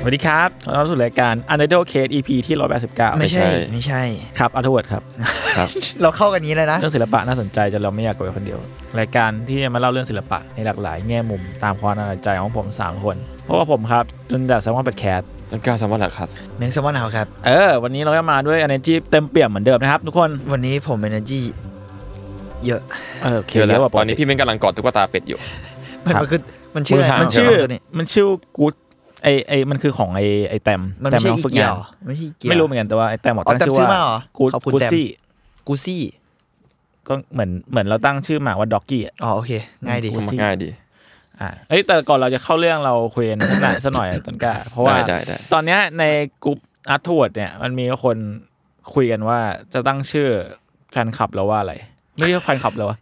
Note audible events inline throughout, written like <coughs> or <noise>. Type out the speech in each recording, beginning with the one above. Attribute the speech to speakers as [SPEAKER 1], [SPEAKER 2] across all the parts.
[SPEAKER 1] สวัสดีครับต้อนรับสู่รายการ u n d e r d o g Case EP ที่ 189
[SPEAKER 2] ไม่ใช่
[SPEAKER 3] ไม่ใช่
[SPEAKER 2] ไม่ใช่
[SPEAKER 1] ครับอัธวัตครับ
[SPEAKER 3] ครับ
[SPEAKER 2] เราเข้ากันนี้เลยนะ
[SPEAKER 1] เรื่องศิลปะน่าสนใจจนเราไม่อยากกลับไปคนเดียว รายการที่จะมาเล่าเรื่องศิลปะในหลากหลายแง่มุมตามความน่าสนใจของผม 3 คน เพราะว่าผมครับ จุนจากสมอนปัดแคท
[SPEAKER 3] ต้นกล้าสามวันหลักครับ
[SPEAKER 2] แมงสมอนเฮาครับ
[SPEAKER 1] เออ วันนี้เราก็มาด้วย energy เต็มเปี่ยมเหมือนเดิมนะครับ ทุกคน
[SPEAKER 2] วันนี้ผม energy เยอะ
[SPEAKER 1] เออโอเค
[SPEAKER 3] เดี๋ยวแล้
[SPEAKER 1] เยว อะกว่าป
[SPEAKER 3] ต
[SPEAKER 1] ก
[SPEAKER 3] อนนี้พี่เม้งกำลังกอดตุ๊กตาเป็ดอยู่
[SPEAKER 2] มัน
[SPEAKER 1] ครับ
[SPEAKER 2] มันคือมันชื่ออะไร
[SPEAKER 3] มือหาง
[SPEAKER 1] มันชื่อ
[SPEAKER 2] ขงตัวนี้
[SPEAKER 1] มันชื่อกูดไอไอมันคือของไอไอแตม
[SPEAKER 2] มัน
[SPEAKER 1] แตม
[SPEAKER 2] ไม่ใช่
[SPEAKER 1] น้อง
[SPEAKER 2] อี
[SPEAKER 1] ฝึก
[SPEAKER 2] เกีย
[SPEAKER 1] ยาว ว
[SPEAKER 2] ไม่ใช่อีเกีย
[SPEAKER 1] ไม่รู้เหมือนกันแต่ว่าไอแตมบอก
[SPEAKER 2] อ๋อ
[SPEAKER 1] ตั้งชื่อ
[SPEAKER 2] แตมซื้อมา
[SPEAKER 1] ว่า
[SPEAKER 2] เหรอ
[SPEAKER 1] กูด
[SPEAKER 2] ขอบคุณ
[SPEAKER 1] กู
[SPEAKER 2] แตม
[SPEAKER 1] ซี่
[SPEAKER 2] กูซี่
[SPEAKER 1] ก็เหมือนเหมือนเราตั้งชื่อหมาว่าด็อกกี้
[SPEAKER 2] อ๋อโอเค ง่ายดี
[SPEAKER 1] กูซี่
[SPEAKER 3] ง่ายดี
[SPEAKER 1] อ่ะเอ้ยแต่ก่อนเราจะเข้าเรื่องเราคุยกัน <coughs> ข้างหน้า ซะหน่อยต้นกล้าเพราะว่า
[SPEAKER 3] ได้ได้ได้
[SPEAKER 1] ตอนเนี้ยในกลุ่มอาร์ทวดเนี่ยมันมีคนคุยกันว่าจะตั้งชื่อแฟนคลับเราว่าอะไร ไม่ใช่แฟนคลับเรา
[SPEAKER 3] <coughs>
[SPEAKER 1] วะ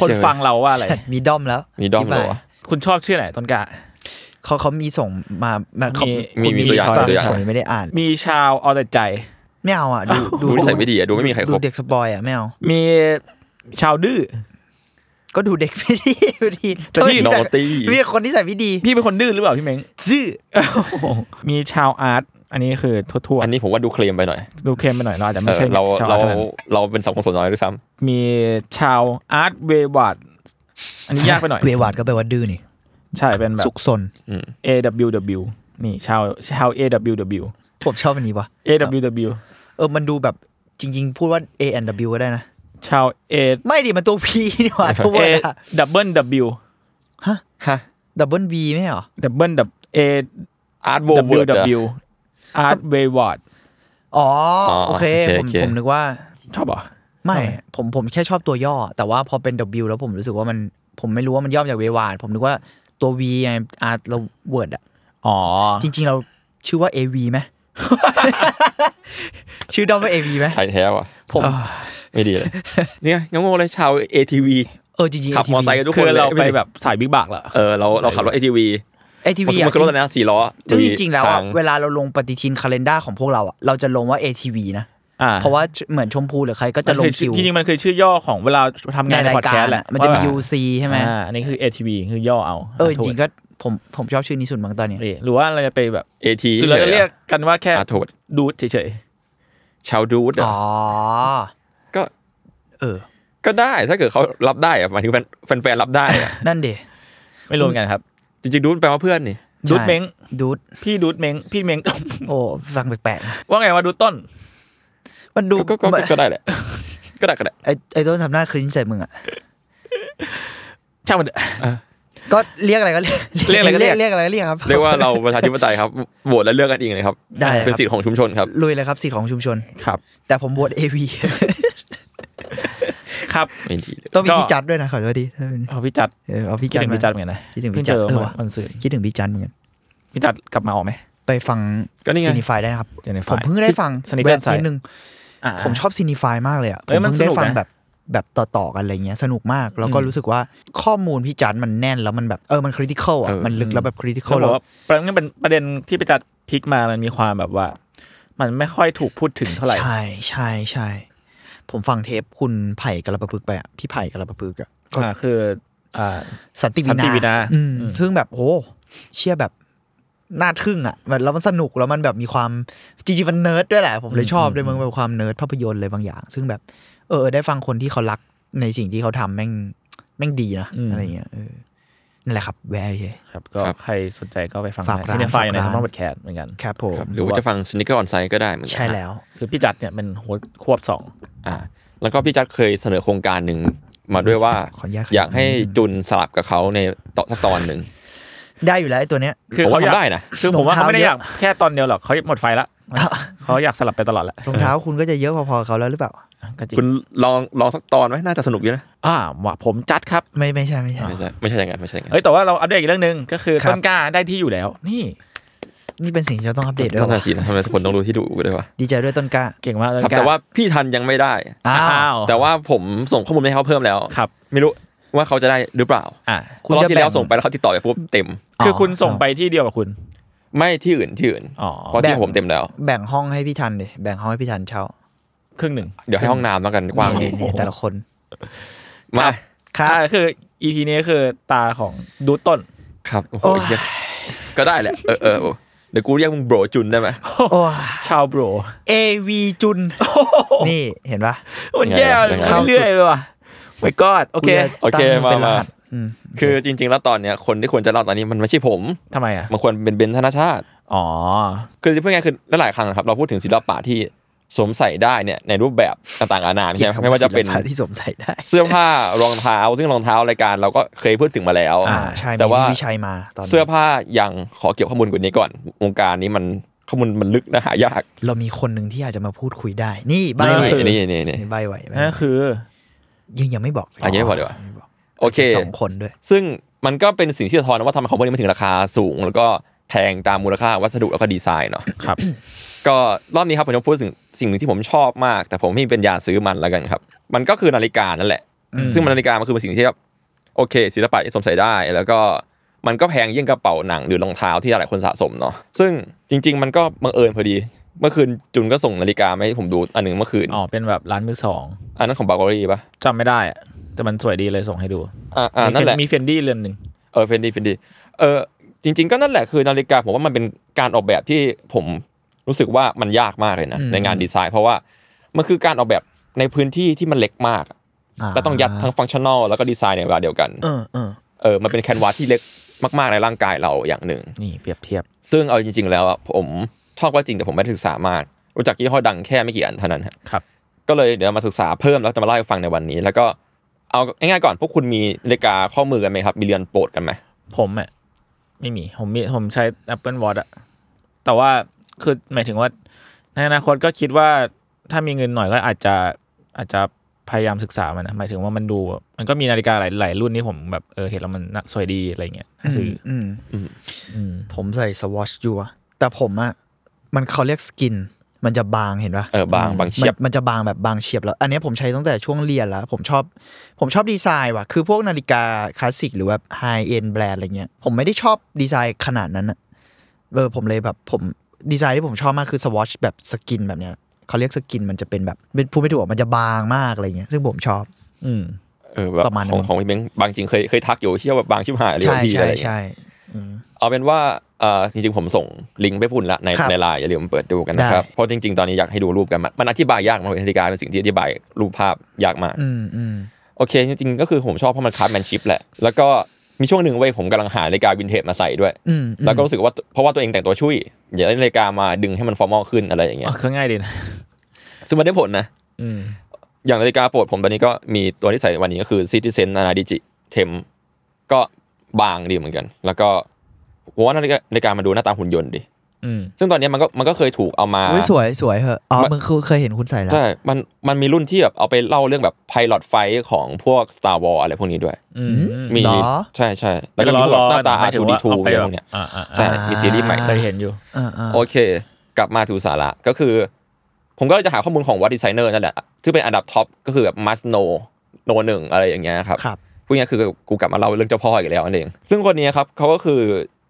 [SPEAKER 1] คนฟังเราว่าอะไร
[SPEAKER 2] มีด้อมแล้ว
[SPEAKER 3] มีด้อมเหรอวะ
[SPEAKER 1] คุณชอบชื่อไหนต้นกล้า
[SPEAKER 2] เขาเขามีส่งมามาเขา
[SPEAKER 3] มี
[SPEAKER 2] คุณ
[SPEAKER 3] มีตัวอย่าง
[SPEAKER 2] ลิสต์ป่ะ
[SPEAKER 3] ตัวอย่าง
[SPEAKER 2] ผมไม่ได้อ่าน
[SPEAKER 1] มีชาวเอาแต่ใจ
[SPEAKER 2] ไม่เอาอ่ะ ดู
[SPEAKER 3] ดูนิสัยไม่ดีอะดูไม่มีใครค
[SPEAKER 2] ดู
[SPEAKER 3] รบ
[SPEAKER 2] เด็กสปอยอ่ะไม่เอา
[SPEAKER 1] มีชาวดื้อ
[SPEAKER 2] ก็ดูเด็กไม่ดี <laughs> ดูดี
[SPEAKER 1] แต่พี่
[SPEAKER 3] น
[SPEAKER 2] แต่
[SPEAKER 3] อตี้
[SPEAKER 2] พี่เป็นคนที่ใส่ไม่ดี
[SPEAKER 1] พี่เป็นคนดื้อหรือเปล่า
[SPEAKER 3] <coughs>
[SPEAKER 1] พี่เม้ง
[SPEAKER 2] ซื่อ
[SPEAKER 1] โอ้โหมีชาวอาร์ตอันนี้คือทั่ว
[SPEAKER 3] อันนี้ผมว่าดูเคลมไปหน่อย
[SPEAKER 1] ๆดูเคมไปหน่อยเราอาจจะ
[SPEAKER 3] เอ
[SPEAKER 1] ไม่
[SPEAKER 3] อ
[SPEAKER 1] ใช่
[SPEAKER 3] เรา
[SPEAKER 1] ชาวอาร์ต
[SPEAKER 3] เรา
[SPEAKER 1] เท่านั้น
[SPEAKER 3] เราเป็นสังคมส่วนน้อยด้วยซ้
[SPEAKER 1] มีชาวอาร์ตเววาดอันนี้ยากไปหน่อย
[SPEAKER 2] เววาดก็แปลว่าดื้อนี่
[SPEAKER 1] ใช่เป็นแบบ
[SPEAKER 2] สุกซน
[SPEAKER 1] AWW นี่ชาวชาว AWW
[SPEAKER 2] ผมชอบอันนี้ว่ะ
[SPEAKER 1] AWW
[SPEAKER 2] เออมันดูแบบจริง ๆ พูดว่า A and W ก็ได้นะ
[SPEAKER 1] ชาว A
[SPEAKER 2] ไม่ดิมันตัว
[SPEAKER 3] <laughs>
[SPEAKER 2] P นี่หว่าทุก
[SPEAKER 1] A
[SPEAKER 2] วันอะ
[SPEAKER 1] double W
[SPEAKER 3] ำฮะ
[SPEAKER 2] ดับเบิลบีไม่เหรอ
[SPEAKER 1] double W A
[SPEAKER 3] อาร์ตโบ
[SPEAKER 1] W
[SPEAKER 3] เวิร์ด
[SPEAKER 1] W Art Wayward
[SPEAKER 2] อ๋อ
[SPEAKER 3] อ๋อ
[SPEAKER 2] โอเค
[SPEAKER 3] โอ
[SPEAKER 2] ผม
[SPEAKER 3] เคโอเค
[SPEAKER 2] ผมนึกว่า
[SPEAKER 1] ชอบเหรอ
[SPEAKER 2] ไม่
[SPEAKER 1] ทำไม
[SPEAKER 2] ผมผมแค่ชอบตัวย่อ แต่ว่าพอเป็น W แล้วผมรู้สึกว่ามันผมไม่รู้ว่ามันย่อมาจากเววาดผมนึกว่าตัว V ไงอาร์เราเวิร์ดอะ
[SPEAKER 1] อ๋อ
[SPEAKER 2] จริง ๆ เราชื่อว่า AV ไหม <laughs> ชื่อดอมว่า AV ไหม
[SPEAKER 3] ชายแท้ว่ะ
[SPEAKER 2] ผม
[SPEAKER 1] อ่า
[SPEAKER 3] ไม่ดีเลย เนี่ยงงๆเลยชาว ATV
[SPEAKER 2] เออจริงๆ
[SPEAKER 3] ขับมอเตอร์ไซค์กันทุก
[SPEAKER 1] คื
[SPEAKER 3] คน
[SPEAKER 1] อ
[SPEAKER 3] ลย
[SPEAKER 1] เราไปแบบสายบิ๊กบักเหรอ
[SPEAKER 3] เออเราเราขับรถ ATV
[SPEAKER 2] ATV
[SPEAKER 3] มัน
[SPEAKER 2] อะ
[SPEAKER 3] คือมันคือรถอะไรนะสี่ล้อ
[SPEAKER 2] ซึ่ง
[SPEAKER 3] ลุ
[SPEAKER 2] จ
[SPEAKER 3] ย
[SPEAKER 2] ริงๆแล้ว
[SPEAKER 3] ทา
[SPEAKER 2] อะเวลาเราลงปฏิทินคาล endar ของพวกเราอะเราจะลงว่า ATV นะ
[SPEAKER 1] อ่า
[SPEAKER 2] เพราะว่าเหมือนชมพูหรือใครก็จะลง
[SPEAKER 1] มันคือ
[SPEAKER 2] คิว
[SPEAKER 1] จริงๆมันคือชื่อย่อของเวลาทำ
[SPEAKER 2] ใน
[SPEAKER 1] งานใน
[SPEAKER 2] ราย
[SPEAKER 1] พอด
[SPEAKER 2] กา
[SPEAKER 1] แคส
[SPEAKER 2] ร
[SPEAKER 1] ต์แหละ
[SPEAKER 2] อะมันจะมี
[SPEAKER 1] ว่า
[SPEAKER 2] UC ใช่ไหม
[SPEAKER 1] อ่าอันนี้คือ ATV คือย่อเอา
[SPEAKER 2] เออจริงๆก็ผมผมชอบชื่อนี้สุดมั้งตอนเนี้ย
[SPEAKER 1] เออหรือว่าเราจะไปแบบ
[SPEAKER 3] เอที
[SPEAKER 1] หรือเราจะเรียกกันว่าแค่
[SPEAKER 3] อาร์ตโทษ
[SPEAKER 1] ดูดเฉย
[SPEAKER 3] ชาวดูดอะ
[SPEAKER 2] อ๋อ
[SPEAKER 3] ก็
[SPEAKER 2] เออ
[SPEAKER 3] ก็ได้ถ้าเกิดเขารับได้อะหมายถึงแฟนแฟนๆรับได้
[SPEAKER 2] <laughs>
[SPEAKER 3] อะ
[SPEAKER 2] นั่นเด
[SPEAKER 1] ๆไม่รู้เหมือนกันครับ
[SPEAKER 3] จริงๆดูดแปลว่าเพื่อนนี่
[SPEAKER 1] ดูดเม้ง
[SPEAKER 2] ดูด
[SPEAKER 1] พี่ดูดเม้งพี่เม้ง <laughs>
[SPEAKER 2] โอ้ฟังแปลกๆนะ
[SPEAKER 1] ว่าไงว่าดูต้น
[SPEAKER 2] มันดู
[SPEAKER 3] ก็ก็ก็ก็ได้แหละ ก็ได้ก็ได้
[SPEAKER 2] ไอ้ไอ้ต้นทำหน้าคลิ้นใส่มึงอ่ะ
[SPEAKER 1] ช่างมันเถอะ
[SPEAKER 2] ก็เรียกอะไรก็เรียก
[SPEAKER 1] เรียกอะไรก็เรียก
[SPEAKER 2] เรียกอะไรก็เรียกครับ
[SPEAKER 3] เรียกว่าเราประชาธิปไตยครับโหวตและเลือกกันเองเลยครับ
[SPEAKER 2] ได้ครับ
[SPEAKER 3] เป็นสิทธิ์ของชุมชนครับ
[SPEAKER 2] ลุยเลยครับสิทธิ์ของชุมชน
[SPEAKER 1] ครับ
[SPEAKER 2] แต่ผมบวชเอวี
[SPEAKER 1] ครับ
[SPEAKER 3] ไม่ดีเลย
[SPEAKER 2] <laughs> ต้องมีพี่จัดด้วยนะขอโทษดี
[SPEAKER 1] เอาพี่จัด
[SPEAKER 2] เออเอาพี่
[SPEAKER 1] คิด
[SPEAKER 2] จัด
[SPEAKER 1] ถึง
[SPEAKER 2] มา
[SPEAKER 1] พี่จัดเหมือนกันนะ
[SPEAKER 2] คิดถึงพี่
[SPEAKER 1] เพิ่ง
[SPEAKER 2] จัด
[SPEAKER 1] เจอ
[SPEAKER 2] เออ
[SPEAKER 1] วั
[SPEAKER 2] ว่ะ
[SPEAKER 1] นวันสื่อ
[SPEAKER 2] คิดถึงพี่จัดเหมือนกัน
[SPEAKER 1] พี่จัดกลับมาออกไหม
[SPEAKER 2] ไปฟัง
[SPEAKER 3] ก็นี่ไง
[SPEAKER 2] ซีนิฟายได้นะครับ
[SPEAKER 1] ซีนิฟาย
[SPEAKER 2] ผมเพิ่งได้ฟัง
[SPEAKER 1] สนิท
[SPEAKER 2] แว
[SPEAKER 1] แว่
[SPEAKER 2] บ
[SPEAKER 1] นใส่
[SPEAKER 2] นิดนึง
[SPEAKER 1] อ่า
[SPEAKER 2] ผมชอบซีนิฟายมากเลยอ่ะผ
[SPEAKER 1] เอ้ย
[SPEAKER 2] ม
[SPEAKER 1] มัน
[SPEAKER 2] เพิ่งได้ฟัง
[SPEAKER 1] สนุกนะ
[SPEAKER 2] แบบแบบต่อๆกันอะไรเงี้ยสนุกมาก แล้วก็
[SPEAKER 1] อืม
[SPEAKER 2] รู้สึกว่าข้อมูลพี่จันมันแน่นแล้วมันแบบเออมันคริติคอลอ่ะ
[SPEAKER 3] เออ
[SPEAKER 2] มันลึกแล้วแบบคริติคอ
[SPEAKER 1] เขา
[SPEAKER 2] ล
[SPEAKER 1] บ
[SPEAKER 2] แล้
[SPEAKER 1] อก
[SPEAKER 2] ว
[SPEAKER 1] ว่าประเด็นนี้เป็นประเด็นที่พี่จัดพลิกมามันมีความแบบว่า มันไม่ค่อยถูกพูดถึงเท่าไหร่
[SPEAKER 2] ใช่ใช่ใช่ผมฟังเทปคุณไผ่กระปะพึกษ์ไปอ่ะพี่ไผ่กระปะพึกษ์อ่ะ
[SPEAKER 1] อ่าคืออ่า
[SPEAKER 2] สันติ
[SPEAKER 1] สันติวี
[SPEAKER 2] วี
[SPEAKER 1] นา
[SPEAKER 2] นาอืม
[SPEAKER 1] อืม
[SPEAKER 2] ซึ่งแบบโหเชี่ยแบบน่าทึ่งอ่ะมันแล้วมันสนุกแล้วมันแบบมีความจริงๆมันเนิร์ดด้วยแหละ ผมเลยชอบด้วยมันเป็นความเนิร์ดภาพยนตร์เลยบางอย่าง ซึ่งแบบเออได้ฟังคนที่เขารักในสิ่งที่เขาทำแม่งแม่งดีนะอะไรเงี้ยเออนั่นแหละครับแวร์เย
[SPEAKER 1] ครับก็ใครสนใจก็ไปฟัง
[SPEAKER 2] ฝาก
[SPEAKER 1] ได้
[SPEAKER 2] ร้าน
[SPEAKER 1] ซีเนฟายอยู่ในทั
[SPEAKER 2] ฝากร้า
[SPEAKER 1] ม
[SPEAKER 2] น
[SPEAKER 1] มอนบัดแคสเหมือนกัน
[SPEAKER 2] ครับผม
[SPEAKER 3] ครับหรือว่าจะฟังสนิเกอร์ออนไซด์ก็ได้เหมือนกั
[SPEAKER 2] ใช่แล้ว
[SPEAKER 1] คือพี่จัดเนี่ยเป็นโฮสต์ควบสอง
[SPEAKER 3] อ่า แล้วก็พี่จัดเคยเสนอโครงการหนึ่งมาด้วยว่า
[SPEAKER 2] ขออนุญาต
[SPEAKER 3] อยากให้จุนสลับกับเขาในต่อสักตอนหนึ่ง
[SPEAKER 2] ได้อยู่แล้วไอ้ตัวเนี้ย
[SPEAKER 1] คือ
[SPEAKER 3] ผม
[SPEAKER 1] เขาอ
[SPEAKER 3] ว่า
[SPEAKER 1] ยาก
[SPEAKER 3] ทำได้นะ
[SPEAKER 1] คือผมว่าเขาไม่ได้
[SPEAKER 2] รองเท้า
[SPEAKER 1] อยา
[SPEAKER 2] เยอะ
[SPEAKER 1] กแค่ตอนเดียวหรอกเขาหมดไฟละเขาอยากสลับไปตลอดแหละ
[SPEAKER 2] รองเท้าคุณก็จะเยอะพอๆกับเขาแล้วหรือเปล่า
[SPEAKER 1] ก็จริง
[SPEAKER 3] คุณลองลองสักตอนไหมน่าจะสนุกอยู่นะ
[SPEAKER 1] อ่าว่ะผมจัดครับ
[SPEAKER 2] ไม่ไม่ใช่ไม่ใช่
[SPEAKER 3] ไม่ใช่ไม่ใช่อย่างนั้นไม่ใช่อย่างนั้น
[SPEAKER 1] เอ้ยแต่ว่าเราอัปเดตอีกเรื่องหนึ่งก็คือ
[SPEAKER 2] ครับ
[SPEAKER 1] ต้นกล้าได้ที่อยู่แล้ว นี่
[SPEAKER 2] นี่เป็นสิ่งที่เราต้องอัปเดตด้วย
[SPEAKER 3] ต้น
[SPEAKER 2] ว่ะ
[SPEAKER 3] นาสีนะทำไมทุกคนต้องรู้ที่ดูด้วยวะ
[SPEAKER 2] ดีใจด้วยต้นกล้า
[SPEAKER 1] เก่งมากต้น
[SPEAKER 3] ครับ
[SPEAKER 1] กล้า
[SPEAKER 3] แต่ว่าพี่ทันยังไม่ได้
[SPEAKER 2] อ้า
[SPEAKER 1] อ้าว ว
[SPEAKER 3] แต่ว่าผมส่งข้อมูลให้เขาเพิ่มแล้ว
[SPEAKER 1] ครับ
[SPEAKER 3] ไม่รู้ว่าเขาจะได้หรือเปล่า
[SPEAKER 1] อ่า
[SPEAKER 2] คุณ
[SPEAKER 3] รอบ
[SPEAKER 2] จะ
[SPEAKER 3] ที่
[SPEAKER 2] แบ่ง
[SPEAKER 3] แล้วส่งไปแล้วเขาติดต่อไปปุ๊บเต็ม
[SPEAKER 1] คือคุณส่งไปที่เดียวกับคุณ
[SPEAKER 3] ไม่ที่อื่นที่อื่น
[SPEAKER 1] อ๋อ
[SPEAKER 3] เพราะที่ผมเต็มแล้ว
[SPEAKER 2] แบ่งห้องให้พี่ทันดิแบ่งห้องให้พี่ทันเช่า
[SPEAKER 1] ครึ่งหนึ่ง
[SPEAKER 3] เดี๋ยวให้ห้องน้ำแล้วกันกว้างดี
[SPEAKER 2] นี่นี่แต่ละคน
[SPEAKER 3] มา
[SPEAKER 2] ครับ
[SPEAKER 1] อ่าคืออีพีนี้คือตาของดูดต้น
[SPEAKER 3] ครับโอ้โห
[SPEAKER 2] โอ้ย
[SPEAKER 3] เหี้ยก็ได้แหละเออเออเออเดี๋ยวกูเรียกมึงโบรจุนได้
[SPEAKER 2] <laughs>
[SPEAKER 3] ไหม
[SPEAKER 2] โอ้ย
[SPEAKER 1] ชาวโบร
[SPEAKER 2] AV จุน นี่เห็นปะ
[SPEAKER 1] มันแย่
[SPEAKER 3] ยังไง
[SPEAKER 1] เรื่อยๆเลยว่ะไม่กอดโอเค
[SPEAKER 3] โอเค
[SPEAKER 2] ตั้ง
[SPEAKER 3] มา
[SPEAKER 2] เป็นร
[SPEAKER 3] มา
[SPEAKER 2] หัส อืม
[SPEAKER 3] คือจริง ๆ แล้วตอนเนี้ยคนที่ควรจะเล่าตอนนี้มันไม่ใช่ผม
[SPEAKER 1] ทำไมอ่ะ
[SPEAKER 3] มันควรเป็นเบนซ์ธนชาติ
[SPEAKER 1] อ๋อ
[SPEAKER 3] คือเพื่อไงคือหลายๆครั้งอะครับเราพูดถึงศิลปะที่สวมใส่ได้เนี่ยในรูปแบบต่างๆนานาใช่ไหมไม่ว่าจะเป็น
[SPEAKER 2] ศิลที่สวมใส่ได้
[SPEAKER 3] เสื้อผ้ารองเท้า ซึ่งรองเท้ารายการเราก็เคยพูดถึงมาแล้ว
[SPEAKER 2] อ่าใช่
[SPEAKER 3] แต่ว่า
[SPEAKER 2] มีพี่วิชัยมาตอนนี้
[SPEAKER 3] เสื้อผ้ายังขอเก็บข้อมูลกว่านี้ก่อนวงการนี้มันข้อมูลมันลึกนะหายาก
[SPEAKER 2] เรามีคนหนึ่งที่อาจจะมาพูดคุยได้ นี่ใบ
[SPEAKER 3] นี่
[SPEAKER 2] ไว้
[SPEAKER 1] เออ
[SPEAKER 3] นี่นี่นี่
[SPEAKER 2] นี่ใบไว้
[SPEAKER 1] นั่นคือ
[SPEAKER 2] ยังยังไม่บอก
[SPEAKER 3] อ่ะยังไม่บอกดีกว่า
[SPEAKER 2] ไม่บอก
[SPEAKER 3] โอเค
[SPEAKER 2] สองคนด้วย
[SPEAKER 3] ซึ่งมันก็เป็นสิ่งที่สะท้อนว่าทำไมของพวกนี้มันถึงราคาสูง แล้วก็แพงตามมูลค่าวัสดุแล้วก็ดีไซน์เนาะ
[SPEAKER 1] ครับ
[SPEAKER 3] ก็รอบนี้ครับผมจะพูดถึงสิ่งหนึ่งที่ผมชอบมาก แต่ผมไม่มีปัญญาซื้อมันแล้วกันครับ มันก็คือนาฬิกานั่นแหละ
[SPEAKER 1] อืม
[SPEAKER 3] ซึ่งมันนาฬิกามันคือเป็นสิ่งที่แบบโอเค ศิลปะที่สวมใส่ได้ แล้วก็มันก็แพงยิ่งกระเป๋าหนังหรือรองเท้าที่หลายคนสะสมเนาะซึ่งจริง ๆ มันก็บังเอิญพอดี เมื่อคืนจุนก็ส่งนาฬิกามาให้ผมดูอันหนึ่งเมื่อคืน
[SPEAKER 1] อ๋อเป็นแบบร้านมือสอง
[SPEAKER 3] อันนั้นของบาร์กอรี่ปะ
[SPEAKER 1] จำไม่ได้อะแต่มันสวยดีเลยส่งให้ดู
[SPEAKER 3] อ่าอ่า
[SPEAKER 1] มี
[SPEAKER 3] นั่นแหละ
[SPEAKER 1] มีเฟนดี้เรือนหนึ่ง
[SPEAKER 3] เออเฟนดีเฟนดีเออจริง ๆ ก็นั่นแหละคือนาฬิกาผมว่ามันเป็นการออกแบบที่ผมรู้สึกว่ามันยากมากเลยนะ
[SPEAKER 2] อืม
[SPEAKER 3] ในงานดีไซน์ เพราะว่ามันคือการออกแบบในพื้นที่ที่มันเล็กมากอะแล้วต้องยัดทั้งฟังชั่นอลแล้วก็ดีไซน์ในเวลาเดียวกัน
[SPEAKER 2] เออเออ
[SPEAKER 3] เออมันเป็นแคนวาสที่เล็กมากๆในร่างกายเราอย่างหนึ่ง
[SPEAKER 1] นี่เปรียบเทียบ
[SPEAKER 3] ซึ่งเอาจริง ๆ แล้วอะผมชอบว่าจริงแต่ผมไม่ได้ศึกษามาก รู้จักยี่ห้อดังแค่ไม่กี่อันเท่านั้นฮะ
[SPEAKER 1] ครับ
[SPEAKER 3] ก็เลยเดี๋ยวมาศึกษาเพิ่มแล้วจะมาเล่าให้ฟังในวันนี้ แล้วก็เอาง่ายๆก่อนพวกคุณมีนาฬิกาข้อมือกันไหมครับมีเรือนโปรดกันไหม
[SPEAKER 1] ผมอ่ะไม่มีผมมีผมใช้ Apple Watch อะแต่ว่าคือหมายถึงว่าในอนาคตก็คิดว่าถ้ามีเงินหน่อยก็อาจจะอาจจะพยายามศึกษามันนะหมายถึงว่ามันดู มันก็มีนาฬิกาหลายหลายรุ่นที่ผมแบบเออเห็นแล้วมันน่าสวยดีอะไรเงี้ยน่าซื้อ
[SPEAKER 2] อืม
[SPEAKER 1] อืม
[SPEAKER 2] ผมใส่สวอชอยู่อะแต่ผมอะมันเขาเรียกสกิน มันจะบางเห็นปะ
[SPEAKER 3] เออบางบางเฉียบ
[SPEAKER 2] มันมันจะบางแบบบางเฉียบแล้ว อันเนี้ยผมใช้ตั้งแต่ช่วงเรียนแล้ว ผมชอบ ผมชอบดีไซน์ว่ะ คือพวกนาฬิกาคลาสสิกหรือแบบไฮเอ็นแบรนด์อะไรเงี้ย ผมไม่ได้ชอบดีไซน์ขนาดนั้นอะเออผมเลยแบบผมดีไซน์ที่ผมชอบมากคือสวอชแบบสกินแบบเนี้ยเขาเรียกสกินมันจะเป็นแบบเป็นผู้ไม่ถูกอะมันจะบางมากอะไรเงี้ยซึ่งผมชอบ
[SPEAKER 1] อืม
[SPEAKER 3] เออแบบ
[SPEAKER 2] ประมาณนั้น
[SPEAKER 3] ของของพี่เบงบางจริงเคยเคยทักอยู่เชื่อว่าบางชิบหายเลย
[SPEAKER 2] ใช่
[SPEAKER 3] พี่อะ
[SPEAKER 2] ใช่
[SPEAKER 3] ไรเงี้ย
[SPEAKER 2] ใช่อืม
[SPEAKER 3] เอาเป็นว่าเออจริงๆผมส่งลิงก์ไปพุ่นละใน
[SPEAKER 2] ครับ
[SPEAKER 3] ในไลน์อย่าลืมเปิดดูกันนะครับ
[SPEAKER 2] ได้
[SPEAKER 3] เพราะจริงๆตอนนี้อยากให้ดูรูปกันมันมันอธิบายยากมากเลยนาฬิกาเป็นสิ่งที่อธิบายรูปภาพยากมาก
[SPEAKER 2] อืมอืม
[SPEAKER 3] โอเคจริงๆก็คือผมชอบเพราะมันคราฟแมนชิพแหละ แล้วก็มีช่วงหนึ่งเว้ยผมกำลังหานาฬิกาวินเทจมาใส่ด้วย
[SPEAKER 2] อืมอืม
[SPEAKER 3] แล้วก็รู้สึกว่าเพราะว่าตัวเองแต่งตัวชุยอยากได้นาฬิกามาดึงให้มันฟอร์มอลขึ้นอะไรอย่างเงี้ย
[SPEAKER 1] อ๋อก็ง่ายดีนะ
[SPEAKER 3] ซึ่งมันได้ผลนะ
[SPEAKER 1] อืม
[SPEAKER 3] อย่างนาฬิกาโปรดผมตอนนี้ก็มีตัวที่ใส่วันนี้ก็คือ Citizen Anadici Tem ก็บางดีเหมือนกัน แล้วก็ผมว่านาฬิกานาฬิกามันดูหน้าตาหุ่นยนต์ดิ
[SPEAKER 1] อืม
[SPEAKER 3] ซึ่งตอนเนี้ยมันก็มันก็เคยถูกเอามา
[SPEAKER 2] อุ๊ยสวยสวยเหอะอ๋อ
[SPEAKER 3] มัน
[SPEAKER 2] มึงคือเคยเห็นคุณใส่แล้ว
[SPEAKER 3] ใช่ มันมันมีรุ่นที่แบบเอาไปเล่าเรื่องแบบไพลอตไฟของพวก Star War อะไรพวกนี้ด้วย
[SPEAKER 1] อืม
[SPEAKER 3] มี
[SPEAKER 2] เหรอ
[SPEAKER 3] ใช่ใช่แล้วก็มีพวก
[SPEAKER 1] ล้อๆ
[SPEAKER 3] หน้าตา
[SPEAKER 1] หม
[SPEAKER 3] อา
[SPEAKER 1] ถึ
[SPEAKER 3] ทู
[SPEAKER 1] ง
[SPEAKER 3] ดี
[SPEAKER 1] ว่า
[SPEAKER 3] ทู
[SPEAKER 1] เอา
[SPEAKER 3] อะ
[SPEAKER 1] ไป
[SPEAKER 3] ไร
[SPEAKER 1] แบ
[SPEAKER 3] พ
[SPEAKER 1] บ
[SPEAKER 3] วกเนี้ย
[SPEAKER 1] อ่าอ่า
[SPEAKER 3] ใช่มีซีรีส์ใหม่
[SPEAKER 1] เคยเห็นอยู่
[SPEAKER 2] อ่าอ่า
[SPEAKER 3] โอเค กลับมาถูสาระก็คือ ผมก็เลยจะหาข้อมูลของวัดดีไซเนอร์นั่นแหละซึ่งเป็นอันดับท็อปก็คือแบบมัสโนโนหนึ่งอะไรอย่างเงี้ยครับ
[SPEAKER 2] ครับ
[SPEAKER 3] พูดง่ายๆคือกูกลับมาเล่าเรื่องเจ้าพ่ออีกแล้วนั่นเอง ซึ่งคนนี้ครับเขาก็คือ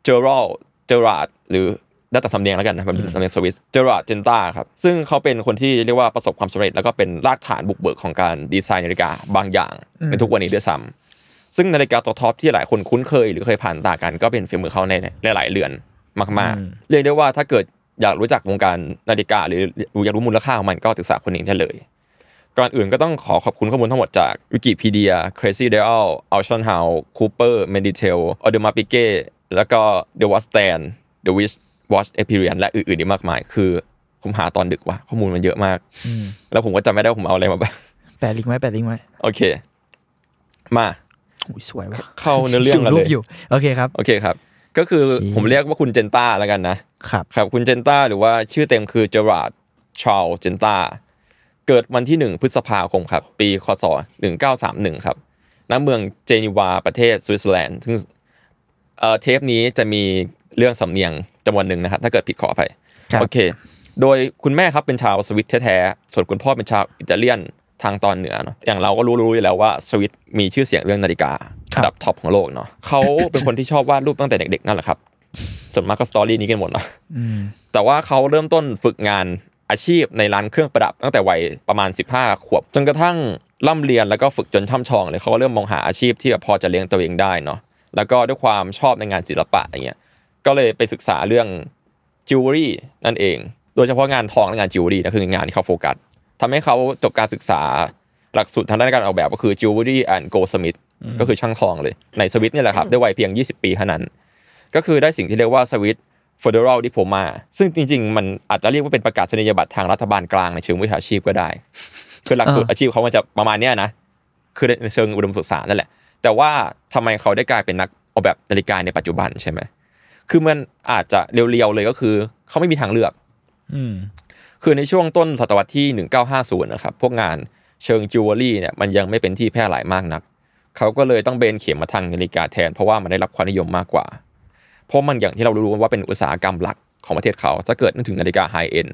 [SPEAKER 3] เจอรัลเจอราดหรือได้แต่สำเนียงแล้วกันนะมันเป็นสำเนียงสวิสเจอราดเจนตาครับ ซึ่งเขาเป็นคนที่เรียกว่าประสบความสำเร็จแล้วก็เป็นรากฐานบุกเบิกของการดีไซน์นาฬิกาบางอย่างในทุกวันนี้ด้วยซ้ำซึ่งนาฬิกาตัวท็อปที่หลายคนคุ้นเคย หรือเคยผ่านตากันก็เป็นฝีมือเขาในหลายๆเรือน มาก
[SPEAKER 1] อืม
[SPEAKER 3] ๆ เรียกได้ว่าถ้าเกิดอยากรู้จักวงการนาฬิกา หรืออยากรู้มูลค่าของมันก็ศึกษาคนนี้ได้เลย ก่อนอื่นก็ต้องขอขอบคุณข้อมูลทั้งหมดจากวิกิพีเดีย Crazy d i a l Auction House Cooper Meditel a u d e m a p i q u e แล้วก็ The Watch Stand The Wish Watch Experience และอื่นๆอีกมากมาย คือผมหาตอนดึกว่ะข้อมูลมันเยอะมาก แล้วผมก็จำไม่ได้ว่าผมเอาอะไรมาบ้าง <laughs>
[SPEAKER 2] แปะลิงก์ไว้แปะลิงก์ไว้
[SPEAKER 3] โอเค มา
[SPEAKER 2] โอ้ยสวยว่ะ
[SPEAKER 3] เข้าเนื้อเรื่องกัน
[SPEAKER 2] รู
[SPEAKER 3] เล
[SPEAKER 2] ป
[SPEAKER 3] ย
[SPEAKER 2] อยู่โอเคครับ
[SPEAKER 3] โอเคครับ ก็คือ
[SPEAKER 2] ชี้
[SPEAKER 3] ผมเรียกว่าคุณเจนต้าแล้วกันนะ
[SPEAKER 2] ครับ
[SPEAKER 3] ครับคุณเจนต้าหรือว่าชื่อเต็มคือเจอราร์ดชาลเจนต้าเกิดวันที่ 1 พฤษภาคมครับ ปีคศ 1931 ครับณเมืองเจนีวาประเทศสวิตเซอร์แลนด์ซึ่งเอ่อเทปนี้จะมีเรื่องสำเนียงจำนวนหนึ่งนะครับ ถ้าเกิดผิดขออภัย
[SPEAKER 2] ครับ
[SPEAKER 3] โอเค โดยคุณแม่ครับเป็นชาวสวิตแท้ๆส่วนคุณพ่อเป็นชาวอิตาเลียนทางตอนเหนือเนาะอย่างเราก็รู้ๆอยู่แล้วว่าสวิตมีชื่อเสียงเรื่องนาฬิกาอันดับท็อปของโลกเนาะเขาเป็นคนที่ชอบวาดรูปตั้งแต่เด็กๆนั่นแหละครับส่วนมากก็สตอรี่นี้กันหมดเนาะ
[SPEAKER 2] อืม
[SPEAKER 3] แต่ว่าเขาเริ่มต้นฝึกงานอาชีพในร้านเครื่องประดับ ตั้งแต่วัยประมาณ 15 ขวบ จนกระทั่งร่ำเรียนแล้วก็ฝึกจนช่ำชองเลยเขาก็เริ่มมองหาอาชีพที่แบบพอจะเลี้ยงตัวเองได้เนาะแล้วก็ด้วยความชอบในงานศิลปะอย่างเงี้ยก็เลยไปศึกษาเรื่องจิวเวลรี่นั่นเอง โดยเฉพาะงานทองและงานจิวเวลรี่นะคืองานที่เขาโฟกัสทำให้เขาจบการศึกษาหลักสูตรทางด้านการออกแบบก็คือ Jewelry and Goldsmith ก็คือช่างทองเลยในสวิตเนี่ยแหละครับด้วยวัยเพียง 20 ปีเท่านั้น ก็คือได้สิ่งที่เรียกว่าสวิต Federal Diploma ซึ่งจริงๆ มันอาจจะเรียกว่าเป็นประกาศนียบัตรทางรัฐบาลกลางในเชิงวิชาชีพก็ได้ คือหลักสูตรอาชีพเขามันจะประมาณเนี้ยนะ คือในเชิงอุดมศึกษานั่นแหละ แต่ว่าทำไมเขาได้กลายเป็นนักออกแบบนาฬิกาในปัจจุบันใช่ไหม คือมันอาจจะเรียวๆเลยก็คือ เขาไม่มีทางเลือก
[SPEAKER 1] อืม
[SPEAKER 3] คือในช่วงต้นศตวรรษที่ 1950 นะครับ พวกงานเชิงจิวเวลรี่เนี่ยมันยังไม่เป็นที่แพร่หลายมากนัก เขาก็เลยต้องเบนเข็มมาทางนาฬิกาแทน เพราะว่ามันได้รับความนิยมมากกว่า เพราะมันอย่างที่เรารู้ว่าเป็นอุตสาหกรรมหลักของประเทศเขา ถ้าเกิดนึกถึงนาฬิกาไฮเอ็น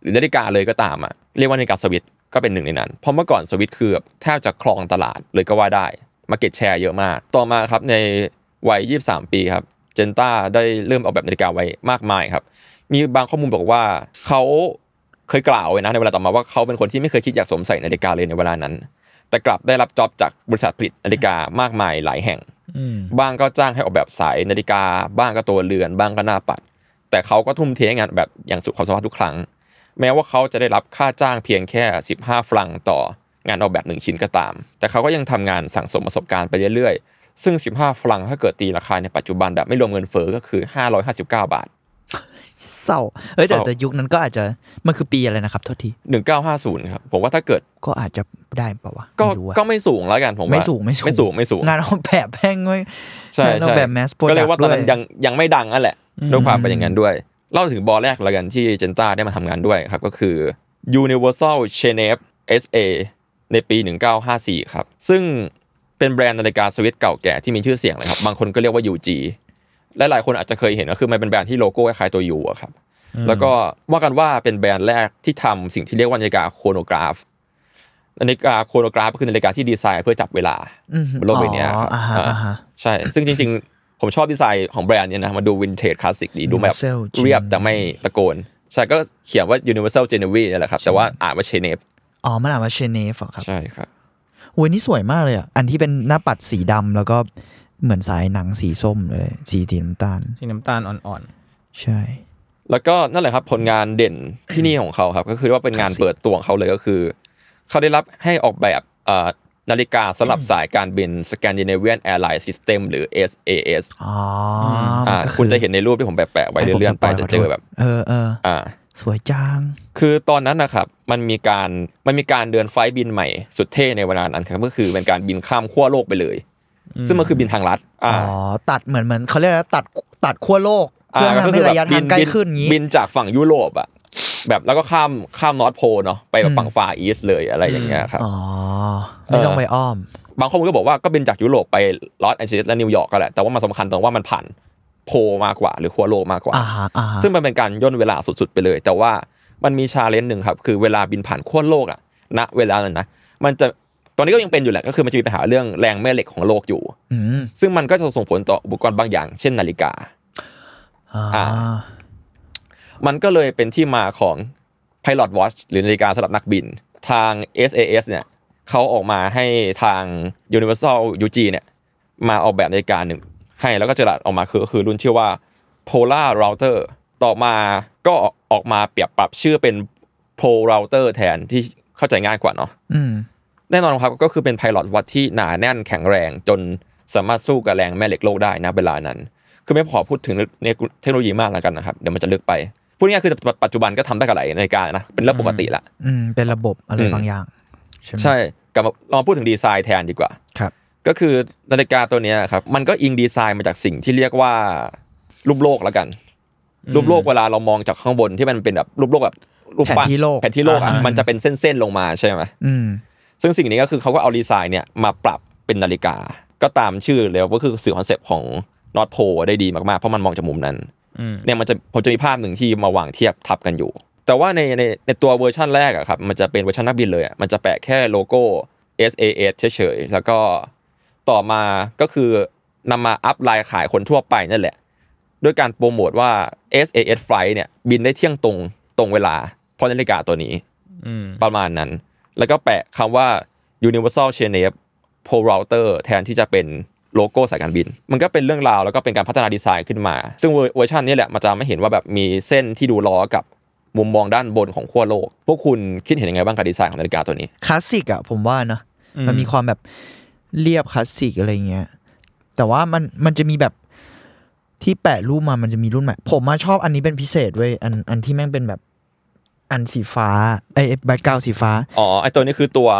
[SPEAKER 3] หรือนาฬิกาเลยก็ตามอะเรียกว่านาฬิกาสวิตก็เป็นหนึ่งในนั้น เพราะเมื่อก่อนสวิตคือแบบแทบจะครองตลาดเลยก็ว่าได้มาเก็ตแชร์เยอะมาก ต่อมาครับในวัย 23 ปีครับเจนต้าได้เริ่มออกแบบนาฬิกาไว้มากมายครับ มีบางข้อมูลบอกว่าเขาเคยกล่าวไว้นะในเวลาต่อมาว่าเขาเป็นคนที่ไม่เคยคิดอยากสวมใส่นาฬิกาเลยในเวลานั้น แต่กลับได้รับจ็อบจากบริษัทผลิตนาฬิกามากมายหลายแห่ง
[SPEAKER 1] อืม
[SPEAKER 3] บ้างก็จ้างให้ออกแบบสายนาฬิกา บ้างก็ตัวเรือน บ้างก็หน้าปัด แต่เขาก็ทุ่มเทให้งานแบบอย่างสุดความสามารถทุกครั้ง แม้ว่าเขาจะได้รับค่าจ้างเพียงแค่ 15 ฟรังต่องานออกแบบหนึ่งชิ้นก็ตาม แต่เขาก็ยังทำงานสั่งสมประสบการณ์ไปเรื่อยๆ ซึ่ง 15 ฟรังถ้าเกิดตีราคาในปัจจุบันแบบไม่รวมเงินเฟ้อก็คือ 559 บาท
[SPEAKER 2] เศร้าเอ้ยแต่
[SPEAKER 3] เศร้า
[SPEAKER 2] แต่ยุคนั้นก็อาจจะมันคือปีอะไรนะครับโทษที
[SPEAKER 3] 1950ครับผมว่าถ้าเกิด
[SPEAKER 2] ก็อาจจะได้เปล่าวะ
[SPEAKER 3] ก็
[SPEAKER 2] ไม่รู้อะ
[SPEAKER 3] ก็ไม่สูงแล้วกันผมว่า
[SPEAKER 2] ไม่สูงไม่สูง
[SPEAKER 3] ไม่สูงไม่สูง
[SPEAKER 2] งานออกแบบแพงเลย
[SPEAKER 3] ใช่
[SPEAKER 2] งานออก
[SPEAKER 3] ใช่
[SPEAKER 2] แบบแมสโปร
[SPEAKER 3] ก็เล
[SPEAKER 2] ดั
[SPEAKER 3] ย
[SPEAKER 2] ก
[SPEAKER 3] ว่า
[SPEAKER 2] ต์
[SPEAKER 3] ตอ
[SPEAKER 2] ด้วย
[SPEAKER 3] นนั้นยังยังไม่ดังนั่นแหละด้วยความเป็นอย่างนั้นด้วย เล่าถึงบอลแรกแล้วกันที่เจนต้าได้มาทำงานด้วยครับ ก็คือ Universal c h e n e f SA ในปี 1954 ครับ ซึ่งเป็นแบรนด์นาฬิกาสวิสเก่าแก่ที่มีชื่อเสียงเลยครับ บางคนก็เรียกว่า UG และหลายคนอาจจะเคยเห็นก็คือมันเป็นแบรนด์ที่โลโก้คล้ายๆตัว U อะครับ แล้วก็ว่ากันว่าเป็นแบรนด์แรกที่ทำสิ่งที่เรียกว่านาฬิกาโครโนกราฟ นาฬิกาโครโนกราฟก็คือนาฬิกาที่ดีไซน์เพื่อจับเวลา
[SPEAKER 2] อืม
[SPEAKER 3] บนโลกใบเนี้ย
[SPEAKER 2] อ๋อ
[SPEAKER 3] ครับ
[SPEAKER 2] อ่าฮะ
[SPEAKER 3] อ่า
[SPEAKER 2] อ่าฮะ
[SPEAKER 3] ใช่ ซึ่งจริงๆ ผมชอบดีไซน์ของแบรนด์เนี่ยนะ มาดูวินเทจคลาสสิกดี ดูแบบ
[SPEAKER 2] Universal Gen
[SPEAKER 3] เรียบแต่ไม่ตะโกน ใช่ ก็เขียนว่า Universal Genevieve นี่แหละครับ แต่ว่าอ่านว่าเชเนฟ
[SPEAKER 2] อ๋อมันอ่านว่าเชเนฟครับ
[SPEAKER 3] ใช่ครับ
[SPEAKER 2] โอ้ยนี่สวยมากเลยอ่ะ อันที่เป็นหน้าปัดสีดำแล้วก็เหมือนสายหนังสีส้มเลย สีสีน้ำตาล
[SPEAKER 1] ที่น้ำตาลอ่อน
[SPEAKER 2] ใช่
[SPEAKER 3] แล้วก็นั่นแหละครับ ผลงานเด่ <coughs> นที่นี่ของเขาครับ ก็คือว่าเป็นงานเปิดตัวของเขาเลยก็คือ เขาได้รับให้ออกแบบเอ่อนาฬิกาสำหรับสายการบิน Scandinavian Airline System หรือ SAS
[SPEAKER 2] อ๋อ
[SPEAKER 3] อ่าคุณจะเห็นในรูปที่ผมแปะๆไว้เรื่อยๆไปจะเจอแบบ
[SPEAKER 2] เออเออ
[SPEAKER 3] อ่า
[SPEAKER 2] สวยจัง
[SPEAKER 3] คือตอนนั้นนะครับมันมีการมันมีการเดินไฟล์บินใหม่สุดเท่ในเวลานั้นครับก็คือเป็นการบินข้ามขั้วโลกไปเลย ซึ่งมันคือบินทางลัด
[SPEAKER 2] อ๋
[SPEAKER 3] อ่า
[SPEAKER 2] อ ตัดเหมือนเหมือนเขาเรียกอะไรนะตัดตัดขั้วโลก เพื่อ
[SPEAKER 3] อ่า
[SPEAKER 2] ทำให้ระยะ
[SPEAKER 3] บิ
[SPEAKER 2] ทางใกล้ขึ้น
[SPEAKER 3] บิ
[SPEAKER 2] งี้
[SPEAKER 3] บินจากฝั่งยุโรปอะแบบแล้วก็ข้ามข้ามนอตโพเนาะไปแบบฝั่งฟาอีสเลยอะไรอย่างเงี้ยครับ
[SPEAKER 2] อ๋อ ไม่ต้อง
[SPEAKER 3] เออ
[SPEAKER 2] ไปอ้อม
[SPEAKER 3] บางข้อมูลก็บอกว่าก็บินจากยุโรปไปลอสแอนเจลิสและนิวยอร์กก็แหละแต่ว่ามันสำคัญตรงว่ามันผ่านโพมากกว่าหรือขั้วโลกมากกว่า
[SPEAKER 2] อ่าฮะอ่าฮะ
[SPEAKER 3] ซึ่งมันเป็นการย่นเวลาสุดๆไปเลย แต่ว่ามันมีชาเลนจ์หนึ่งครับ คือเวลาบินผ่านขั้วโลกอะณเวลานั้นนะมันจะตอนนี้ก็ยังเป็นอยู่แหละก็คือมันจะมีปัญหาเรื่องแรงแม่เหล็กของโลกอยู่
[SPEAKER 2] อืม
[SPEAKER 3] ซึ่งมันก็จะส่งผลต่ออุปกรณ์บางอย่าง เช่นนาฬิกา
[SPEAKER 2] อ่า
[SPEAKER 3] อ่า มันก็เลยเป็นที่มาของ Pilot Watch หรือนาฬิกาสำหรับนักบิน ทาง SAS เนี่ยเขาออกมาให้ทาง Universal UG เนี่ยมาออกแบบนาฬิกาหนึ่งให้แล้วก็จลัดออกมาคือคือรุ่นชื่อว่า Polar Router ต่อมาก็ออกมาเปรียบปรับชื่อเป็น Pro Router แทนที่เข้าใจง่ายกว่าเนาะ
[SPEAKER 2] อืม
[SPEAKER 3] แน่นอนครับก็คือเป็นไพลอตวัดที่หนาแน่นแข็งแรงจนสามารถสู้กับแรงแม่เหล็กโลกได้นะเวลานั้น คือไม่พอพูดถึงในเทคโนโลยีมากแล้วกันนะครับ เดี๋ยวมันจะลึกไปพูดง่ายๆคือปัจจุบันก็ทำได้กับหลายนาฬิกานะ เป็นเรื่องปกติละ
[SPEAKER 2] อืม เป็นระบบอะไร
[SPEAKER 3] อืม
[SPEAKER 2] บางอย่าง ใช่ไหม
[SPEAKER 3] ใช่ กลับมาเรามาพูดถึงดีไซน์แทนดีกว่า
[SPEAKER 2] ครับ
[SPEAKER 3] ก็คือนาฬิกาตัวเนี้ยครับมันก็อิงดีไซน์มาจากสิ่งที่เรียกว่ารูปโลกแล้วกัน รูปโลกเวลาเรามองจากข้างบนที่มันเป็นแบบรูปโลกแบบรูปปั้
[SPEAKER 2] แผนที่โลก
[SPEAKER 3] แผนที่โลกอะ
[SPEAKER 1] อ่าฮะ
[SPEAKER 3] มันจะเป็นเส้นๆลงมาใช่ไหม
[SPEAKER 2] อืม
[SPEAKER 3] ซึ่งสิ่งนี้ก็คือเขาก็เอาดีไซน์เนี่ยมาปรับเป็นนาฬิกา ก็ตามชื่อเลยว่าก็คือสื่อคอนเซปต์ของนอตโพได้ดีมากๆ เพราะมันมองจากมุมนั้น
[SPEAKER 1] อืม
[SPEAKER 3] เนี่ยมันจะผมจะมีภาพหนึ่งที่มาวางเทียบทับกันอยู่ แต่ว่าในในในตัวเวอร์ชันแรกอะครับมันจะเป็นเวอร์ชันนักบินเลยอะมันจะแปะแค่โลโก้ SAS เฉยๆ แล้วก็ต่อมาก็คือนำมาอัพไลน์ขายคนทั่วไปนั่นแหละ ด้วยการโปรโมทว่า SAS flight เนี่ยบินได้เที่ยงตรงตรงเวลา เพราะนาฬิกาตัวนี้
[SPEAKER 1] อืม
[SPEAKER 3] ประมาณนั้น แล้วก็แปะคำว่า Universal c h a i n e p Pro Router แทนที่จะเป็นโลโก้สายการบิน มันก็เป็นเรื่องราวแล้วก็เป็นการพัฒนาดีไซน์ขึ้นมา ซึ่งเวอร์เวอร์ชันนี้แหละมันจะไม่เห็นว่าแบบมีเส้นที่ดูล้อกับมุมมองด้านบนของขั้วโลก พวกคุณคิดเห็นยังไงบ้างกับดีไซน์ของนาฬิกาตัวนี้
[SPEAKER 2] คลาสสิกอะผมว่าเนอะมันมีความแบบเรียบคลาสสิกอะไรเงี้ยแต่ว่ามันมันจะมีแบบที่แปะรูปมามันจะมีรุ่นใหม่ผมมาชอบอันนี้เป็นพิเศษเว้ยอันอันที่แม่งเป็นแบบอันสีฟ้าไอ้แบ็กกราวสีฟ้า
[SPEAKER 3] อ๋อไอตัวนี้คือตัว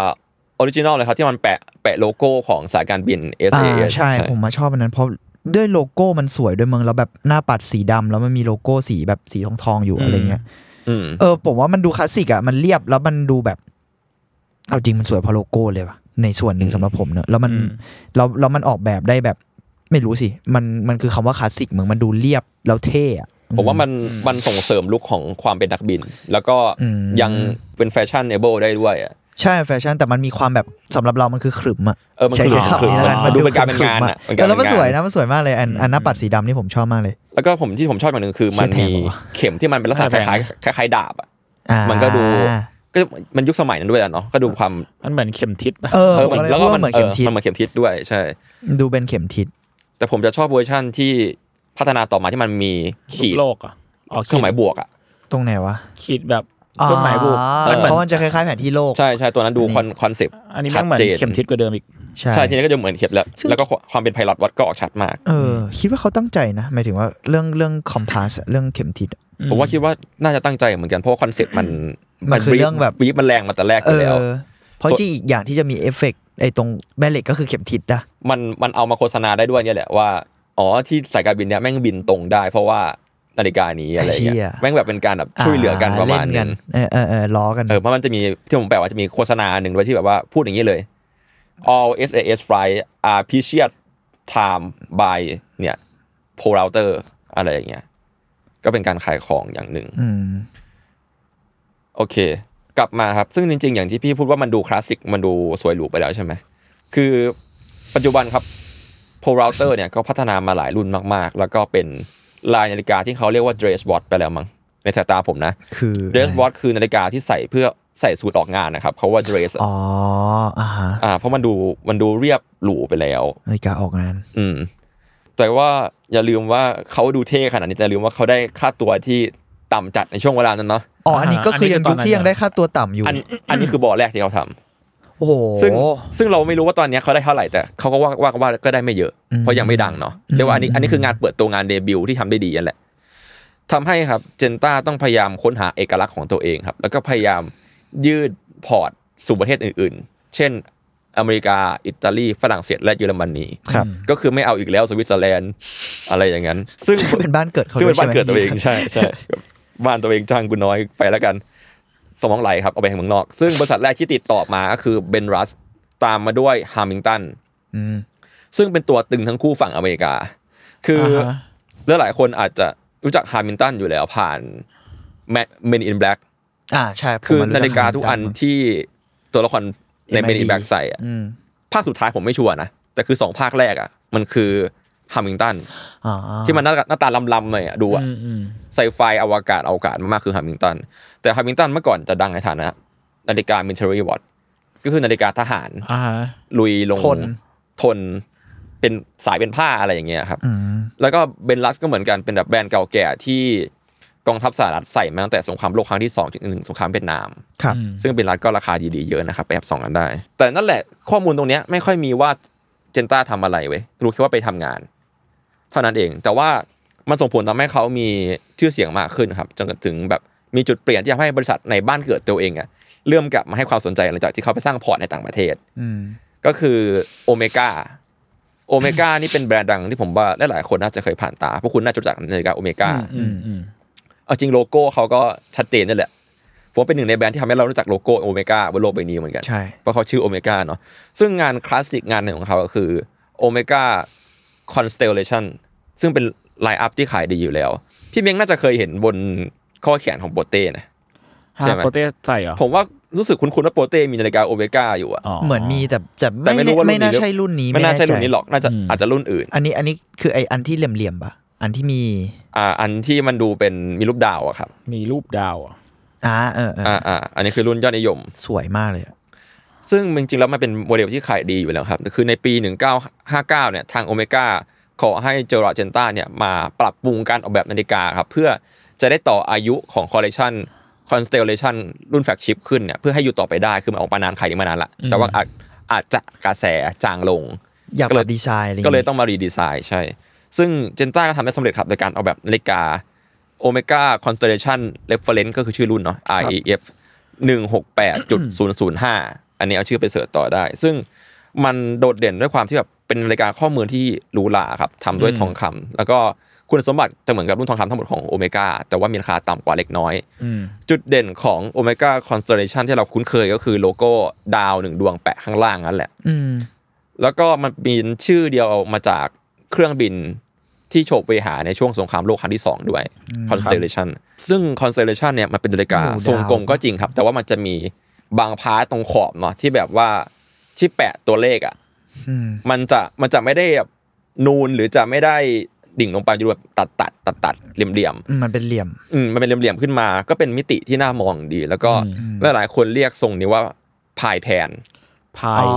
[SPEAKER 3] ออริจินอลเลยครับที่มันแปะแปะโลโก้ของสายการบิน
[SPEAKER 2] อ่า
[SPEAKER 3] SAS
[SPEAKER 2] ใช่ผมมาชอบอันนั้นเพราะด้วยโลโก้มันสวยด้วยมึงแล้วแบบหน้าปัดสีดำแล้วมันมีโลโก้สีแบบสีทองทองๆอยู่อะไรเงี้ย
[SPEAKER 3] อืม
[SPEAKER 2] เออผมว่ามันดูคลาสสิกอ่ะมันเรียบแล้วมันดูแบบ เอาจริงมันสวยเพราะโลโก้เลยว่ะในส่วนหนึ่งสำหรับผมเนอะแล้วมัน
[SPEAKER 1] อืม
[SPEAKER 2] แล้วแล้วมันออกแบบได้แบบ ไม่รู้สิ มันมันคือคำว่าคลาสสิกมึงมันดูเรียบแล้วเท่อะ
[SPEAKER 3] ผมว่ามันมันส่งเสริมลุคของความเป็นนักบิน แล้วก็
[SPEAKER 2] อืม
[SPEAKER 3] ยังเป็นแฟชั่นเอเบลได้ด้วยอะ
[SPEAKER 2] ใช่แฟชั่นแต่มันมีความแบบสำหรับเรามันคือขรึมอะ
[SPEAKER 3] เออมัน
[SPEAKER 2] ใช้
[SPEAKER 3] คือ
[SPEAKER 2] ใช้คำนี้แล้วกัน
[SPEAKER 3] มันดูเป็นการเป็นงาน
[SPEAKER 2] ขรึมๆ
[SPEAKER 3] อะ
[SPEAKER 2] อะ
[SPEAKER 3] เป็
[SPEAKER 2] เออแล้วมัน
[SPEAKER 3] การ
[SPEAKER 2] ส
[SPEAKER 3] เป็งา
[SPEAKER 2] วยนะมันสวยมากเลยอันอันหน้าปัดสีดำนี่ผมชอบมากเลย
[SPEAKER 3] แล้วก็ผมที่ผมชอบอย่างหนึ่งคือมัน
[SPEAKER 2] ใช่แพง
[SPEAKER 3] มี
[SPEAKER 2] ปะวะ
[SPEAKER 3] เข็มที่มันเป็นลักษณะคล้ายๆคล้ายๆดาบอ่ะ
[SPEAKER 2] อ่า
[SPEAKER 3] มันก็ดู ก็มันยุคสมัยนั้นด้วยอะเนาะก็ดูความ
[SPEAKER 1] มันเหมือนเข็มทิศปะ
[SPEAKER 2] เออ
[SPEAKER 3] เออ
[SPEAKER 2] ผม
[SPEAKER 3] มัน
[SPEAKER 2] เลย
[SPEAKER 3] แล้วก็
[SPEAKER 2] ว่า
[SPEAKER 3] มัน
[SPEAKER 2] เหมือน
[SPEAKER 3] เอ
[SPEAKER 2] เข็
[SPEAKER 3] อ
[SPEAKER 2] มทิศ
[SPEAKER 3] มันเหมือนเข็มทิศด้วยใช่
[SPEAKER 2] ดูเป็นเข็มทิศ
[SPEAKER 3] แต่ผมจะชอบเวอร์ชั่นที่พัฒนาต่อมาที่มันมี
[SPEAKER 1] รู
[SPEAKER 3] ขี
[SPEAKER 1] ป
[SPEAKER 3] ด
[SPEAKER 1] โลกเหรอ่ะอ๋อ
[SPEAKER 3] เครื่องหมายบวกอ่ะ
[SPEAKER 2] ตรงไหนวะ
[SPEAKER 1] ขีดแบบเครื่องหมายบวก
[SPEAKER 2] อ่า
[SPEAKER 1] เหมือน
[SPEAKER 2] เพราะมันจะคล้ายๆแผนที่โลก
[SPEAKER 3] ใช่ใช่ตัวนั้นดูคอนคอนเซปต์
[SPEAKER 1] อันนี้แมั
[SPEAKER 3] ชั
[SPEAKER 1] น
[SPEAKER 3] ด
[SPEAKER 1] เหมือน
[SPEAKER 3] เจน
[SPEAKER 1] เข็มทิศกว่าเดิมอีก
[SPEAKER 2] ใช่
[SPEAKER 3] ใช่ทีนี้ก็จะเหมือนเข็มแล้ว
[SPEAKER 2] ซึ่ง
[SPEAKER 3] แล้วก็ความเป็นไพลอตวัดก็ออกชัดมาก
[SPEAKER 2] เออ คิดว่าเขาตั้งใจนะ หมายถึงว่าเรื่องเรื่องคอมพาสเรื่องเข็มทิศอะ
[SPEAKER 3] ผมว่าคิดว่าน่าจะตั้งใจเหมือนกันเพราะว่าคอนเซปต์มัน
[SPEAKER 2] มันคือเรื่องแบบ
[SPEAKER 3] วีฟมันแรงมาแต่แรกอ
[SPEAKER 2] เอยู่
[SPEAKER 3] แล้ว
[SPEAKER 2] อ เพราะจริงอีกอย่างที่จะมีเอฟเฟกต์ไอ้ตรงแม่เหล็กก็คือเข็มทิศนะ
[SPEAKER 3] มันมันเอามาโฆษณาได้ด้วยเนี่ยแหละว่าอ๋อที่สายการบินเนี้ยแม่งบินตรงได้ เพราะว่านาฬิกานี้อะไรเงี้ยแม่งแบบเป็นการแบบช่วยเหลือกันประมา
[SPEAKER 2] เล่
[SPEAKER 3] ณ
[SPEAKER 2] น
[SPEAKER 3] นึ
[SPEAKER 2] กัน
[SPEAKER 3] ง
[SPEAKER 2] เออเออเออล้อกัน
[SPEAKER 3] เออเพราะมันจะมีที่ผมแปลว่าจะมีโฆษณาหนึ่งด้วยที่แบบว่าพูดอย่างนี้เลย all SAS flight are p r e c i o u s time by เนี่ย p o router อะไรอย่างเงี้ยก็เป็นการขายของอย่างหนึ่ง
[SPEAKER 2] อืม
[SPEAKER 3] โอเค กลับมาครับ ซึ่งจริง ๆ อย่างที่พี่พูดว่ามันดูคลาสสิก มันดูสวยหรูไปแล้วใช่ไหม คือปัจจุบันครับโพล r เตอร์เนี่ยก็พัฒนามาหลายรุ่นมาก ๆ แล้วก็เป็นลายนาฬิกาที่เขาเรียกว่า dress watch ไปแล้วมั้งในสายตาผมนะ
[SPEAKER 2] คือ
[SPEAKER 3] dress watch คือนาฬิกาที่ใส่เพื่อใส่สูทออกงานนะครับเขาว่า dress
[SPEAKER 2] อ๋ออ่าฮะ
[SPEAKER 3] อ่าเพราะมันดูมันดูเรียบหรูไปแล้ว
[SPEAKER 2] นาฬิกาออกงาน
[SPEAKER 3] อืม แต่ว่าอย่าลืมว่าเขาดูเท่ขนาดนี้แต่ลืมว่าเขาได้ค่าตัวที่ต่ำจัดในช่วงเวลานั้นเนาะ
[SPEAKER 2] อ๋ออันนี้ก็คือ
[SPEAKER 1] อันนี้
[SPEAKER 2] ยัง
[SPEAKER 1] คือตอ
[SPEAKER 2] ยุ
[SPEAKER 1] น
[SPEAKER 2] ค
[SPEAKER 1] นั้น
[SPEAKER 2] ที่ยังได้ค่าตัวต่ำอยู่
[SPEAKER 3] อันอันนี้คือบ่อแรกที่เขาทำ
[SPEAKER 2] โอ้โห
[SPEAKER 3] ซึ่งซึ่งเราไม่รู้ว่าตอนเนี้ยเขาได้เท่าไหร่แต่เขาก็ว่าว่าว่าก็ได้ไม่เยอะ
[SPEAKER 2] อืม
[SPEAKER 3] เพราะยังไม่ดังเนาะเรียกว่าอันนี้อันนี้คืองานเปิดตัวงานเดบิวต์ที่ทำได้ดีนั่นแหละทำให้ครับเจนต้าต้องพยายามค้นหาเอกลักษณ์ของตัวเองครับ แล้วก็พยายามยืดพอร์ตสู่ประเทศอื่น ๆ เช่น อเมริกา อิตาลีฝรั่งเศสและเยอรมนี
[SPEAKER 2] ครับ
[SPEAKER 3] ก็คือไม่เอาอีกแล้วสวิตเซอร์แลนด์อะไรอย่างนั้น ซึ่ง
[SPEAKER 2] ซึ่งเป็นบ้านเกิดเขา
[SPEAKER 3] ซึ่ง
[SPEAKER 2] ด้ว
[SPEAKER 3] เป็
[SPEAKER 2] ย
[SPEAKER 3] นบ้านเกิดตัวเอง
[SPEAKER 2] ใช่ไหม
[SPEAKER 3] ใช่ใช่ <laughs> บ้านตัวเองจ้างกูน้อยไปแล้วกัน สมองไหลครับเอาไปแห่งเมืองนอก ซึ่งบริษัทแรกที่ติดต่อมาก็คือเบนรัสตามมาด้วยฮามิงตัน
[SPEAKER 2] อืม
[SPEAKER 3] ซึ่งเป็นตัวตึงทั้งคู่ฝั่งอเมริกา คืออ
[SPEAKER 1] ฮะ
[SPEAKER 3] แล้วหลายคนอาจจะรู้จักฮามิงตันอยู่แล้วผ่านเมนอินแบล็ก
[SPEAKER 2] อ่าใช่ผม
[SPEAKER 3] คือ
[SPEAKER 2] มรู้จั
[SPEAKER 3] นาฬิกาทุกอันที่ตัวละครในเมนอินแบล็กใส่อะ
[SPEAKER 2] อืม
[SPEAKER 3] ภาคสุดท้ายผมไม่ชัวร์นะ แต่คือสองภาคแรกอ่ะ มันคือฮามิงตัน
[SPEAKER 2] อ๋อ
[SPEAKER 3] ที่มันหน้าหน้าตาลำๆหน่อยอะดูอะ
[SPEAKER 1] อืมอืม
[SPEAKER 3] ไซไฟอวกาศอวกาศมากๆคือฮัมมิงตัน แต่ฮัมมิงตันเมื่อก่อนจะดังในฐานะนาฬิกามินเทอรี่วอตก็คือนาฬิกาทหาร
[SPEAKER 1] อ่าฮะ
[SPEAKER 3] ลุยลง
[SPEAKER 2] ทน
[SPEAKER 3] ทนเป็นสายเป็นผ้าอะไรอย่างเงี้ยครับ
[SPEAKER 2] อืม
[SPEAKER 3] แล้วก็เบนลัสก็เหมือนกันเป็นแบบแบรนด์เก่าแก่ที่กองทัพสหรัฐใส่มาตั้งแต่สงครามโลกครั้งที่2ถึงสงครามเวียดนาม
[SPEAKER 2] ครับ
[SPEAKER 1] อืม
[SPEAKER 3] ซึ่งเบนลัสก็ราคาดีๆเยอะนะครับไปแอบส่องกันได้ แต่นั่นแหละข้อมูลตรงเนี้ยไม่ค่อยมีว่าเจนต้าทำอะไรเว้ยรู้แค่ว่าไปทำงาน เท่านั้นเอง แต่ว่ามันส่งผลทำให้เขามีชื่อเสียงมากขึ้นครับจนถึงแบบมีจุดเปลี่ยนที่ทำให้บริษัทในบ้านเกิดตัวเองอะ เริ่มกลับมาให้ความสนใจหลังจากที่เขาไปสร้างพอร์ตในต่างประเทศ
[SPEAKER 2] อืม
[SPEAKER 3] ก็คือโอเมก้าโอเมก้านี่เป็นแบรนด์ดังที่ผมว่าหลายๆคนน่าจะเคยผ่านตาพวกคุณน่าจะรู้จักนาฬิกาโอเมก้า
[SPEAKER 1] อืมอืม
[SPEAKER 3] เอาจริงโลโก้เขาก็ชัดเจนนั่นแหละผมว่าเป็นหนึ่งในแบรนด์ที่ทำให้เรารู้จักโลโก้โอเมก้าบนโลกใบนี้เหมือนกัน
[SPEAKER 2] ใช่
[SPEAKER 3] เพราะเขาชื่อโอเมก้าเนาะซึ่งงานคลาสสิกงานหนึ่งของเขาก็คือโอเมก้าคอนสเตลเลชันซึ่งเป็นไลน์อัพที่ขายดีอยู่แล้ว พี่เม้งน่าจะเคยเห็นบนข้อเขียนของโปเต้นะ
[SPEAKER 1] ฮา
[SPEAKER 3] ใช่ไหม
[SPEAKER 1] โปเต้ใส่เหรอ
[SPEAKER 3] ผมว่ารู้สึกคุ้นๆว่าโปเต้มีนาฬิกาโอเมก้าอยู่อะ
[SPEAKER 1] อ๋อ
[SPEAKER 2] เหมือนมีแต่แต่
[SPEAKER 3] แต่ไม่
[SPEAKER 2] ไม่
[SPEAKER 3] รู้ว่ารุ่นนี้
[SPEAKER 2] ไม่น่า
[SPEAKER 3] หรือ
[SPEAKER 2] ใช่รุ่นนี้
[SPEAKER 3] ไม่น่าใช่รุ่นนี้หรอกน่าจะ
[SPEAKER 1] อืม
[SPEAKER 3] อาจจะรุ่นอื่น
[SPEAKER 2] อันนี้อันนี้คือไออันที่เหลี่ยมๆปะอันที่มี
[SPEAKER 3] อ่าอันที่มันดูเป็นมีรูปดาวอะครับ
[SPEAKER 1] มีรูปดาวอ่ะ
[SPEAKER 2] อ่าเออเออ
[SPEAKER 3] อ่าอ่าอันนี้คือรุ่นยอดนิยม
[SPEAKER 2] สวยมากเลยอะ
[SPEAKER 3] ซึ่งจริงๆแล้วมันเป็นโมเดลที่ขายดีอยู่แล้วครับ คือในปี 1959 เนี่ยทางโอเมก้าขอให้เจอร์ราร์ดเจนต้าเนี่ยมาปรับปรุงการออกแบบนาฬิกาครับ เพื่อจะได้ต่ออายุของคอลเลกชันคอนสเตลเลชันรุ่นแฟกชิพขึ้นเนี่ยเพื่อให้อยู่ต่อไปได้ คือมันออกมานานขายดีมานานละ แต่ว่าอาจอาจจะกระแสจางลง
[SPEAKER 2] อยาก
[SPEAKER 3] ก็
[SPEAKER 2] แบ
[SPEAKER 3] เลย
[SPEAKER 2] บดีไซน์อะไราง
[SPEAKER 3] ก็
[SPEAKER 2] งี้
[SPEAKER 3] เลยต้องมารีดีไซน์ใช่ ซึ่งเจนต้าก็ทำได้สำเร็จครับโดยการออกแบบนาฬิกาโอเมก้าคอนสเตลเลชันเรฟเฟรนซ์ก็คือชื่อรุ่นเนาะ IEF 168.005 อันนี้เอาชื่อไปเสิร์ชต่อได้ ซึ่งมันโดดเด่นด้วยความที่แบบเป็นนาฬิกาข้อมือที่หรูหราครับทำด้วยทองคำแล้วก็คุณสมบัติจะเหมือนกับรุ่นทองคำทั้งหมดของโอเมก้าแต่ว่ามีราคาต่ำกว่าเล็กน้อย
[SPEAKER 1] อืม
[SPEAKER 3] จุดเด่นของโอเมก้าคอนสเตลเลชันที่เราคุ้นเคยก็คือโลโก้ดาวหนึ่งดวงแปะข้างล่างนั่นแหละ
[SPEAKER 2] อืม
[SPEAKER 3] แล้วก็มันมีชื่อเดียวมาจากเครื่องบินที่โฉบไปหาในช่วงสงครามโลกครั้งที่ 2 ด้วย Constellation ซึ่ง Constellation เนี่ยมันเป็นนาฬิกา
[SPEAKER 2] โอ้ดาว
[SPEAKER 3] ทรงกลมก็จริงครับ แต่ว่ามันจะมีบางพาร์ตตรงขอบเนาะที่แบบว่าที่แปะตัวเลขอ่ะ
[SPEAKER 2] อืม
[SPEAKER 3] มันจะมันจะไม่ได้แบบนูนหรือจะไม่ได้ดิ่งลงไปจะดูแบบตัดตัดตัดตัดๆเหลี่ยมเหลี่ยมๆ
[SPEAKER 2] มันเป็นเหลี่ยม
[SPEAKER 3] อืมมันเป็นเหลี่ยมๆขึ้นมาก็เป็นมิติที่น่ามองดี แล้วก็หลายๆคนเรียกทรงนี้ว่าพายแพน
[SPEAKER 1] พา
[SPEAKER 2] อ๋
[SPEAKER 1] ย
[SPEAKER 2] อ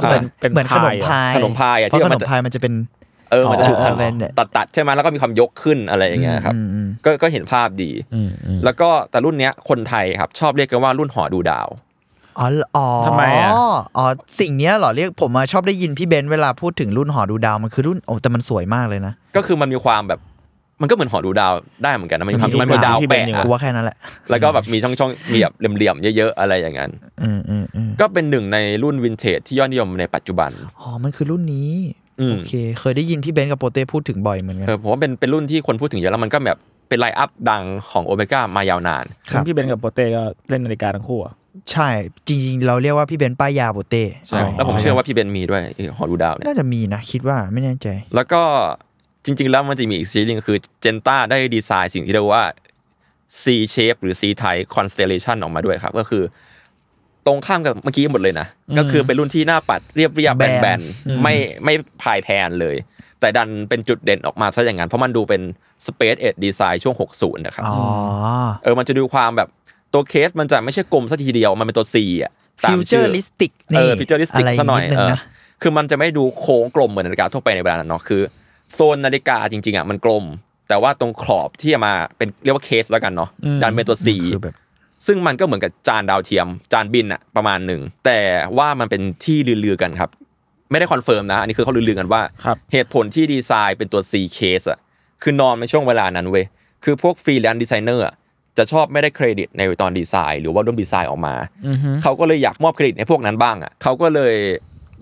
[SPEAKER 2] เหมือน
[SPEAKER 1] เป็น
[SPEAKER 2] เหมือนขนมพาย
[SPEAKER 3] ขนมพายอะ
[SPEAKER 2] เพราะข
[SPEAKER 3] ที่เอา
[SPEAKER 2] น
[SPEAKER 3] มา
[SPEAKER 2] มพายมันจะเป็น
[SPEAKER 3] เออมันจะถูก
[SPEAKER 2] อ๋อ
[SPEAKER 3] สั่ง
[SPEAKER 2] เป็นเนี่ย
[SPEAKER 3] ตัดตัดๆใช่ไหมแล้วก็มีความยกขึ้นอะไรอย่างเงี้ยครับ
[SPEAKER 2] อืมอืม
[SPEAKER 3] ก็ก็เห็นภาพดี
[SPEAKER 1] อืมอืม
[SPEAKER 3] แล้วก็แต่รุ่นเนี้ยคนไทยครับชอบเรียกกันว่ารุ่นหอดูดาว
[SPEAKER 2] อ๋ออ๋อ
[SPEAKER 1] ทำไมอะ
[SPEAKER 2] อ๋อสิ่งเนี้ยเหรอเรียกผมมาชอบได้ยินพี่เบนซ์เวลาพูดถึงรุ่นหอดูดาวมันคือรุ่นโอ้แต่มันสวยมากเลยนะ
[SPEAKER 3] ก็คือมันมีความแบบมันก็เหมือนหอดูดาวได้เหมือนกันนะมันมีความ
[SPEAKER 1] มั
[SPEAKER 3] มัน น
[SPEAKER 1] มี
[SPEAKER 3] มีดาว
[SPEAKER 1] ที่เป็น
[SPEAKER 3] แปะ
[SPEAKER 1] อย่างนั้
[SPEAKER 3] อะ
[SPEAKER 2] กู
[SPEAKER 1] น
[SPEAKER 2] ว่าแค่นั้นแหละ
[SPEAKER 3] แล้วก็แบบมีช่องช่องๆมีแบบเหลี่ยมๆเยอะๆอะไรอย่างนั้น
[SPEAKER 2] อืมอืมอืม
[SPEAKER 3] ก็เป็นหนึ่งในรุ่นวินเทจที่ยอดนิยมในปัจจุบัน
[SPEAKER 2] อ๋อมันคือรุ่นนี้
[SPEAKER 3] อืม
[SPEAKER 2] โอเค เคยได้ยินพี่เบนซ์กับโปเต้พูดถึงบ่อยเหมือนกัน
[SPEAKER 3] เออผมว่าเป็นเป็นรุ่นที่คนพูดถึงเยอะแล้วมันก็แบบเป็นไลน์อัพดังของโอเมก้ามายาวนาน
[SPEAKER 2] ครับ
[SPEAKER 1] พี่เบนกับโปเต้ก็เล่นนาฬิกาทั้งคู่อ่ะ
[SPEAKER 2] ใช่ จริงๆ เราเรียกว่าพี่เบนซ์ป้ายยาโปเต้
[SPEAKER 3] ใช่
[SPEAKER 1] อ๋อ
[SPEAKER 3] แล้วผมเชื่อว่าพี่เบนมีด้วยไอ้หอดูดาวเนี่ย
[SPEAKER 2] น่าจะมีนะคิดว่าไม่แน่ใจ
[SPEAKER 3] แล้วก็จริง ๆ แล้วมันจะมีอีกซีรีส์หนึงคือเจนต้าได้ดีไซน์สิ่งที่เรียกว่า C shape หรือ C type constellation ออกมาด้วยครับ ก็คือ ตรงข้ามกับเมื่อกี้หมดเลยนะ ก็คือเป็นรุ่นที่หน้าปัดเรียบเรียบๆแบน
[SPEAKER 2] แบ
[SPEAKER 3] แบ
[SPEAKER 2] น
[SPEAKER 3] นไม่ไม่พายแพนเลย แต่ดันเป็นจุดเด่นออกมาซะอย่างนั้น เพราะมันดูเป็น space edge design ช่วง 60 นะครับ
[SPEAKER 2] อ๋อ
[SPEAKER 3] เออ มันจะดูความแบบตัวเคสมันจะไม่ใช่กลมสักทีเดียว มันเป็นตัว C อ่ะตา
[SPEAKER 2] ฟิ
[SPEAKER 3] ม
[SPEAKER 2] วเจอ
[SPEAKER 3] ชื่อ
[SPEAKER 2] ร์ลิสติก
[SPEAKER 3] เอ
[SPEAKER 2] นี่
[SPEAKER 3] อฟิวเจอริสติก
[SPEAKER 2] อะไร
[SPEAKER 3] ซะหน่อย
[SPEAKER 2] นิดนึ
[SPEAKER 3] เองอ
[SPEAKER 2] นะ
[SPEAKER 3] คือมันจะไม่ดูโค้งกลมเหมือนนาฬิกาทั่วไปในเวลานั้นเนาะ คือ โซนนาฬิกาจริงๆอ่ะมันกลม แต่ว่าตรงขอบที่มาเป็นเรียกว่าเคสแล้วกันเนาะ
[SPEAKER 1] อืม
[SPEAKER 3] ดันเป็นตัว C
[SPEAKER 2] คือแบบ
[SPEAKER 3] ซึ่งมันก็เหมือนกับจานดาวเทียม จานบินอะประมาณหนึ่ง แต่ว่ามันเป็นที่ลือๆกันครับ ไม่ได้คอนเฟิร์มนะ อันนี้คือเขาลือๆกันว่า
[SPEAKER 1] ครับ
[SPEAKER 3] เหตุผลที่ดีไซน์เป็นตัว C case อะคือนอนในช่วงเวลานั้นเว้ย คือพวกฟรีแลนซ์ดีไซเนอร์จะชอบไม่ได้เครดิตในตอนดีไซน์ หรือว่าร่วมดีไซน์ออกมา
[SPEAKER 1] อือฮึ
[SPEAKER 3] เขาก็เลยอยากมอบเครดิตให้พวกนั้นบ้างอ่ะเขาก็เลย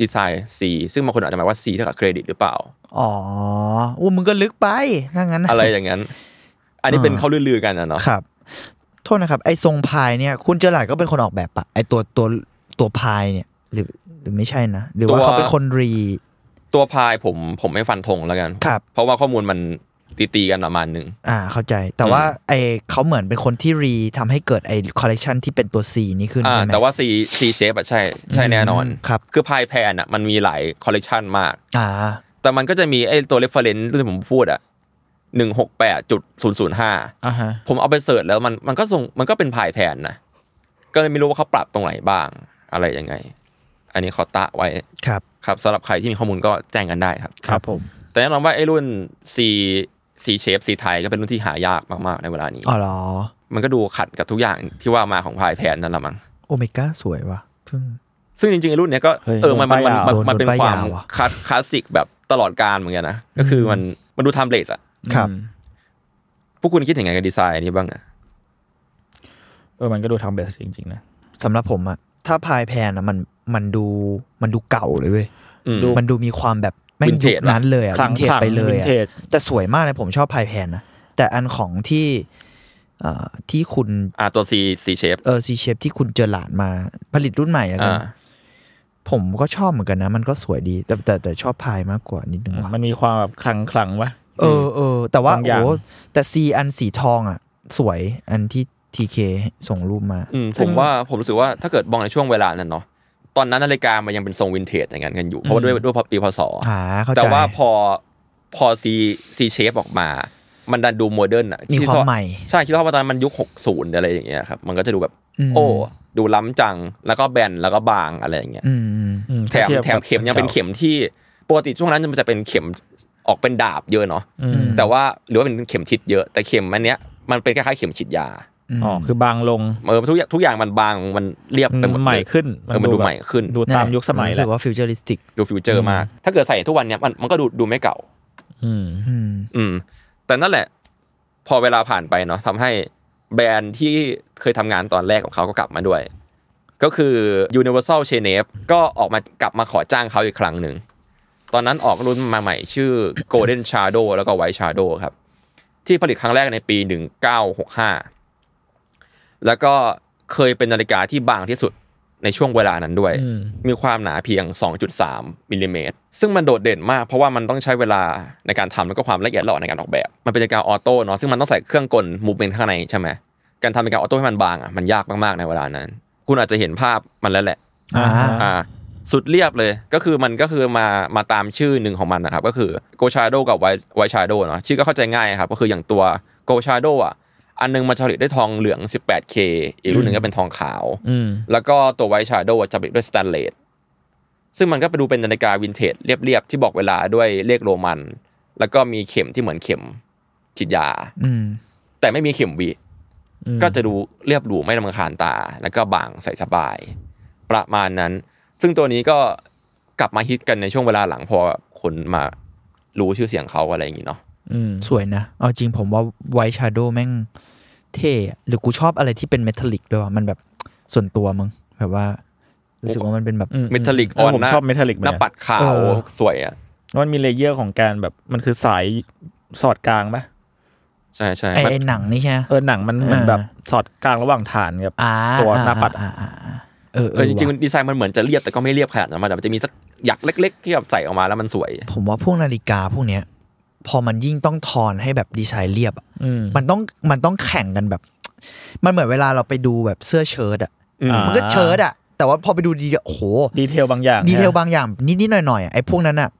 [SPEAKER 3] ดีไซน์ C ซึ่งบางคนอาจจะหมายว่า C เท่ากับเครดิตหรือ
[SPEAKER 2] <laughs>
[SPEAKER 3] เปล่า
[SPEAKER 2] อ๋ออู้มึงก็ลึกไปถ้างั้นน
[SPEAKER 3] อะไรอย่างนั้น อันนี้เป็น
[SPEAKER 2] อ่า
[SPEAKER 3] เขาลือๆกันนะเนาะ
[SPEAKER 2] ครับ โทษนะครับ ไอ้ทรงพายเนี่ย คุณเจอหลายก็เป็นคนออกแบบปะไอ้ตัวตัวตัวพายเนี่ย หรือหรือไม่ใช่นะ หรือว่า
[SPEAKER 3] ตัว
[SPEAKER 2] เขาเป็นคนรี
[SPEAKER 3] ตัวพายผมผมไม่ฟันธงแล้วกัน
[SPEAKER 2] ครับ
[SPEAKER 3] เพราะว่าข้อมูลมันตีๆกันประมาณหนึ่ง
[SPEAKER 2] อ่า เข้าใจ แต่
[SPEAKER 3] อืม
[SPEAKER 2] ว่าไอ้เขาเหมือนเป็นคนที่รีทำให้เกิดไอ้คอลเลกชันที่เป็นตัว C นี้ขึ้น
[SPEAKER 3] อ่า
[SPEAKER 2] ใช่ไหม
[SPEAKER 3] แต่ว่า C C shape อะใช่ใช่แน่นอน
[SPEAKER 2] ครับ
[SPEAKER 3] คือพายแพนอะมันมีหลายคอลเลกชันมาก
[SPEAKER 2] อ่า
[SPEAKER 3] แต่มันก็จะมีไอ้ตัว reference ที่ผมพูดอะหนึ่งหกแปดจุดศูนย์ศูนย์ห้า
[SPEAKER 1] อ่าฮะ
[SPEAKER 3] ผมเอาไปเสิร์ชแล้วมันมันก็ส่งมันก็เป็นพายแผนนะ ก็เลยไม่รู้ว่าเขาปรับตรงไหนบ้าง อะไรยังไง อันนี้ขอตะไว้
[SPEAKER 2] ครับ
[SPEAKER 3] ครับสำหรับใครที่มีข้อมูลก็แจ้งกันได้ครับ
[SPEAKER 1] ครับผม
[SPEAKER 3] แต่แน่นอนว่าไอ้รุ่น C C shape C ไทยก็เป็นรุ่นที่หายากมากๆในเวลานี้
[SPEAKER 2] อ๋อเหรอ
[SPEAKER 3] มันก็ดูขัดกับทุกอย่างที่ว่ามาของพายแผนนั่นละมั้ง
[SPEAKER 2] โอเมก้าสวยว่ะเพิ่ง
[SPEAKER 3] ซึ่งจริงๆไอ้รุ่นเนี้ยก็
[SPEAKER 1] เฮ้ย
[SPEAKER 3] เออมันมันมันมัน
[SPEAKER 2] โดน
[SPEAKER 3] มันเป็น
[SPEAKER 2] ป้าย
[SPEAKER 3] ความ
[SPEAKER 2] ยาวอะ
[SPEAKER 3] คลาสคลาสสิกแบบตลอดการเหมือนกันนะก็คือมันมันดูทำเลสอะ
[SPEAKER 2] ครับ
[SPEAKER 1] อืม
[SPEAKER 3] พวกคุณคิดยังไงกับดีไซน์อันนี้บ้างอะ
[SPEAKER 1] เออมันก็ดูทำเบสจริงๆนะ
[SPEAKER 2] สำหรับผมอะถ้าพายแพนอะมันมันดูมันดูเก่าเลยเว้ย
[SPEAKER 3] อืม
[SPEAKER 1] ดู
[SPEAKER 2] มันดูมีความแบบแม่งยุค
[SPEAKER 3] Vintage
[SPEAKER 2] นั้นเลยอะ
[SPEAKER 1] คลั
[SPEAKER 2] วิ
[SPEAKER 1] ง
[SPEAKER 2] นเทจ
[SPEAKER 1] คลัง
[SPEAKER 2] ไปเลย
[SPEAKER 1] วิน
[SPEAKER 2] อะ
[SPEAKER 1] เทจ
[SPEAKER 2] แต่สวยมากเลยผมชอบพายแพนนะแต่อันของที่เอ่อที่คุณ
[SPEAKER 3] อ่าตัวซีซีเชฟ
[SPEAKER 2] เออซีเชฟที่คุณเจอหลานมาผลิตรุ่นใหม่แล้วกัน
[SPEAKER 3] อ่า
[SPEAKER 2] ผมก็ชอบเหมือนกันนะ มันก็สวยดี แต่แต่แต่ชอบพายมากกว่านิดนึงว่ะ
[SPEAKER 1] มันมีความแบบคลังคลังๆวะ
[SPEAKER 2] เออเออแต่ว่า
[SPEAKER 1] บางอ
[SPEAKER 2] โอ้
[SPEAKER 1] ย่าง
[SPEAKER 2] โหแต่ซีอันสีทองอ่ะ สวยอันที่ทีเคส่งรูปมา
[SPEAKER 3] อืม
[SPEAKER 1] ซึ่
[SPEAKER 3] ผ
[SPEAKER 1] ง
[SPEAKER 3] มว่าผมรู้สึกว่าถ้าเกิดมองในช่วงเวลานั้นเนาะตอนนั้นนาฬิกามันยังเป็นทรงวินเทจอย่างนั้นกันอยู่ เพราะว่าด้วย
[SPEAKER 1] อืม
[SPEAKER 3] ด้วยปีพศ
[SPEAKER 2] อ่าเข้าใจ
[SPEAKER 3] แต่ว่าพอพอซีซีเชฟออกมา มันดันดูโมเดิร์นอ่ะ
[SPEAKER 2] มีความ
[SPEAKER 3] ที่ชอบ
[SPEAKER 2] ใหม่
[SPEAKER 3] ใช่คิดว่าตอนนั้นมันยุค 60 อะไรอย่างเงี้ยครับมันก็จะดูแบบ
[SPEAKER 2] ม
[SPEAKER 3] โอ้ ดูล้ำจังแล้วก็แบนแล้วก็บางอะไรอย่างเงี้ย
[SPEAKER 2] อืมอืม
[SPEAKER 1] อื
[SPEAKER 3] แถม
[SPEAKER 1] ถ้าทียบ
[SPEAKER 3] แถม
[SPEAKER 1] กับ
[SPEAKER 3] เข็มยังเป็นเข็มที่ปกติช่วงนั้นมันจะเป็นเข็มออกเป็นดาบเยอะเนาะ
[SPEAKER 1] อืม
[SPEAKER 3] แต่ว่าหรือว่าเป็นเข็มทิศเยอะแต่เข็มอันเนี้ยมันเป็นคล้ายๆเข็มฉีดยา
[SPEAKER 2] ม
[SPEAKER 1] อ๋อคือบางลง
[SPEAKER 3] เออทุกอย่างทุกอย่างมันบางมันเรียบไปหมด
[SPEAKER 1] มัน
[SPEAKER 3] เลย
[SPEAKER 1] ใหม่ขึ้น
[SPEAKER 3] เออมันดู
[SPEAKER 1] แบบ
[SPEAKER 3] ใหม่ขึ้น
[SPEAKER 1] ดู
[SPEAKER 2] นั่นแหละ
[SPEAKER 1] ตามยุคสมัย
[SPEAKER 2] รู้
[SPEAKER 1] แห
[SPEAKER 2] สึ
[SPEAKER 1] ละ
[SPEAKER 2] กว่าฟิวเจอริสติก
[SPEAKER 3] ดูฟิวเจอร์มาก ถ้าเกิดใส่ทุกวันเนี้ยมันมันก็ดูดูไม่เก่า
[SPEAKER 1] อืม
[SPEAKER 2] อืม
[SPEAKER 3] อืม แต่นั่นแหละ พอเวลาผ่านไปเนาะทำให้แบรนด์ที่เคยทำงานตอนแรกของเขาก็กลับมาด้วย ก็คือ Universal c h e n e f ก็ออกมากลับมาขอจ้างเขาอีกครั้งหนึ่ง ตอนนั้นออกรุ่นมาใหม่ชื่อ Golden Shadow แล้วก็ White Shadow ครับ ที่ผลิตครั้งแรกในปี 1965 แล้วก็เคยเป็นนาฬิกาที่บางที่สุดในช่วงเวลานั้นด้วย
[SPEAKER 1] อืม
[SPEAKER 3] มีความหนาเพียง 2.3มิลลิเมตรซึ่งมันโดดเด่นมาก เพราะว่ามันต้องใช้เวลาในการทำแล้วก็ความละเอียดละออในการออกแบบ มันเป็นนาฬิกาออโต้เนาะ ซึ่งมันต้องใส่เครื่องกลมูฟเมนต์ข้างในใช่ไหม การทำนาฬิกาออโต้ให้มันบางอ่ะ มันยากมากๆในเวลานั้น คุณอาจจะเห็นภาพมันแล้วแหละ
[SPEAKER 2] อ่า
[SPEAKER 1] อ่า
[SPEAKER 3] อ่าสุดเรียบเลยก็คือมันก็คือมามาตามชื่อหนึ่งของมันนะครับ ก็คือโกชาโดกับไวไวชาโดเนาะชื่อก็เข้าใจง่ายครับก็คืออย่างตัวโกชาโดอ่ะอันหนึงมันจะผลิตด้วยทองเหลือง 18K อีกรุ่นหนึ่งก็เป็นทองขาว
[SPEAKER 1] อืม
[SPEAKER 3] แล้วก็ตัวไวชาโดจะผลิตด้วยสแตนเลสซึ่งมันก็ไปดูเป็นนาฬิกาวินเทจเรียบๆ ที่บอกเวลาด้วยเลขโรมัน แล้วก็มีเข็มที่เหมือนเข็มฉีดยา
[SPEAKER 2] อืม
[SPEAKER 3] แต่ไม่มีเข็มวี
[SPEAKER 1] อืม
[SPEAKER 3] ก็จะดูเรียบหรูไม่ลำคาญตา แล้วก็บางใส่สบาย ประมาณนั้น ซึ่งตัวนี้ก็กลับมาฮิตกันในช่วงเวลาหลังพอคนมารู้ชื่อเสียงเขาอะไรอย่างนี้เนาะ
[SPEAKER 1] อืม
[SPEAKER 2] สวยนะ เอาจริงผมว่าไวชาโดแม่งเท่อะหรือกูชอบอะไรที่เป็นเมทัลลิกด้วยว่ะมันแบบส่วนตัวมึงแบบว่า รู้สึกว่ามันเป็นแบบ
[SPEAKER 1] อื
[SPEAKER 3] เมทัลลิก
[SPEAKER 1] เอ
[SPEAKER 3] อ่
[SPEAKER 1] อ
[SPEAKER 3] อ
[SPEAKER 1] น ผม
[SPEAKER 3] หน้า
[SPEAKER 1] ชอบเมทัลลิก
[SPEAKER 3] หน้าปัดขาว
[SPEAKER 2] เออ
[SPEAKER 3] สวยอ่ะ
[SPEAKER 1] มันมีเลเยอร์ของการแบบมันคือสายสอดกลางปะ
[SPEAKER 3] ใช่ใช่
[SPEAKER 2] ไอ้
[SPEAKER 3] มัน
[SPEAKER 2] ไอ้หนังนี่ใช่ไหม
[SPEAKER 1] เออหนังมันเหมือน
[SPEAKER 2] อ่า
[SPEAKER 1] แบบสอดกลางระหว่างฐานกับ
[SPEAKER 2] อ่า
[SPEAKER 1] ตัวหน้าปัด
[SPEAKER 2] อ่อ่าอ่าเออ
[SPEAKER 3] เออจริง
[SPEAKER 2] ว่ะ
[SPEAKER 3] ๆดีไซน์มันเหมือนจะเรียบแต่ก็ไม่เรียบขนาดนั้นมันแต่มันจะมีสักหยักเล็ก ๆ ที่แบบใส่ออกมาแล้วมันสวย
[SPEAKER 2] ผมว่าพวกนาฬิกาพวกเนี้ย พอมันยิ่งต้องทอนให้แบบดีไซน์เรียบอะ
[SPEAKER 1] อืม
[SPEAKER 2] มันต้องมันต้องแข่งกันแบบ มันเหมือนเวลาเราไปดูแบบเสื้อเชิ้ตอะ
[SPEAKER 3] อืม
[SPEAKER 1] อ่า
[SPEAKER 2] มันก็เชิ้ตอะแต่ว่าพอไปดูดีๆโอ้โห
[SPEAKER 1] ดีเทลบางอย่าง
[SPEAKER 2] ดีเทล
[SPEAKER 1] นี่ย
[SPEAKER 2] บางอย่างนิดนิดๆหน่อยหน่อยๆอะไอ้พวกนั้นอะ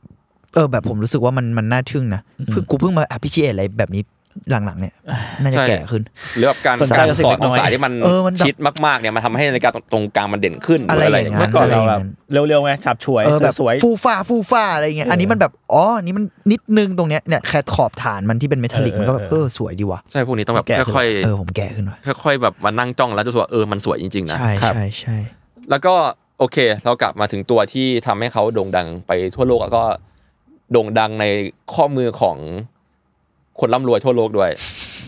[SPEAKER 2] เออแบบผมรู้สึกว่ามันมันน่าทึ่งนะเพิ่งกูเพิ่งมาอภิชิเออะไรแบบนี้หลังๆเนี่ย น่าจะ
[SPEAKER 3] ใช่
[SPEAKER 2] แก่ขึ้น
[SPEAKER 3] หรือแบบการ
[SPEAKER 1] สนใจ
[SPEAKER 3] การ
[SPEAKER 1] กับสิ่
[SPEAKER 3] ส
[SPEAKER 1] ง
[SPEAKER 3] อ
[SPEAKER 1] เล็ก
[SPEAKER 3] ดข
[SPEAKER 1] น้
[SPEAKER 3] อง
[SPEAKER 1] อย
[SPEAKER 3] สายที่มัน
[SPEAKER 2] เออมันแบบ
[SPEAKER 3] ชิดมากๆเนี่ยมันทำให้นาฬิกาตรงกลางมันเด่นขึ้นห
[SPEAKER 2] อะไร
[SPEAKER 3] รืออะไรอย่าง
[SPEAKER 2] ย่างนั้น
[SPEAKER 3] เงี้ย
[SPEAKER 1] เมื่อก่อนเราแบบเร็วๆไงฉับฉวย
[SPEAKER 2] เออแบบ
[SPEAKER 1] สวยๆ
[SPEAKER 2] ฟูฟ้าฟูฟ้าอะไรเงี้ยอันนี้มันแบบอ๋ออันนี้มันนิดนึงตรงเนี้ยเนี่ยแค่ขอบฐานมันที่เป็นเมทัลลิกมันก็แบบ
[SPEAKER 1] เอ
[SPEAKER 2] เอ
[SPEAKER 1] อ
[SPEAKER 2] อสวยดีว่ะ
[SPEAKER 3] ใช่พวกนี้ต้องแบบ
[SPEAKER 1] แกะ
[SPEAKER 3] ค่อย
[SPEAKER 2] เออผมแก่ขึ้นว่ะ
[SPEAKER 3] ๆค่อยๆแบบมานั่งจ้องแล้วจะรู้สึกว่าเออมันสวยจริงๆนะ
[SPEAKER 2] ใช่ใช่ใช่
[SPEAKER 3] แล้วก็โอเค เรากลับมาถึงตัวที่ทำให้เขาโด่งดังไปทั่วโลกแล้วก็โด่งดังในข้อมือของคนร่ำรวยทั่วโลกด้วย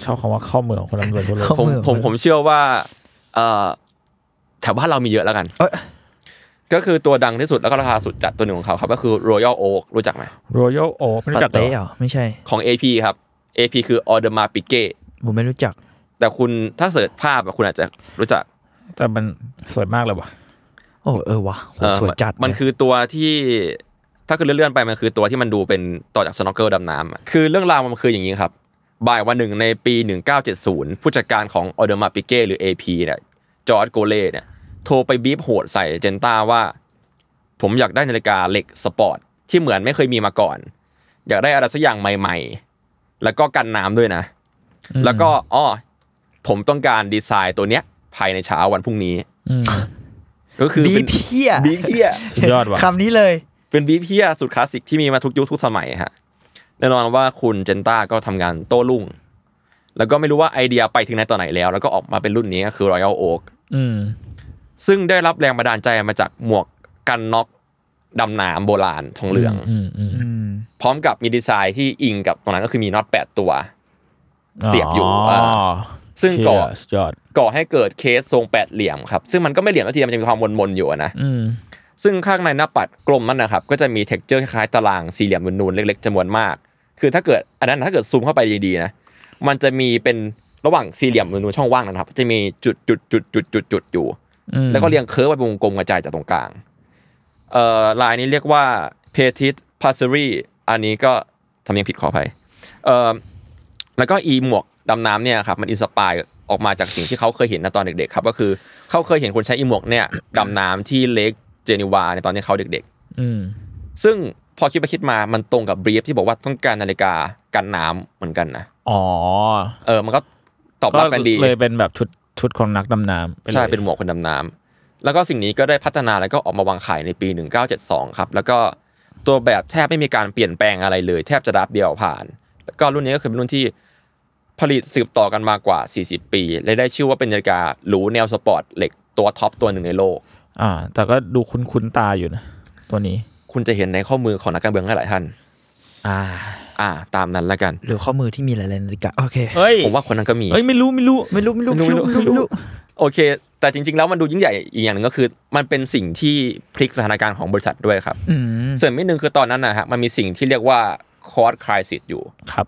[SPEAKER 1] ชอบคำว่าข้อมือของคนร่ำรวยทั่วโลก
[SPEAKER 2] ข้อ
[SPEAKER 3] ผม
[SPEAKER 2] มือ
[SPEAKER 3] ผม
[SPEAKER 2] มัน
[SPEAKER 3] ผมเชื่อว่าเอ่อแถวบ้านเรามีเยอะแล้วกัน
[SPEAKER 2] เอ้ย
[SPEAKER 3] ก็คือตัวดังที่สุดแล้วก็ราคาสุดจัดตัวหนึ่งของเขาครับ ก็คือ Royal Oak รู้จักไหม
[SPEAKER 1] โรโยโอไม่รู้จักเห
[SPEAKER 2] ปา
[SPEAKER 1] ร
[SPEAKER 2] เต้เห
[SPEAKER 1] อ
[SPEAKER 2] รอไม่ใช่
[SPEAKER 3] ของ AP ครับ AP คือ Audemars Piguet
[SPEAKER 2] ผมไม่รู้จัก
[SPEAKER 3] แต่คุณถ้าเสิร์ชภาพอะคุณอาจจะรู้จัก
[SPEAKER 1] แต่มันสวยมากเลยว่ะ
[SPEAKER 2] โอ้เออวะโห
[SPEAKER 3] เออ
[SPEAKER 2] สวยจัด
[SPEAKER 3] มัน
[SPEAKER 2] เลย
[SPEAKER 3] คือตัวที่ถ้าคือเลื่อนๆไปมันคือตัวที่มันดูเป็นต่อจากสโนว์เกิลดำน้ำอะคือเรื่องราวมันคืออย่างนี้ครับ บ่ายวันหนึ่งในปี 1970 ผู้จัดการของออเดอร์มาปิเก้หรือ AP เนี่ยจอร์ดโกเล่เนี่ยโทรไปบีบโหดใส่เจนต้าว่า ผมอยากได้นาฬิกาเหล็กสปอร์ต ที่เหมือนไม่เคยมีมาก่อน อยากได้อะไรสักอย่างใหม่ ๆ แล้วก็กันน้ำด้วยนะ
[SPEAKER 1] อืม
[SPEAKER 3] แล้วก็อ้อผมต้องการดีไซน์ตัวเนี้ยภายในเช้าวันพรุ่งนี้
[SPEAKER 1] อืม
[SPEAKER 3] ก็คือป็น
[SPEAKER 2] บีบเหี้ย
[SPEAKER 3] บีบเพีย
[SPEAKER 1] สุดยอดว่ะ
[SPEAKER 2] คำนี้เลย
[SPEAKER 3] เป็นบีเพียสุดคลาสสิกที่มีมาทุกยุคทุกสมัยฮะแน่นอนว่าคุณเจนต้าก็ทำงานโต้รุ่ง แล้วก็ไม่รู้ว่าไอเดียไปถึงไหนต่อไหนแล้ว แล้วก็ออกมาเป็นรุ่นนี้ก็คือ Royal Oak
[SPEAKER 1] อืม
[SPEAKER 3] ซึ่งได้รับแรงบันดาลใจมาจากหมวกกันน็อกดำหนามโบราณทองเหลือง
[SPEAKER 1] อืมอืม
[SPEAKER 2] อืม
[SPEAKER 3] พร้อมกับมีดีไซน์ที่อิงกับตรงนั้นก็คือมีน็อต8ตัว เสียบอยู่
[SPEAKER 1] อ๋อ
[SPEAKER 3] อ่า ซึ่งก่อ
[SPEAKER 1] เชี่ยสุดยอด
[SPEAKER 3] ก่อให้เกิดเคสทรงแปดเหลี่ยมครับ ซึ่งมันก็ไม่เหลี่ยมสักทีมันจะมีความมนๆอยู่อะนะ
[SPEAKER 1] อืม
[SPEAKER 3] ซึ่งข้างในหน้าปัดกลมนั่นนะครับ ก็จะมีเท็กเจอร์คล้ายๆตารางสี่เหลี่ยมนูนๆเล็กๆจำนวนมาก คือถ้าเกิดอันนั้นถ้าเกิดซูมเข้าไปดีๆนะ มันจะมีเป็นระหว่างสี่เหลี่ยมนูนๆช่องว่างนะครับ จะมีจุดจุดจุดจุดจุดจุดๆๆๆๆอยู่
[SPEAKER 1] อืม
[SPEAKER 3] แล้วก็เรียงเคิร์ฟไปเป็นวงกลมกระจายจากตรงกลาง เอ่อลายนี้เรียกว่าเพทิสพาสรีอันนี้ก็สำเนียงผิดขออภัยเอ่อแล้วก็อีหมวกดำน้ำเนี่ยครับมันอินสปายออกมาจากสิ่งที่เขาเคยเห็นนะตอนเด็กๆครับ ก็คือเขาเคยเห็นคนใช้อีหมวกเนี่ยดำน้ำที่เลกเจนีวาในตอนที่เขาเด็ก
[SPEAKER 1] อืม
[SPEAKER 3] ๆ ซึ่งพอคิดไปคิดมามันตรงกับบรีฟที่บอกว่าต้องการนาฬิกากันน้ำเหมือนกันนะ
[SPEAKER 1] อ๋อ
[SPEAKER 3] เออมันก็ตอบรับกันดี
[SPEAKER 1] เลยเป็นแบบชุดชุดของนักดำน้ำไลย
[SPEAKER 3] ใช่ เป็นหมวกคนดำน้ำแล้วก็สิ่งนี้ก็ได้พัฒนาแล้วก็ออกมาวางขายในปี 1972 ครับ แล้วก็ตัวแบบแทบไม่มีการเปลี่ยนแปลงอะไรเลย แทบจะรับเดียวผ่าน แล้วก็รุ่นนี้ก็คือเป็นรุ่นที่ผลิตสืบต่อกันมากว่า 40 ปีและได้ชื่อว่าเป็นนาฬิกาหรูแนวสปอร์ตเหล็กตัวท็อปตัวหนึ่งในโลก
[SPEAKER 1] อ่า แต่ก็ดูคุ้นคุ้นๆตาอยู่นะ ตัวนี้
[SPEAKER 3] คุณจะเห็นในข้อมือของนักการเมืองหลายๆท่าน
[SPEAKER 1] อ่า
[SPEAKER 3] อ่า ตามนั้นละกัน
[SPEAKER 2] หรือข้อมือที่มีหลายๆนาฬิกาโอเค
[SPEAKER 1] เฮ้ย
[SPEAKER 3] ผมว่าคนนั้นก็มี
[SPEAKER 1] เฮ้ย ไม่รู้ไม่รู้
[SPEAKER 2] ไม่รู้ไม่รู้
[SPEAKER 3] ไม่
[SPEAKER 2] ไม่
[SPEAKER 3] รู้
[SPEAKER 2] รู้
[SPEAKER 3] ไม่รู้
[SPEAKER 2] ไม่รู้
[SPEAKER 3] โอเค แต่จริง ๆ แล้วมันดูยิ่งใหญ่อีกอย่างหนึ่งก็คือ มันเป็นสิ่งที่พลิกสถานการณ์ของบริษัทด้วยครับ
[SPEAKER 2] อืม
[SPEAKER 3] ส่วนนิดนึงคือตอนนั้นนะฮะมันมีสิ่งที่เรียกว่าคอร์สคริสิสอยู่
[SPEAKER 1] ครับ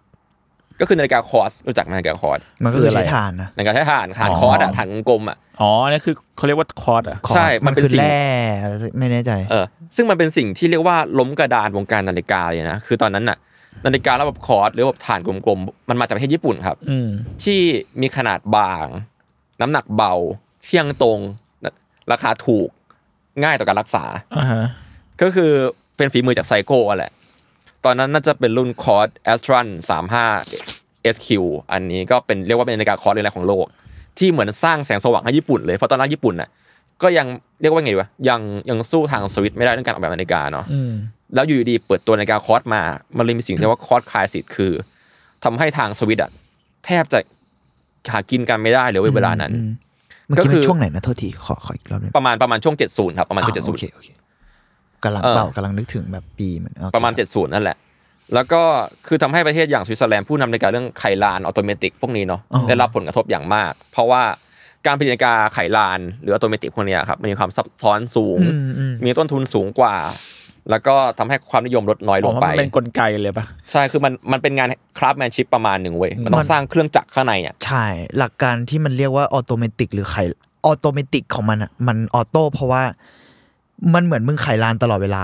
[SPEAKER 1] ก็
[SPEAKER 3] ก็คือนาฬิกาคอร์สรู้จักไหมนาฬิกาคอร์ส
[SPEAKER 2] มันก็คือ
[SPEAKER 1] คืออะไร
[SPEAKER 2] ใช้ฐานนะ
[SPEAKER 3] นาฬิกาใช้ถ่านถ่าน
[SPEAKER 1] อ๋อ
[SPEAKER 3] คอร์สอะถ่านกลมๆอะ
[SPEAKER 1] อ๋อนี่คือเขาเรียกว่าคอร์ดอ่ะ
[SPEAKER 3] ใช่มั
[SPEAKER 2] มัน น
[SPEAKER 3] เป็น
[SPEAKER 2] คือ
[SPEAKER 3] สิ่ง
[SPEAKER 2] แร่อะไรสักไม่แน่ใจ
[SPEAKER 3] เออซึ่งมันเป็นสิ่งที่เรียกว่าล้มกระดานวงการนาฬิกาเลยนะคือตอนนั้นน่ะนาฬิการะบบคอร์สหรือระบบถ่านกลมๆมันมาจากประเทศญี่ปุ่นครับ
[SPEAKER 1] อืม
[SPEAKER 3] ที่มีขนาดบาง น้ำหนักเบา เที่ยงตรงราคาถูกง่ายต่อการรักษา
[SPEAKER 1] อ่าฮะ
[SPEAKER 3] ก็คือเป็นฝีมือจากไซโก้อะแหละ ตอนนั้นน่าจะเป็นรุ่นคอร์ดแอสตรันสามห้า SQ อันนี้ก็เป็นเรียกว่าเป็นนาฬิกาคอร์ดเรือนแรกของโลก ที่เหมือนสร้างแสงสว่างให้ญี่ปุ่นเลยเพราะตอนนั้นญี่ปุ่นน่ะก็ยังเรียกว่าไงดีวะยังยังสู้ทางสวิตไม่ได้เรื่องการออกแบบนาฬิกาเนาะ
[SPEAKER 1] อืม
[SPEAKER 3] แล้วอยู่ดีๆเปิดตัวนาฬิกาคอร์ดมา มันเลยมีสิ่งที่เรียกว่าคอร์ดคลายสิทธิ์คือทำให้ทางสวิตอะแทบจะหากินกันไม่ได้เลยเว้ยเวลานั้น
[SPEAKER 2] อืมเมื่อ
[SPEAKER 3] ก็
[SPEAKER 2] กี้
[SPEAKER 3] คื
[SPEAKER 2] มัน
[SPEAKER 3] อ
[SPEAKER 2] ช่วงไหนนะโทษทีขอขออีกรอบหนึง
[SPEAKER 3] ประมาณประมาณช่วง 70ครับประมาณช่วง
[SPEAKER 2] อ่าโอ
[SPEAKER 3] 70
[SPEAKER 2] เคโอเคกำลัง
[SPEAKER 3] เออ
[SPEAKER 2] เป่ากำลังนึกถึงแบบปีมันโอค
[SPEAKER 3] ประมาณ 70 นั่นแหละ แล้วก็คือทำให้ประเทศอย่างสวิตเซอร์แลนด์ผู้นำในการเรื่องไขลานออโตเมติกพวกนี้เนาะได้รับผลกระทบอย่างมาก เพราะว่าการผลิตนาฬิกาไขลานหรือออโตเมติกพวกเนี้ยครับมันมีความซับซ้อนสูง
[SPEAKER 2] อืมอืม
[SPEAKER 3] มีต้นทุนสูงกว่า แล้วก็ทำให้ความนิยมลดน้อยลงไป
[SPEAKER 1] อ๋อมันเป็นกลไกเลยปะ
[SPEAKER 3] ใช่คือมันมันเป็นงานคราฟแมนชิพประมาณหนึ่งเว้ยมันต้องสร้างเครื่องจักรข้างในอ่ะ
[SPEAKER 2] ใช่ หลักการที่มันเรียกว่าออโตเมติกหรือไขออโตเมติกของมันอ่ะมันออโต้เพราะว่ามันเหมือนมึงไขลานตลอดเวลา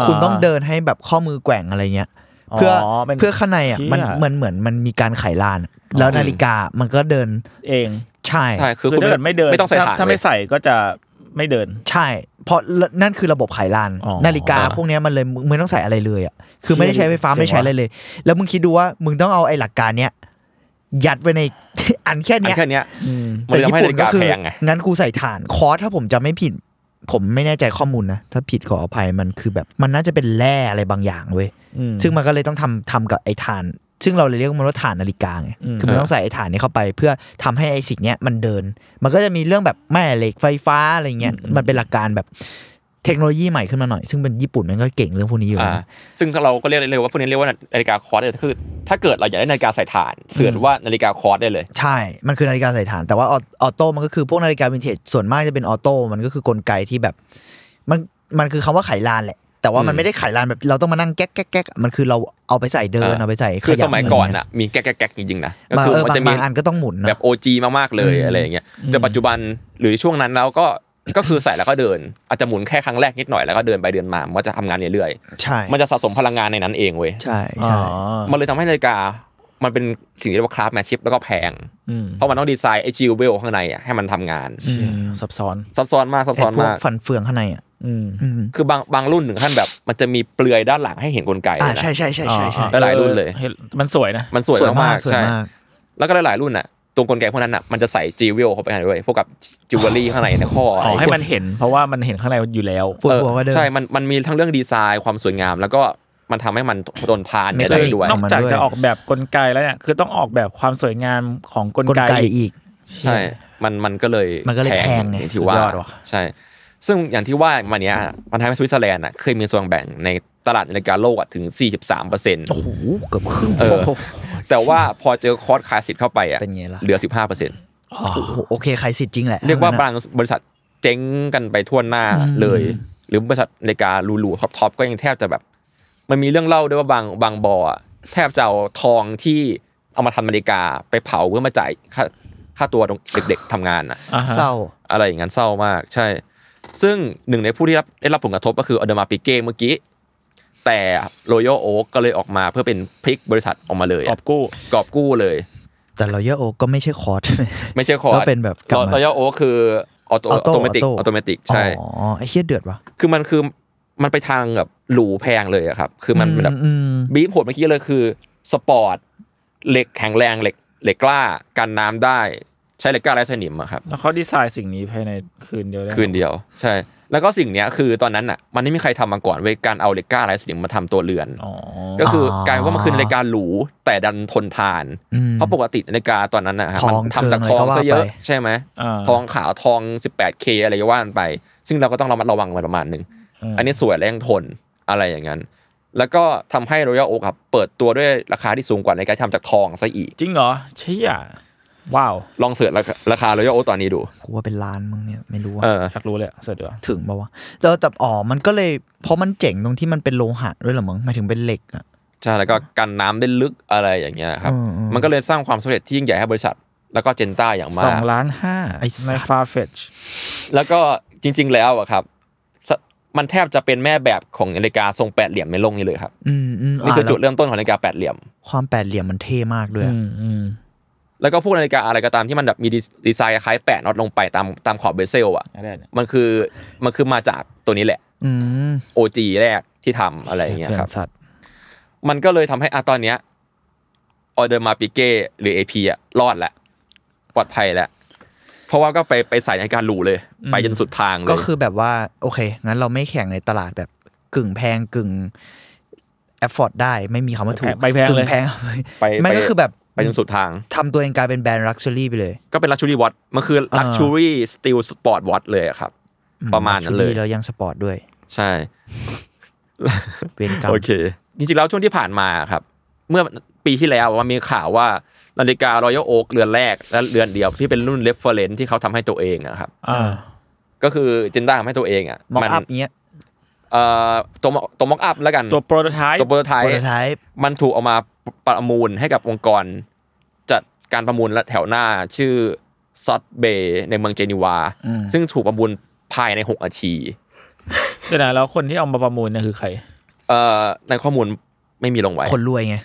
[SPEAKER 1] า
[SPEAKER 2] คุณต้องเดินให้แบบข้อมือแกว่งอะไรเงี้ย เพื่อ
[SPEAKER 1] ป็น
[SPEAKER 2] เพื่อข้างในอ่ะมัน
[SPEAKER 1] เชี่ย
[SPEAKER 2] มันเหมือนมันมีการไขลาน แล้วนาฬิกามันก็เดิน
[SPEAKER 1] เอง
[SPEAKER 2] ใช่
[SPEAKER 3] ใช่คือ
[SPEAKER 1] คือ
[SPEAKER 3] คุณ
[SPEAKER 1] ถ้าเกิดไม่เดิน
[SPEAKER 3] ไม่ต้องใส่
[SPEAKER 1] ถ้
[SPEAKER 3] ฐาน
[SPEAKER 1] ถ้า
[SPEAKER 3] เว้
[SPEAKER 1] ไม่
[SPEAKER 3] ย
[SPEAKER 1] ใส่ก็จะไม่เดิน
[SPEAKER 2] ใช่ เพราะนั่นคือระบบไขลาน
[SPEAKER 1] อ๋อ
[SPEAKER 2] นาฬิกาพวกเนี้ยมันเลยมึงไม่ต้องใส่อะไรเลยอ่ะคือไม่ได้ใช้ไฟฟ้า
[SPEAKER 1] เจ๋งว่ะ
[SPEAKER 2] ไม่ได้ใช้อะไรเลย แล้วมึงคิดดูว่ามึงต้องเอาไอ้หลักการเนี้ยยัดไว้ใน <laughs> อันแค่
[SPEAKER 3] อั
[SPEAKER 2] เนี้
[SPEAKER 3] น
[SPEAKER 2] ย
[SPEAKER 3] แค่เนี้ย
[SPEAKER 1] อืม
[SPEAKER 3] มัน
[SPEAKER 2] แต่
[SPEAKER 3] เลยทำ
[SPEAKER 2] ญี่
[SPEAKER 3] ให้
[SPEAKER 2] ปุ่นก็คือ
[SPEAKER 3] นาฬิกาแพงไง
[SPEAKER 2] งั้นกูใส่ฐานคอร์สถ้าผมจะไม่ผิด ผมไม่แน่ใจข้อมูลนะถ้าผิดขออภัยมันคือแบบมันน่าจะเป็นแร่อะไรบางอย่างเว้ย
[SPEAKER 1] อืม
[SPEAKER 2] ซึ่งมันก็เลยต้องทำทำกับไอ้ฐาน ซึ่งเราเลยเรียกมันว่าฐานนาฬิกาไง
[SPEAKER 1] อืม
[SPEAKER 2] คือมันต้องใส่ไอ้ฐานนี้เข้าไป เพื่อทำให้ไอ้สิ่งเนี้ยมันเดิน มันก็จะมีเรื่องแบบแม่เหล็กไฟฟ้าอะไรเงี้ย มันเป็นหลักการแบบเทคโนโลยีใหม่ขึ้นมาหน่อย ซึ่งเป็นญี่ปุ่นมันก็เก่งเรื่องพวกนี้อยู่แล้ว
[SPEAKER 3] อ่าซึ่งเราก็เรียกได้เลยว่าพวกนี้เรียกว่านาฬิกาคอร์สเลยคือ ถ้าเกิดเราอยากได้นาฬิกาใส่ฐาน เสื่อนว่านาฬิกาคอร์สได้เลย
[SPEAKER 2] ใช่ มันคือนาฬิกาใส่ฐาน แต่ว่าออออโต้มันก็คือพวกนาฬิกาวินเทจ ส่วนมากจะเป็นออโต้ มันก็คือกลไกที่แบบ มันมันคือคำว่าไขลานแหละ แต่ว่ามั
[SPEAKER 3] อื
[SPEAKER 2] น
[SPEAKER 3] ม
[SPEAKER 2] ไม่ได้ไขลานแบบเราต้องมานั่งแก๊กแก๊กแก๊กมันคือเราเอาไปใส่เดินเอาไปใส่
[SPEAKER 3] คือ
[SPEAKER 2] ขบ
[SPEAKER 3] สมัยก่อน
[SPEAKER 2] ไรเงี้
[SPEAKER 3] อ่ะมีแก๊กแก๊กๆๆจริงๆนะก็
[SPEAKER 2] บาง
[SPEAKER 3] คือ
[SPEAKER 2] เออ
[SPEAKER 3] มัน
[SPEAKER 2] บา
[SPEAKER 3] จะ
[SPEAKER 2] ง
[SPEAKER 3] มี
[SPEAKER 2] บางอันก็ต้องหมุนเนอะ
[SPEAKER 3] แบบ OG มากๆเลยอะไรอย่างเงี้ยแต่ปัจจุบันหรือช่วงนั้นแล้วก็ก็คือใส่แล้วก็เดิน อาจจะหมุนแค่ครั้งแรกนิดหน่อยแล้วก็เดินไปเดินมามันก็จะทำงานเรื่อย
[SPEAKER 2] ใช่
[SPEAKER 3] ๆมันจะสะสมพลังงานในนั้นเองเว้ย
[SPEAKER 2] ใช่
[SPEAKER 1] อ๋อ
[SPEAKER 2] ใช่
[SPEAKER 3] มันเลยทำให้นาฬิกามันเป็นสิ่งที่เรียกว่าคราฟแมชชิพแล้วก็แพง
[SPEAKER 1] อืม
[SPEAKER 3] เพราะมันต้องดีไซน์ไอจิวเวลข้างในอะให้มันทำงาน
[SPEAKER 1] เชี่ยซับซ้อน
[SPEAKER 3] ซับซ้อนมากซับซ้อน
[SPEAKER 2] ไพวก
[SPEAKER 3] มาก
[SPEAKER 2] ฟันเฟืองข้างในอ่ะ
[SPEAKER 1] อืม
[SPEAKER 2] อืม
[SPEAKER 3] คือบางบางรุ่นถึงขั้นแบบ มันจะมีเปลือยด้านหลังให้เห็นกลไกเล
[SPEAKER 2] อ่าย
[SPEAKER 3] นะ
[SPEAKER 2] ใช่ใช่ใช่ใช่ใช่
[SPEAKER 3] ได้หลายรุ่นเลย
[SPEAKER 1] ออมันสวยนะ
[SPEAKER 3] มันสวยมากๆ
[SPEAKER 2] สวย
[SPEAKER 3] ใช่
[SPEAKER 2] มาก
[SPEAKER 3] แล้วก็หลายๆรุ่นน่ะตรงกลไกพวกนั้นน่ะมันจะใส่จีวิลเข้าไปให้ด้วยพวกกับจิวเวลรี่ข้างในในข้ออะ
[SPEAKER 1] อ๋อ
[SPEAKER 3] ไร
[SPEAKER 1] ให้มันเห็น เพราะว่ามันเห็นข้างในอยู่แล้ว
[SPEAKER 2] ปวดหัว
[SPEAKER 3] ออ
[SPEAKER 2] ว่าเดิม
[SPEAKER 3] ใช่ มันมันมีทั้งเรื่องดีไซน์ความสวยงาม แล้วก็มันทำให้มันทนทาน
[SPEAKER 2] ไม่
[SPEAKER 3] ได้
[SPEAKER 2] เคย
[SPEAKER 3] ด้วย
[SPEAKER 1] นอกจากจะออกแบบกลไกแล้วเนี่ย คือต้องออกแบบความสวยงามของกล
[SPEAKER 2] กล
[SPEAKER 1] ไก
[SPEAKER 2] ไกอีก
[SPEAKER 3] ใช่ มันมันก็เลย
[SPEAKER 2] มันก็เลยแพงไง
[SPEAKER 3] อย่างที่ว่า
[SPEAKER 1] สุดยอดว่ะ
[SPEAKER 3] ใช่ ซึ่งอย่างที่ว่ามันเนี้ยมันทำให้สวิตเซอร์แลนด์น่ะเคยมีส่วนแบ่งในตลาดนาฬิกาโลกอ่ะถึง 43เปอร์เซ็นต์
[SPEAKER 2] โอ้โหเกือบครึ่ง
[SPEAKER 3] เออ แต่ว่าพอเจอคอร์สคลาสสิกเข้าไปอ่ะ
[SPEAKER 2] เป็นไงล่ะ
[SPEAKER 3] เหลือ 15เปอร์เซ็นต์
[SPEAKER 2] โอ้โหโอเคใครสิทธิ์จริงแหละ
[SPEAKER 3] เรียกว่า
[SPEAKER 2] ทั้ง
[SPEAKER 3] บา
[SPEAKER 2] นั้นอะ
[SPEAKER 3] งบริษัทเจ๊งกันไปทั่วหน้า
[SPEAKER 2] อืม
[SPEAKER 3] เลย หรือบริษัทนาฬิกาหรูๆท็อปท็อปก็ยังแทบจะแบบ มันมีเรื่องเล่าด้วยว่าบางบางบออะแทบจะเอาทองที่เอามาทำนาฬิกาไปเผาเพื่อมาจ่ายค่าค่าตัวเด็กๆทำงานอะ
[SPEAKER 1] อ่าฮะ
[SPEAKER 2] เศร้า
[SPEAKER 3] อะไรอย่างนั้นเศร้ามาก ใช่ ซึ่งหนึ่งในผู้ที่รับได้รับผลกระทบก็คืออเดมาปิเก้เมื่อกี้ แต่โรโยโอ๊กก็เลยออกมาเพื่อเป็นพลิกบริษัทออกมาเลย
[SPEAKER 1] ก
[SPEAKER 3] อะ
[SPEAKER 1] อบกู้
[SPEAKER 3] กอบกู้เลย
[SPEAKER 2] แต่เราเยอะโอก็ไม่ใช่คอร์ส
[SPEAKER 3] ไม่ใช่คอร์
[SPEAKER 2] ก็เป็นแบบกลับมา
[SPEAKER 3] โรโยโอ๊กคือออโตออโตเมติกออโตเมติกใช่
[SPEAKER 2] อ๋อไอ้เฮียเดือดวะ
[SPEAKER 3] คือมันคือมันไปทางแบบหรูแพงเลยอะครับ คือมันแบบ
[SPEAKER 2] อืม
[SPEAKER 3] บีบโหดเมื่อกี้เลยคือสปอร์ตเหล็กแข็งแรงเหล็กเหล็กกล้ากันน้ำได้ใช้เหล็กกล้าไร้สนิมอะครับ
[SPEAKER 1] แล้วเขาดีไซน์สิ่งนี้ภายในคืนเดียวได้
[SPEAKER 3] คืนเดียว ใช่ แล้วก็สิ่งเนี้ยคือตอนนั้นอะมันไม่มีใครทำมาก่อนเว้ยการเอาเหล็กกล้าไร้สนิมมาทำตัวเรือน
[SPEAKER 1] อ๋อ
[SPEAKER 3] ก็คือกลายเป็นว่ามันคือนาฬิกาหรูแต่ดันทนทาน
[SPEAKER 2] อืม
[SPEAKER 3] เพราะปกตินาฬิกาตอนนั้นนะครับ
[SPEAKER 2] ท
[SPEAKER 3] มั
[SPEAKER 2] อง
[SPEAKER 3] นทำจาก
[SPEAKER 2] เทิ
[SPEAKER 3] ทอง
[SPEAKER 2] งอะไรก็ว่า
[SPEAKER 3] ซะเยอะ
[SPEAKER 2] ไป
[SPEAKER 3] ใช่ไหม
[SPEAKER 1] า
[SPEAKER 3] ทองขาวทอง 18K อะไรก็ว่ากันไป ซึ่งเราก็ต้องระมัดระวังมันประมาณหนึ่ง
[SPEAKER 1] ม
[SPEAKER 3] อันนี้สวยและยังทนอะไรอย่างนั้น แล้วก็ทำให้รอยัลโอครับเปิดตัวด้วยราคาที่สูงกว่าในการทำจากทองซะอีก
[SPEAKER 1] จริงเหรอเชี่ยว้าว
[SPEAKER 3] ลองเสิร์ชราคาราคารอยัลโอตอนนี้ดู
[SPEAKER 2] กูว่าเป็นล้านมึงเนี่ยไม่รู้ว่า
[SPEAKER 3] เออ
[SPEAKER 1] อยากรู้เลยอะเสร็จเดี๋ยว
[SPEAKER 2] ถึงปะวะแต่แต่อ๋อมันก็เลยเพราะมันเจ๋งตรงที่มันเป็นโลหะด้วยเหรอมึงหมายถึงเป็นเหล็กอ่ะ
[SPEAKER 3] ใช่แล้วก็กันน้ำได้ลึกอะไรอย่างเงี้ยครับ
[SPEAKER 2] อืมอืม
[SPEAKER 3] มันก็เลยสร้างความสำเร็จที่ยิ่งใหญ่ให้บริษัท แล้วก็เจนต้าอย่างมา
[SPEAKER 1] สอง
[SPEAKER 3] ก
[SPEAKER 1] ล้านห้า
[SPEAKER 2] ไอ้สั
[SPEAKER 1] ใน
[SPEAKER 2] ตว์
[SPEAKER 1] ฟาเฟช
[SPEAKER 3] แล้วก็จริง ๆ แล้วอะครับสมันแทบจะเป็นแม่แบบของนาฬิกาทรงแปดเหลี่ยมในโลกนี้เลยครับ
[SPEAKER 2] อืมอืม
[SPEAKER 3] นี่คือจุด
[SPEAKER 2] าแล้ว
[SPEAKER 3] เริ่มต้นของนาฬิกาแปดเหลี่ยม
[SPEAKER 2] ความแปดเหลี่ยมมันเท่มากด้วย
[SPEAKER 1] อื
[SPEAKER 2] อะ
[SPEAKER 1] มอืม
[SPEAKER 3] แล้วก็พวกนาฬิกาอะไรก็ตามที่มันแบบมีดีดีไซน์คล้ายแปะน็อตลงไปตามตามขอบเบสเซลอะ
[SPEAKER 1] อะไรเนี่ย
[SPEAKER 3] มันคือมันคือมาจากตัวนี้แหละ
[SPEAKER 2] อืม
[SPEAKER 3] OG แรกที่ทำอะไรอย่างเงี้ยครับ
[SPEAKER 1] สีสัตว์
[SPEAKER 3] มันก็เลยทำให้อะตอนเนี้ยออเดอร์มาปิเก้หรือ AP อะรอดแล้วปลอดภัยแล้ว เพราะว่าก็ไปไปใส่ในการหลูเลย ไปจนสุดทางเลย
[SPEAKER 2] ก็คือแบบว่า โอเค งั้นเราไม่แข่งในตลาดแบบกึ่งแพงกึ่งแอฟฟอร์ดได้ไม่มีคำว่าถูก
[SPEAKER 1] ไปแพง
[SPEAKER 2] กึ่
[SPEAKER 1] เลย
[SPEAKER 2] งแพง
[SPEAKER 3] ไป
[SPEAKER 2] มัน
[SPEAKER 3] ไป
[SPEAKER 2] ก็คือแบบ
[SPEAKER 3] ไปจนสุดทาง
[SPEAKER 2] ทำตัวเองกลายเป็นแบรนด์ลักชัวรี่ไปเลย
[SPEAKER 3] ก็เป็นลักชูรี่วอตมันคือลักชูรี่สตีลสปอร์ตวอตเลยอะครับ
[SPEAKER 2] อื
[SPEAKER 3] ประมาณนั้นเลย
[SPEAKER 2] ชุดแล้วยังสปอร์ตด้วย
[SPEAKER 3] ใช่
[SPEAKER 2] เวรกรรม
[SPEAKER 3] โอเคจริงๆแล้วช่วงที่ผ่านมาครับ เมื่อปีที่แล้วว่ามีข่าวว่านาฬิการอยัลโอ๊กเรือนแรกและเรือนเดียวที่เป็นรุ่นเรฟเฟอร์เรนที่เขาทำให้ตัวเองอะครับ
[SPEAKER 1] อ่า
[SPEAKER 3] ก็คือเจนด้าทำให้ตัวเองอะ
[SPEAKER 2] มอง
[SPEAKER 3] มั
[SPEAKER 2] อัพเนี้ย
[SPEAKER 3] เอ่อตัวตัวม็อกอัพแล้วกัน
[SPEAKER 1] ตัวโปรโตไทป์
[SPEAKER 3] ตัวโปรโตไท
[SPEAKER 2] โป
[SPEAKER 3] ป์
[SPEAKER 2] รโตไทป์
[SPEAKER 3] มันถูกเอามาประมูลให้กับองค์กร จัดการประมูลและแถวหน้าชื่อซัตเบย์ในเมืองเจนีวา ซึ่งถูกประมูลภายใน6นาที
[SPEAKER 1] เดี๋ยวนะแล้วคนที่เอามาประมูลเนี่ยคือใคร
[SPEAKER 3] เอ่อในข้อมูลไม่มีลงไว้
[SPEAKER 2] คนรวยไง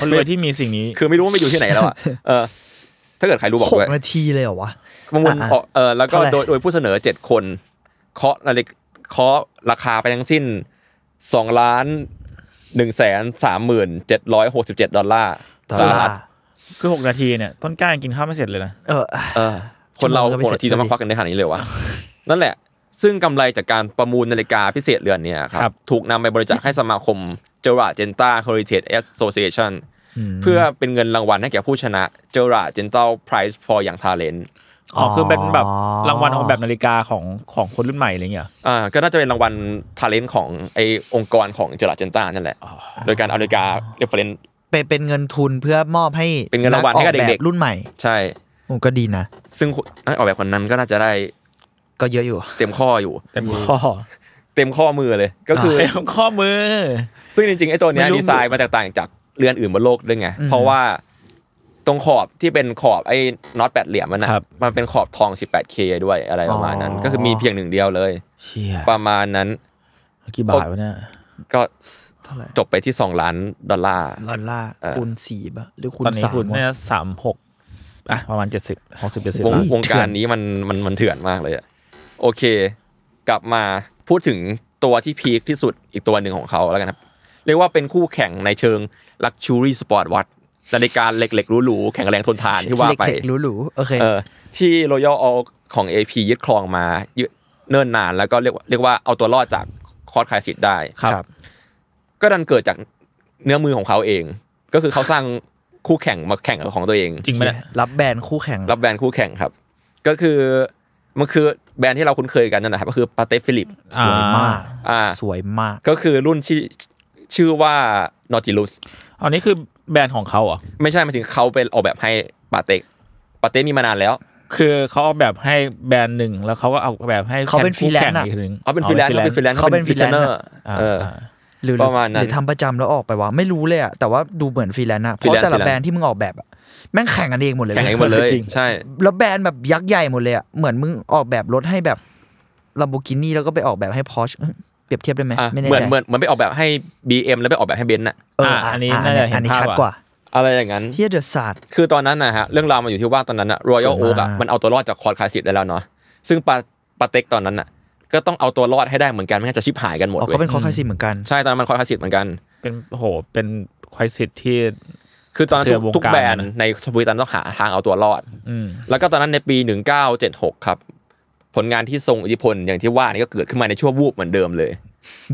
[SPEAKER 1] คนรวยที่มีสิ่งนี้
[SPEAKER 3] คือไม่รู้ว่ามันอยู่ที่ไหน
[SPEAKER 2] <laughs>
[SPEAKER 3] แล้วอะเออถ้าเกิดใครรู้บอก
[SPEAKER 2] ห
[SPEAKER 3] ด้
[SPEAKER 2] ก
[SPEAKER 3] วย
[SPEAKER 2] นาทีเลยเหรอวะ
[SPEAKER 3] ประมูล
[SPEAKER 2] อ่ะ
[SPEAKER 3] ออกเออแล้วก็
[SPEAKER 2] เท่าไหร่
[SPEAKER 3] โดยโดยผู้เสนอเจ็ดคน เคาะนาฬิกเคาะราคาไปทั้งสิ้นสองล้านหนึ่งแสนสามหมื่นเจ็ดร้อยหกสิบเจ็ดดอลลาร์
[SPEAKER 2] ดอล
[SPEAKER 3] สห
[SPEAKER 2] ลา
[SPEAKER 3] รัฐ
[SPEAKER 2] ร์
[SPEAKER 1] คือ 6 นาทีเนี่ย ต้นกล้ายังกินข้าวไม่เสร็จเลยนะ
[SPEAKER 2] เออ
[SPEAKER 3] เออคนเรา
[SPEAKER 2] ชั่วโมงก็ไม่
[SPEAKER 3] หก
[SPEAKER 2] เสร็จ
[SPEAKER 3] นาทีจะมาควักกันได้ขนาดนี้เลยวะ นั่นแหละ ซึ่งกำไรจากการประมูลนาฬิกาพิเศษเรือนเนี่ยครั
[SPEAKER 1] ครับ บ
[SPEAKER 3] ถูกนำไปบริจาคให้สมาคมเจอราเจนต้าคอริเทตแอสโซเชชันเพื่อเป็นเงินรางวัลให้แก่ผู้ชนะเจอราเจนต้าไพรส์ฟอร์อย่างทาเลน
[SPEAKER 1] อ๋ออ
[SPEAKER 2] อ
[SPEAKER 1] คือเป็นแบบรางวัลของแบบนาฬิกาของของคนรุ่นใหม่อะไรเงี้ย
[SPEAKER 3] อ่าก็น่าจะเป็นรางวัลทาเลนต์ของไอองค์กรของเจอราเจนต้านั่นแหละ โดยการเอานาฬิกาเรฟเฟรน
[SPEAKER 2] เป็นเป็นเงินทุนเพื่อมอบให้
[SPEAKER 3] เป็นเงินรางวัลให้กับ
[SPEAKER 2] นัออ
[SPEAKER 3] เด็กๆ
[SPEAKER 2] แรุ่นใหม่
[SPEAKER 3] ใช่
[SPEAKER 2] โอ้ก็ดีนะ
[SPEAKER 3] ซึ่งนักออกแบบคนนั้นก็น่าจะได้
[SPEAKER 2] ก็เยอะอยู่
[SPEAKER 3] เต็มข้ออยู่
[SPEAKER 1] แต่ข้อ
[SPEAKER 3] เต็มข้อมือเลยก็คือ
[SPEAKER 1] เต็มข้อมือ
[SPEAKER 3] ซึ่งจริงๆไอตัวเนี้ย
[SPEAKER 1] ไม่รู้
[SPEAKER 3] ดีไซน์มันแตกต่างจากเรือนอื่นบนโลกด้วยไง
[SPEAKER 2] อืม
[SPEAKER 3] เพราะว่าตรงขอบที่เป็นขอบไอ้น็อตแปดเหลี่ยมมันนะครับ มันเป็นขอบทอง 18K ด้วยอะไรประมาณนั้น ก็คือมีเพียงหนึ่งเดียวเลย
[SPEAKER 1] เชี่ย
[SPEAKER 3] ประมาณนั้น
[SPEAKER 1] กี่บาทวะเนี่ย
[SPEAKER 3] ก็
[SPEAKER 2] เท่าไหร่
[SPEAKER 3] จบไปที่สองล้านดอลลาร์
[SPEAKER 2] ดอลลาร์
[SPEAKER 3] เออ
[SPEAKER 2] คูณสี่ปะหรือคูณ
[SPEAKER 1] ตอนนี้
[SPEAKER 2] สาม
[SPEAKER 1] คุณ
[SPEAKER 2] วะ
[SPEAKER 1] เนี่ยสามหกอ่ะประมาณเจ็ดสิบหกสิบเจ็ดสิบ
[SPEAKER 3] วง
[SPEAKER 2] เฮ้ย
[SPEAKER 3] วงการนี้มันมันมันเถื่อนมากเลยอะโอเค กลับมาพูดถึงตัวที่พีคที่สุดอีกตัวหนึ่งของเขาแล้วกันครับ เรียกว่าเป็นคู่แข่งในเชิง Luxury Sport Watch นาฬิกาเหล็กๆหรูๆแข็งแรงทนทานที่ว่าไป
[SPEAKER 2] เล็กๆหรูๆโอเค
[SPEAKER 3] เออที่ Royal Oak ของ AP ยึดครองมาเยอะเนิ่นนานแล้วก็เรียกว่าเรียกว่าเอาตัวรอดจากคอร์สคลายสิทธิ์ได้
[SPEAKER 2] ครับ
[SPEAKER 3] ก็ดันเกิดจากเนื้อมือของเขาเอง ก็คือเขาสร้างคู่แข่งมาแข่งกับของตัวเอง
[SPEAKER 1] จริงไหมเนี่ย
[SPEAKER 2] รับแบรนด์คู่แข่ง
[SPEAKER 3] รับแบรนด์คู่แข่งครับ ก็คือมันคือแบรนด์ที่เราคุ้นเคยกันนั่นแหละครับก็คือปาเต้ฟิลิป
[SPEAKER 2] สวยมาก
[SPEAKER 3] อ่า
[SPEAKER 2] สวยมาก
[SPEAKER 3] ก็คือรุ่นที่ชื่อว่าน a ติลุส
[SPEAKER 1] อันนี้คือแบรนด์ของเขาเหรอ
[SPEAKER 3] ไม่ใช่หมายถึงเขาไปออกแบบให้ปาเต้ปาเต้มีมานานแล้ว
[SPEAKER 1] คือเขาออกแบบให้แบรนด์หนึ่งแล้วเขาก็เอาแบบให้
[SPEAKER 2] เขาเป็น
[SPEAKER 1] แข่งคู่
[SPEAKER 2] freelance
[SPEAKER 1] แข่ง
[SPEAKER 2] อะ
[SPEAKER 1] อีกหนึ่ง
[SPEAKER 3] เอาเป็นฟรีแลนซ์เขาเป็นฟรีแลนซ์
[SPEAKER 2] เขาเป็น
[SPEAKER 3] เนอร์
[SPEAKER 1] อ่า
[SPEAKER 3] เออ
[SPEAKER 1] อ่า
[SPEAKER 2] หรือ
[SPEAKER 3] ประมาณนั้
[SPEAKER 2] ห
[SPEAKER 3] น
[SPEAKER 2] รือทำประจำแล้วออกไปวะไม่รู้เลยอะแต่ว่าดูเหมือนฟรีแลนซ์นะเพราะ
[SPEAKER 3] freelance
[SPEAKER 2] แต่ละ
[SPEAKER 3] freelance
[SPEAKER 2] แบรนด์ที่มึงออกแบบอะแม่งแข่งกันเองหมดเลย
[SPEAKER 3] แข่ง
[SPEAKER 2] เว้
[SPEAKER 3] เอย งหมดเลย
[SPEAKER 1] จริง
[SPEAKER 3] ใช่
[SPEAKER 2] แล้วแบรนด์แบบยักษ์ใหญ่หมดเลยอะเหมือนมึงออกแบบรถให้แบบลาโบกินี่แล้วก็ไปออกแบบให้พอชเปรียบเทียบได้ไหม
[SPEAKER 3] อ่ะ
[SPEAKER 2] ไม่แน่
[SPEAKER 3] เหมือน
[SPEAKER 2] ใจ
[SPEAKER 3] เหมือนเหมือนไปออกแบบให้ BM แล้วไปออกแบบให้เบนซ์อะ
[SPEAKER 2] เออ
[SPEAKER 1] อ่ะ
[SPEAKER 2] อ่ะ
[SPEAKER 1] อั
[SPEAKER 2] อั
[SPEAKER 1] น
[SPEAKER 2] น
[SPEAKER 1] นี้
[SPEAKER 2] นี้
[SPEAKER 1] น่าจะเห็น
[SPEAKER 2] อันนี้
[SPEAKER 1] ภาพ
[SPEAKER 2] ชัด
[SPEAKER 1] อะ
[SPEAKER 2] กว่า
[SPEAKER 3] อะไรอย่างนั้น
[SPEAKER 2] เฮียเดอะศาสตร์
[SPEAKER 3] คือตอนนั้นนะฮะเรื่องราวมันอยู่ที่ว่าตอนนั้นอะรอยัล
[SPEAKER 2] ส่
[SPEAKER 3] โอ๊
[SPEAKER 2] วน
[SPEAKER 3] ก
[SPEAKER 2] มาก
[SPEAKER 3] อะมันเอาตัวรอดจากคอร์ดคลาสสิกได้แล้วเนาะซึ่งปาปาเต็กตอนนั้นอะก็ต้องเอาตัวรอดให้ได้เหมือนกันไม่งั้นจะชิบหายกันหมด
[SPEAKER 2] เขา
[SPEAKER 3] เว้
[SPEAKER 2] ก็เป็
[SPEAKER 3] ย
[SPEAKER 2] นคอคาซีเหมือนกัน
[SPEAKER 3] ใช่ตอนนั้นมันคอร์ดคลาสสิกเหมือนกัน
[SPEAKER 1] เป็นโหเป็นควายสิทธิ์ที่
[SPEAKER 3] คือตอนนั้น
[SPEAKER 1] เทื
[SPEAKER 3] ทุก
[SPEAKER 1] อนวง
[SPEAKER 3] ทุก
[SPEAKER 1] การ
[SPEAKER 3] แบรนด์
[SPEAKER 1] นะ
[SPEAKER 3] ในสวีดันต้องหาทางเอาตัวรอด
[SPEAKER 1] อืม
[SPEAKER 3] แล้วก็ตอนนั้นในปี 1976 ครับ ผลงานที่ทรงอิทธิพลอย่างที่ว่านี่ก็เกิดขึ้นมาในชั่ววูบเหมือนเดิมเลย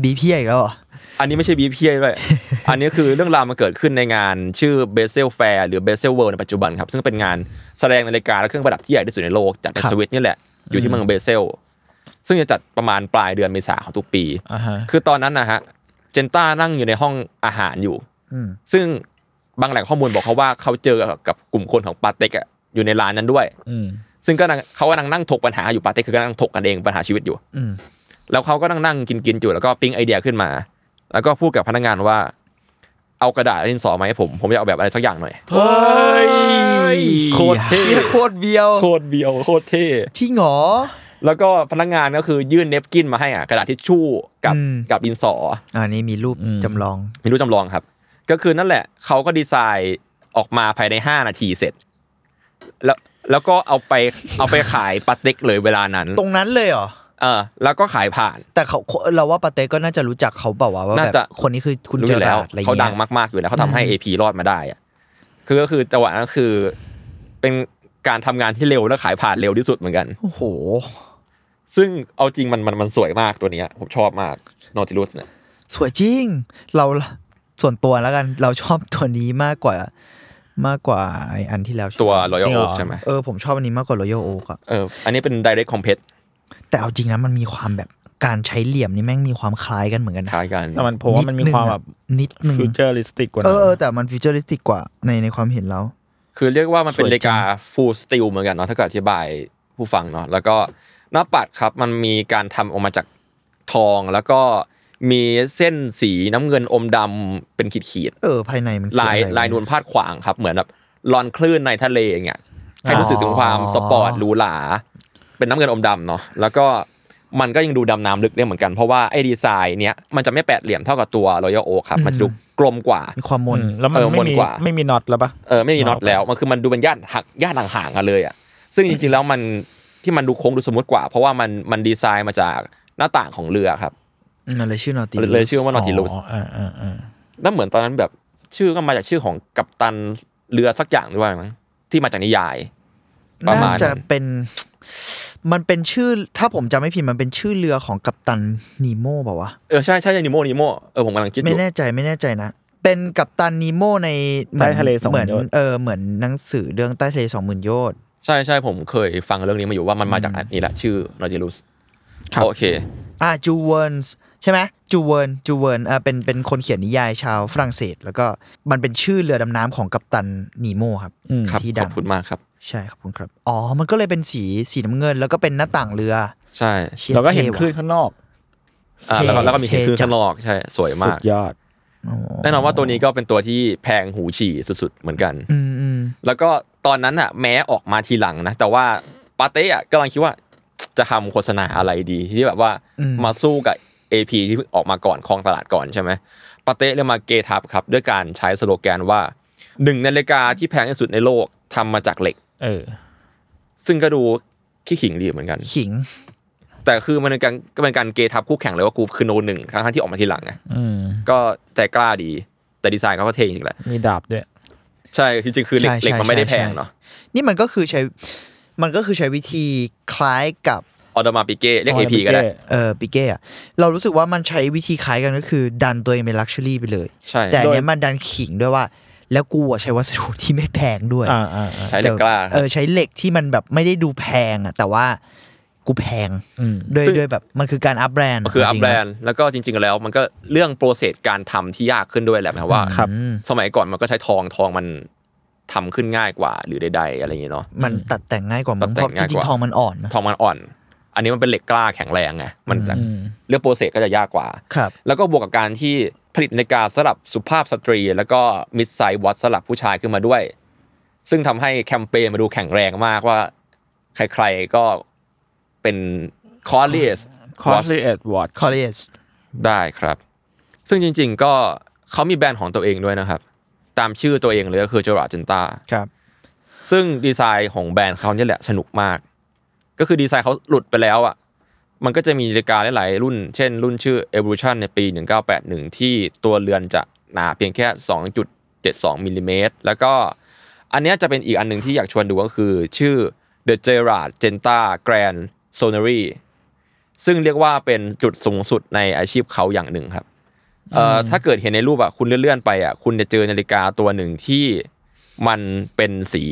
[SPEAKER 2] บีพีอีกแล้วเหรอ
[SPEAKER 3] อันนี้ไม่ใช่บีพีด้วย <laughs> อันนี้คือเรื่องราวมันเกิดขึ้นในงานชื่อ b a s e l Fair หรือ b a s e l World ในปัจจุบันครับ ซึ่งเป็นงานแสดงนาฬิกาและเครื่องประดับที่ใหญ่ที่สุดในโลกจัดในสวิตนี่แหละ อยู่ที่เมืองเบเซล ซึ่งจะจัดประมาณปลายเดือนเมษาของทุกปี
[SPEAKER 1] อ่าฮะ
[SPEAKER 3] คือตอนนั้นนะฮะ เจนต้านั่งอยู่ในห้องอาหารอยู่
[SPEAKER 2] อืม
[SPEAKER 3] ซึ่งบางแหล่งข้อมูลบอกเขาว่าเขาเจอกับกลุ่มคนของปาเต็กอะอยู่ในร้านนั้นด้วย
[SPEAKER 1] อืม
[SPEAKER 3] ซึ่งก็นั่งเขาก็นั่งนั่งถกปัญหาอยู่ปาเต็กคือก็นั่งถกกันเองปัญหาชีวิตอยู่
[SPEAKER 2] อืม
[SPEAKER 3] แล้วเขาก็นั่งนั่งกินกินๆอยู่แล้วก็ปิ๊งไอเดียขึ้นมา แล้วก็พูดกับพนักงานว่า เอากระดาษและดินสอมาให้ผม ผมอยากเอาแบบอะไรสักอย่างหน่อย
[SPEAKER 1] เฮ้ย
[SPEAKER 3] โคตรเท่
[SPEAKER 2] เฮียโคตรเบียว
[SPEAKER 3] โคตรเบียวโคตรเท่
[SPEAKER 2] ที่หงอ
[SPEAKER 3] แล้วก็พนักงานก็คือยื่นเนปกินมาให้อ่ะกระดาษทิชชู่กับ
[SPEAKER 2] อืม
[SPEAKER 3] กับดินสอ
[SPEAKER 2] อ่านี่มีรูปจำลอง
[SPEAKER 3] มีรูปจำลองครับ ก็คือนั่นแหละเขาก็ดีไซน์ออกมาภายใน 5 นาทีเสร็จ แล้วแล้วก็เอาไปเอาไปขายปาเต็กเลยเวลานั้น
[SPEAKER 2] ตรงนั้นเลยเหรอ
[SPEAKER 3] เออแล้วก็ขายผ่าน
[SPEAKER 2] แต่เขาเราว่าปาเต้ก็น่าจะรู้จักเขาเปล่าวะว่า
[SPEAKER 3] น่า
[SPEAKER 2] แบบ
[SPEAKER 3] จะ
[SPEAKER 2] คนนี้คือคุณ
[SPEAKER 3] รู้
[SPEAKER 2] เจ
[SPEAKER 3] อ
[SPEAKER 2] อยู่
[SPEAKER 3] แล้
[SPEAKER 2] ราว ดอะไรเงี้ย
[SPEAKER 3] เขาดังมาก ๆ อยู่แล้วเขาทำให้ AP รอดมาได้อะคือก็คือจังหวะนั้นคือ เป็นการทำงานที่เร็วและขายผ่านเร็วที่สุดเหมือนกัน
[SPEAKER 2] โอ้โห
[SPEAKER 3] ซึ่งเอาจริงมันมันมันสวยมากตัวเนี้ยผมชอบมากนอติลุสเนี่ย
[SPEAKER 2] สวยจริง เราส่วนตัวแล้วกันเราชอบตัวนี้มากกว่ามากกว่าไออันที่แล้วใช่ไหม
[SPEAKER 3] ตัวรอ
[SPEAKER 1] จ
[SPEAKER 3] ยั
[SPEAKER 1] ริง
[SPEAKER 3] ล
[SPEAKER 1] เหร
[SPEAKER 3] โอ๊
[SPEAKER 1] อ
[SPEAKER 3] ใช่ไหม
[SPEAKER 2] เออผมชอบอันนี้มากกว่า Royal Oak อะ
[SPEAKER 3] เอออันนี้เป็น direct compet
[SPEAKER 2] แต่เอาจริงนะมันมีความแบบการใช้เหลี่ยมนี่แม่งมีความคล้ายกันเหมือนกันนะ
[SPEAKER 3] คล้ายกัน
[SPEAKER 1] แต่มันผมว่ามันมีความแบบ
[SPEAKER 2] นิดนึง
[SPEAKER 1] ฟิว
[SPEAKER 2] อะ
[SPEAKER 1] เจอริสติกกว่า
[SPEAKER 2] เอ
[SPEAKER 1] นั้น
[SPEAKER 2] อเออแต่มันฟิวเจอริสติกกว่าในในความเห็นเรา
[SPEAKER 3] คือเรียกว่ามันเป็น
[SPEAKER 2] สวยจัง
[SPEAKER 3] เลกา full steel เหมือนกันเนาะถ้าเกิดอธิบายผู้ฟังเนาะแล้วก็หน้าปัดครับมันมีการทำออกมาจากทองแล้วก็มีเส้นสีน้ำเงินอมดำเป็นขีดๆ
[SPEAKER 2] เออภายในมันคือ
[SPEAKER 3] ลาย
[SPEAKER 2] อะไรวะ
[SPEAKER 3] ลายนวลพาดขวางครับ เหมือนแบบลอนคลื่นในทะเลอย่างเงี้ยให้
[SPEAKER 2] อ๋อ
[SPEAKER 3] รู้สึกถึงความสปอร์ตหรูหราเป็นน้ำเงินอมดำเนาะแล้วก็มันก็ยังดูดำน้ำลึกได้เหมือนกัน เพราะว่าไอ้ดีไซน์เนี้ยมันจะไม่แปดเหลี่ยมเท่ากับตัวรอยัลโอครับ มันจะดูกลมกว่า
[SPEAKER 2] มีความม
[SPEAKER 1] อื
[SPEAKER 2] น
[SPEAKER 1] มแล้วมัน
[SPEAKER 3] เออ
[SPEAKER 1] ไม่
[SPEAKER 3] มน
[SPEAKER 1] มี
[SPEAKER 3] กว่า
[SPEAKER 1] ไม่มีน็อตแล้วปะ
[SPEAKER 3] เออไม่มีน็อต
[SPEAKER 1] อ๋อ
[SPEAKER 3] แล้วมันคือมันดูเป็นย่านหักย่านห่างๆกันเลยอ่ะซึ่งจริงๆแล้วมันที่มันดูโค้งดูสมมติกว่า เพราะว่ามันมันดีไซน์มาจากหน้าต่างของเรือครับ
[SPEAKER 2] มันเลยชื่อนอติ
[SPEAKER 3] เลยชื่อว่านอติลุส
[SPEAKER 1] อ่าอ่าอ่า
[SPEAKER 3] นั่นเหมือนตอนนั้นแบบชื่อก็มาจากชื่อของกัปตันเรือสักอย่างด้วยมั้งที่มาจากนิยาย ประมาณ
[SPEAKER 2] น่าจะ
[SPEAKER 3] นั้น
[SPEAKER 2] เป็น มันเป็นชื่อ ถ้าผมจำไม่ผิดมันเป็นชื่อเรือของกัปตันนีโม่เปล่าวะ
[SPEAKER 3] เออใช่ใช่นิโมนิโมเออผมกำลังคิดอ
[SPEAKER 2] ไม่
[SPEAKER 3] ยู่
[SPEAKER 2] แน่ใจไม่แน่ใจนะ เป็นกัปตันนีโมในหมือน
[SPEAKER 1] ใต้ทะเลสองหมื่
[SPEAKER 2] เหมือน
[SPEAKER 1] นโยชน์
[SPEAKER 2] เออเหมือนหนังสือเรื่องใต้ทะเลสองหมื่นโยชน์
[SPEAKER 3] ใช่ใช่ผมเคยฟังเรื่องนี้มาอยู่ว่ามันมาจากอันนี้แหละชื่อนอติลุสโอเค
[SPEAKER 2] อ่าจูเวิร์นส์ใช่ไหมจูเวิร์นจูเวิร์นอ่าเป็นเป็นคนเขียนนิยายชาวฝรั่งเศส แล้วก็มันเป็นชื่อเรือดำน้ำของกัปตันนีโมครับ
[SPEAKER 1] อืม
[SPEAKER 3] ครับ
[SPEAKER 2] ที่
[SPEAKER 3] ข
[SPEAKER 2] ดั
[SPEAKER 3] อบ
[SPEAKER 2] ง
[SPEAKER 3] คุณมากครับ
[SPEAKER 2] ใช่ครับคุณครับ อ๋อ มันก็เลยเป็นสีสีน้ำเงิน แล้วก็เป็นหน้าต่างเรือ
[SPEAKER 3] ใช่
[SPEAKER 2] ชี่ย
[SPEAKER 1] เราก็เห็น
[SPEAKER 2] ท่ว่ะ
[SPEAKER 1] คลื่นข้างนอก
[SPEAKER 3] อ่าแล้วก็แล้วก็มีเห็นคือ
[SPEAKER 2] เท่จัง
[SPEAKER 3] ข้างนอกใช่สวย
[SPEAKER 1] สุ
[SPEAKER 3] มาก
[SPEAKER 1] ดยอด
[SPEAKER 2] อ๋อ
[SPEAKER 3] แน่นอนว่าตัวนี้ก็เป็นตัวที่แพงหูฉี่สุดๆ เหมือนกัน
[SPEAKER 2] อืมอืม
[SPEAKER 3] แล้วก็ตอนนั้นอ่ะแม้ออกมาทีหลังนะ แต่ว่าปาเต้อะกำลังคิดว่าจะทำโฆษณาอะไรดีที่แบบว่ามาสู้กับ AP ที่เพิ่งออกมาก่อนคลองตลาดก่อนใช่ไหมปาเต้เลยมาเกทับครับด้วยการใช้สโลแกนว่าหนึ่งนาฬิกาที่แพงที่สุดในโลกทำมาจากเหล็ก
[SPEAKER 1] เออ
[SPEAKER 3] ซึ่งก็ดูขี้ขิงดีเหมือนกัน
[SPEAKER 2] ขิง
[SPEAKER 3] แต่คือมันเป็นการก็เป็นการเกทับคู่แข่งเลยว่ากูคือโนหนึ่งครั้งที่ออกมาทีหลังไง
[SPEAKER 1] อืม
[SPEAKER 3] ก็ใจกล้าดีแต่ดีไซน์เขาก็เท่จริงๆแหละ
[SPEAKER 1] มีดาบด้วย
[SPEAKER 3] ใช่จริงๆคือเหล็ก
[SPEAKER 2] ใช่
[SPEAKER 3] เหล็กมันไม่ได้แพง
[SPEAKER 2] ใช่
[SPEAKER 3] เนาะ
[SPEAKER 2] นี่มันก็คือใช้ มันก็คือใช้วิธีคล้ายกับ
[SPEAKER 3] ออดอมาปิเก้เรียก AP ก็ได้
[SPEAKER 2] เออปิเก้อะเรารู้สึกว่ามันใช้วิธีคล้ายกันก็คือ ดันตัวเองเป็นลักชัวรี่ไปเลย
[SPEAKER 3] ใช่
[SPEAKER 2] แต่อัน
[SPEAKER 3] โดย
[SPEAKER 2] เนี้ยมันดันขิงด้วยว่า แล้วกูอะใช้วัสดุที่ไม่แพงด้วย
[SPEAKER 1] อ่าอ่าอ่า
[SPEAKER 3] ใช้เหล็กกล้าครับ
[SPEAKER 2] เออใช้เหล็กที่มันแบบไม่ได้ดูแพงอะแต่ว่ากูแพง
[SPEAKER 1] อืม
[SPEAKER 2] ด้วย
[SPEAKER 3] ซึ่ง
[SPEAKER 2] ด้วยแบบมันคือการอัพแบรนด์
[SPEAKER 3] ก็คืออัพ
[SPEAKER 2] จง
[SPEAKER 3] แบ
[SPEAKER 2] ๆะ
[SPEAKER 3] รนด์แล้วก็จริง ๆ แล้วมันก็เรื่องโปรเซสการทำที่ยากขึ้นด้วยแหละหมายความว่า
[SPEAKER 1] ครับ
[SPEAKER 2] อืม
[SPEAKER 3] สมัยก่อนมันก็ใช้ทองทองมัน ทำขึ้นง่ายกว่า หรือใดๆอะไรอย่างเงี้ยเนาะ
[SPEAKER 2] มันตัดแต่งง่ายกว่า
[SPEAKER 3] ตั
[SPEAKER 2] มั้
[SPEAKER 3] ด
[SPEAKER 2] ง
[SPEAKER 3] แต่
[SPEAKER 2] เพ
[SPEAKER 3] ง
[SPEAKER 2] ราะจ
[SPEAKER 3] ง่ายก
[SPEAKER 2] ริง
[SPEAKER 3] ว่า
[SPEAKER 2] ๆทองมันอ่อนนะ
[SPEAKER 3] ทองมันอ่อน อันนี้มันเป็นเหล็กกล้าแข็งแรงไงมันจะ
[SPEAKER 2] อื
[SPEAKER 1] อืม
[SPEAKER 3] เรื่องโปรเซสก็จะยากกว่า
[SPEAKER 2] ครับ
[SPEAKER 3] แล้วก็บวกกับการที่ผลิตนาฬิกาสลับสุภาพสตรี แล้วก็มิดไซส์วอตสลับผู้ชายขึ้นมาด้วย ซึ่งทำให้แคมเปญมาดูแข็งแรงมากว่า ใครๆก็เป็นคอเลียส
[SPEAKER 1] คอสเลดวอต
[SPEAKER 2] คอเลส
[SPEAKER 3] ได้ครับ ซึ่งจริง ๆ ก็เขามีแบรนด์ของตัวเองด้วยนะครับ ตามชื่อตัวเองเลยก็คือเจอราจินตา
[SPEAKER 2] ครับ
[SPEAKER 3] ซึ่งดีไซน์ของแบรนด์เขาเนี่ยแหละสนุกมาก ก็คือดีไซน์เขาหลุดไปแล้วอ่ะ มันก็จะมีนาฬิกาหลายๆรุ่น เช่น รุ่นชื่อ Evolution ในปี 1981 ที่ตัวเรือนจะหนาเพียงแค่ 2.72มิลลิเมตร แล้วก็อันเนี้ยจะเป็นอีกอันหนึ่งที่อยากชวนดูก็คือ ชื่อ The Gerard Genta Grand Sonnery ซึ่งเรียกว่าเป็นจุดสูงสุดในอาชีพเขาอย่างหนึ่งครับเอ่ออถ้าเกิดเห็นในรูปอ่ะคุณเลื่อนๆไปอ่ะคุณจะเจอนาฬิกาตัวหนึ่งที่มันเป็นสี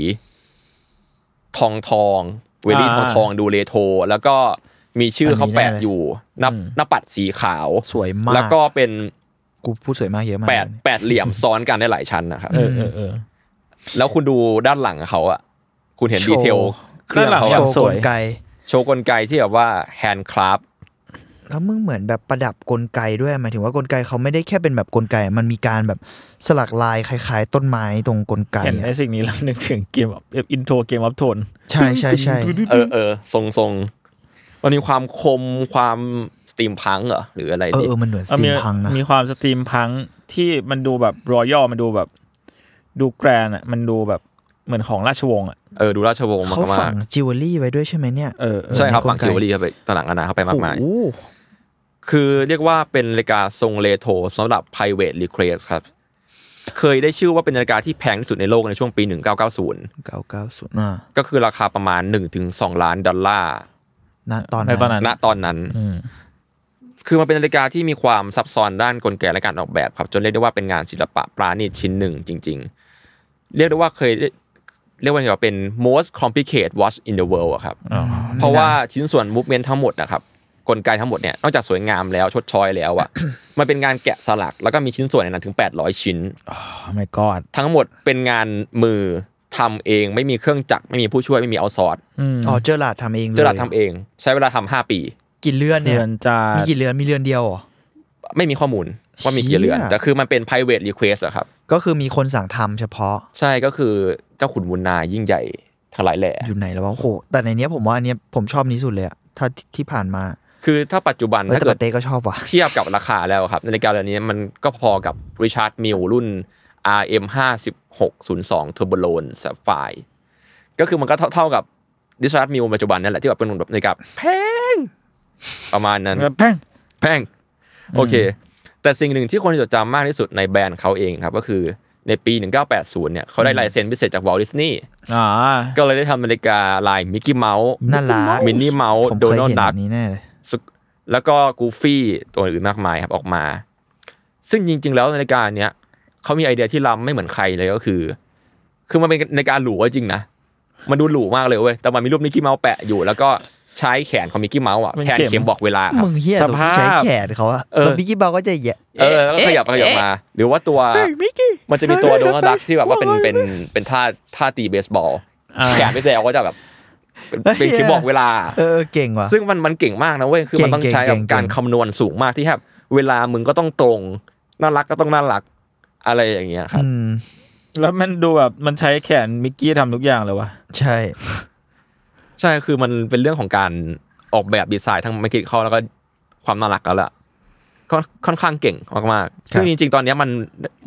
[SPEAKER 3] ทองทองเวลี่ทองทองๆดูเรโทรแล้วก็มีชื่อเขาแปะอยู่หน้าหน้าปัดสีขาว
[SPEAKER 2] สวยมาก
[SPEAKER 3] แล้วก็เป็น
[SPEAKER 2] กูพูดสวยมากเยอะมาก
[SPEAKER 3] แปดแปดเหลี่ยม <laughs> ซ้อนกันได้หลายชั้นนะครับ
[SPEAKER 1] เออเออเออ
[SPEAKER 3] แล้วคุณดูด้านหลังเขาอ่ะคุณเห็น
[SPEAKER 2] โช
[SPEAKER 3] ดี
[SPEAKER 2] ว์
[SPEAKER 3] เทลเครื่อง
[SPEAKER 1] ด้านหลัง
[SPEAKER 3] เขา
[SPEAKER 2] โช
[SPEAKER 3] อะ
[SPEAKER 2] ว์
[SPEAKER 1] ส
[SPEAKER 2] ก
[SPEAKER 1] วย
[SPEAKER 2] ลไก
[SPEAKER 3] โชว์กลไกที่แบบว่าแฮนด์คราฟ
[SPEAKER 2] แล้วมึงเหมือนแบบประดับกลไกด้วยหมายถึงว่ากลไกเขาไม่ได้แค่เป็นแบบกลไก มันมีการแบบสลักลายคล้ายๆ ต้นไม้ตรงกลไก
[SPEAKER 1] เห็น
[SPEAKER 2] อะ
[SPEAKER 1] ไอ้สิ่งนี้แล้ว <laughs> นึกถึงเกมอินโทรเกมอัพโทน
[SPEAKER 2] ใช่ใช่ใช่
[SPEAKER 3] เออเออทรงทรงๆมันมีความคมความสตรีมพังก์เหรอหรืออะไร
[SPEAKER 2] เออ
[SPEAKER 3] ดิ
[SPEAKER 2] เออมันเหมือนสตีมพังก์นะ
[SPEAKER 1] มีความสตรีมพังก์ที่มันดูแบบรอยัลมันดูแบบ ดูแกรนอ่ะ มันดูแบบเหมือนของราชวงศ์อ่ะ
[SPEAKER 3] เออดูราชวงศ์มา
[SPEAKER 2] เขา
[SPEAKER 3] ก
[SPEAKER 2] ฝั
[SPEAKER 3] มาง ก
[SPEAKER 2] จิวเวลรี่ไว้ด้วยใช่ไหมเนี่ย
[SPEAKER 1] เออเออ
[SPEAKER 3] ใช่ครับ
[SPEAKER 2] ในกลไก
[SPEAKER 3] ฝั่งคิวรีเข้าไปตอนหลังอานาเข้าไปมากมาย
[SPEAKER 2] โอ้โห
[SPEAKER 3] คือเรียกว่าเป็นนาฬิกาทรงเลโทสำหรับ private request ครับ เคยได้ชื่อว่าเป็นนาฬิกาที่แพงที่สุดในโลกในช่วงปี 1990
[SPEAKER 2] เก้าเก้าศูนย์อ่ะ
[SPEAKER 3] ก็คือราคาประมาณ 1-2 ล้านดอลลาร์
[SPEAKER 2] นะตอน
[SPEAKER 1] ในตอนนั้น
[SPEAKER 3] ณตอนนั้น
[SPEAKER 1] อืม
[SPEAKER 3] คือมันเป็นนาฬิกาที่มีความซับซ้อนด้านกลไกและการออกแบบครับ จนเรียกได้ว่าเป็นงานศิลปะปราณีตชิ้นหนึ่งจริง ๆ เรียกได้ว่าเคยเรียกเรียกว่าเป็น most complicated watch in the world อะครับ
[SPEAKER 1] อ๋อ
[SPEAKER 3] เพราะว่าชิ้นส่วน movement ทั้งหมดนะครับ กลไกทั้งหมดเนี่ยนอกจากสวยงามแล้วชดช้อยแล้ว
[SPEAKER 2] <coughs>
[SPEAKER 3] อะ มันเป็นงานแกะสลัก แล้วก็มีชิ้นส่วนในนั้นถึง 800 ชิ้น
[SPEAKER 1] ไม่กอด
[SPEAKER 3] ทั้งหมดเป็นงานมือทำเองไม่มีเครื่องจักรไม่มีผู้ช่วยไม่มีเอาซอร์ส
[SPEAKER 2] อ๋อเจอหลาดทำเองเลย
[SPEAKER 3] เจอราดทำเอง ใช้เวลาทำห้าปี
[SPEAKER 2] กี่เรือนเนี่ย
[SPEAKER 1] เดือนจะ
[SPEAKER 2] มีกี่เรือนมีเรือนเดียวเหรอ
[SPEAKER 3] ไม่มีข้อมูลว่ามีกี่เรือน
[SPEAKER 2] เชี่ย
[SPEAKER 3] แต่คือมันเป็น private request อะครับ
[SPEAKER 2] ก็คือมีคนสั่งทำเฉพาะ
[SPEAKER 3] ใช่ก็คือเจ้าขุนวุนนายิ่งใหญ่ทั้งหลายแหล่
[SPEAKER 2] อยู่ไหนแล้ววะโอ้โหแต่ในเนี้ยผมว่าอันเนี้ยผมชอบนี้สุดเลยอะถ้าที่ผ่านมา
[SPEAKER 3] คือถ้าปัจจุบัน
[SPEAKER 2] เฮ้ยแต่
[SPEAKER 3] ถ้าเกิ
[SPEAKER 2] ปา
[SPEAKER 3] ด
[SPEAKER 2] เต้ก็ชอบว่ะ
[SPEAKER 3] เทียบกับราคาแล้วครับนาฬิกาเรือนนี้มันก็พอกับริชาร์ดมิลรุ่น RM 5 6 0 2 Turbo l o n s a p p h i r e ก็คือมันก็เท่าเท่ากับริชาร์ดมิลปัจจุบันนั่นแหละที่แบบเป็นแบบนาฬิกาแพง ประมาณนั้น
[SPEAKER 1] แพง
[SPEAKER 3] แพงโอเค แต่สิ่งหนึ่งที่คนจดจำมากที่สุดในแบรนด์เขาเองครับ ก็คือในปี 1980เนี่ยเขาได้ลายเซ็นพิเศษจากวอลดิสนีย์
[SPEAKER 1] อ่า
[SPEAKER 3] ก็เลยได้ทำนาฬิกาลายมิกกี้เมาส์
[SPEAKER 2] น่ารัก
[SPEAKER 3] มินนี่เมาส์
[SPEAKER 2] ผม
[SPEAKER 3] โด
[SPEAKER 2] เคย
[SPEAKER 3] นัล
[SPEAKER 2] เห็
[SPEAKER 3] ด์
[SPEAKER 2] น
[SPEAKER 3] ดั
[SPEAKER 2] อั
[SPEAKER 3] ก
[SPEAKER 2] นนี้แน่เลย
[SPEAKER 3] สุกแล้วก็กูฟี่ตัวอื่นมากมายครับออกมา ซึ่งจริง ๆ แล้วนาฬิกาเนี้ยเขามีไอเดียที่ล้ำไม่เหมือนใครเลยก็คือ คือมันเป็นนาฬิกาหรูจริงนะ มันดูหรูมากเลยเว้ย แต่มันมีรูปนิกกี้เมาส์แปะอยู่ แล้วก็ใช้แขนของมิกกี้เมาส์อ่ะแทนเข็มบอกเวลาครับ
[SPEAKER 2] มึงเฮีย
[SPEAKER 1] ส
[SPEAKER 2] ตรง
[SPEAKER 1] ภาพ
[SPEAKER 2] ที่ใช้แขนเขาอะ
[SPEAKER 3] เออ
[SPEAKER 2] แล้วบิ๊กกี้เบาก็จะแยะ
[SPEAKER 3] เออแล้วก็ขยับขยับมา หรือว่าตัวมันจะมีตัวโดนัลด์ดักที่แบบว่าเป็นเป็นเป็นท่าท่าตีเบสบอล
[SPEAKER 1] อ่า
[SPEAKER 3] แขนไม่แซวก็จะแบบเป็นเป็นเข็มบอกเวลา
[SPEAKER 2] เออเก่งว่ะ
[SPEAKER 3] ซึ่งมันมันเก่งมากนะเว้ย คือมันต้อง
[SPEAKER 2] เก่ง
[SPEAKER 3] ใช้
[SPEAKER 2] เก่
[SPEAKER 3] กับ
[SPEAKER 2] ง
[SPEAKER 3] การ
[SPEAKER 2] เก่ง
[SPEAKER 3] คำนวณสูงมากที่แบบเวลามึงก็ต้องตรง น่ารักก็ต้องน่ารัก อะไรอย่างเงี้ยครับ
[SPEAKER 2] อืม
[SPEAKER 1] แล้วมันดูแบบมันใช้แขนมิกกี้ทำทุกอย่างเลยวะ
[SPEAKER 2] ใช่
[SPEAKER 3] ใช่ คือมันเป็นเรื่องของการออกแบบดีไซน์ทั้งไม่คิดเข้าแล้วก็ความน่ารักแล้วล่ะก็ค่อนข้างเก่งมาก
[SPEAKER 2] ครับ
[SPEAKER 3] ๆซึ่งจริงๆ ตอนเนี้ยมัน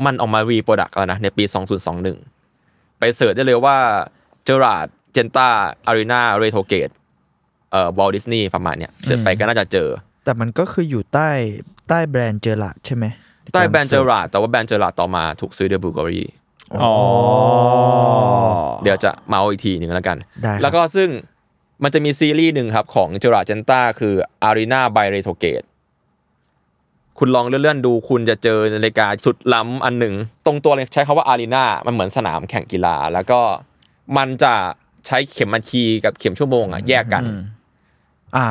[SPEAKER 3] มันออกมารีโปรดักต์แล้วนะในปี 2021 ไปเสิร์ชได้เลยว่าเจอราดเจนตาอารีนาเรโทเกตเอ่อวอลดิสนีย์ประมาณเนี้ยเสิร์ชไปก็น่าจะเจอ
[SPEAKER 2] แต่มันก็คืออยู่ใต้ใต้แบรนด์เจอหลาดใช่ไหม
[SPEAKER 3] ใต้แบรนด์เจอราดแต่ว่าแบรนด์เจอราดต่อมาถูกซื้อโดยบูลการี
[SPEAKER 1] อ๋อ
[SPEAKER 3] เดี๋ยวจะเมาอีกทีหนึ่งแล้วกัน
[SPEAKER 2] ได้ครับ
[SPEAKER 3] แล้วก็ซึ่งมันจะมีซีรีส์หนึ่งครับ ของเจอราเจนต้าคือ Arena by r e t o g a t e คุณลองเลื่อนๆดูคุณจะเจอนาฬิกาสุดล้ำอันหนึ่ง ตรงตัวเลยใช้คาว่า Arena มันเหมือนสนามแข่งกีฬา แล้วก็มันจะใช้เข็มนาทีกับเข็มชั่วโมงอะแยกกัน
[SPEAKER 1] อืมอ่า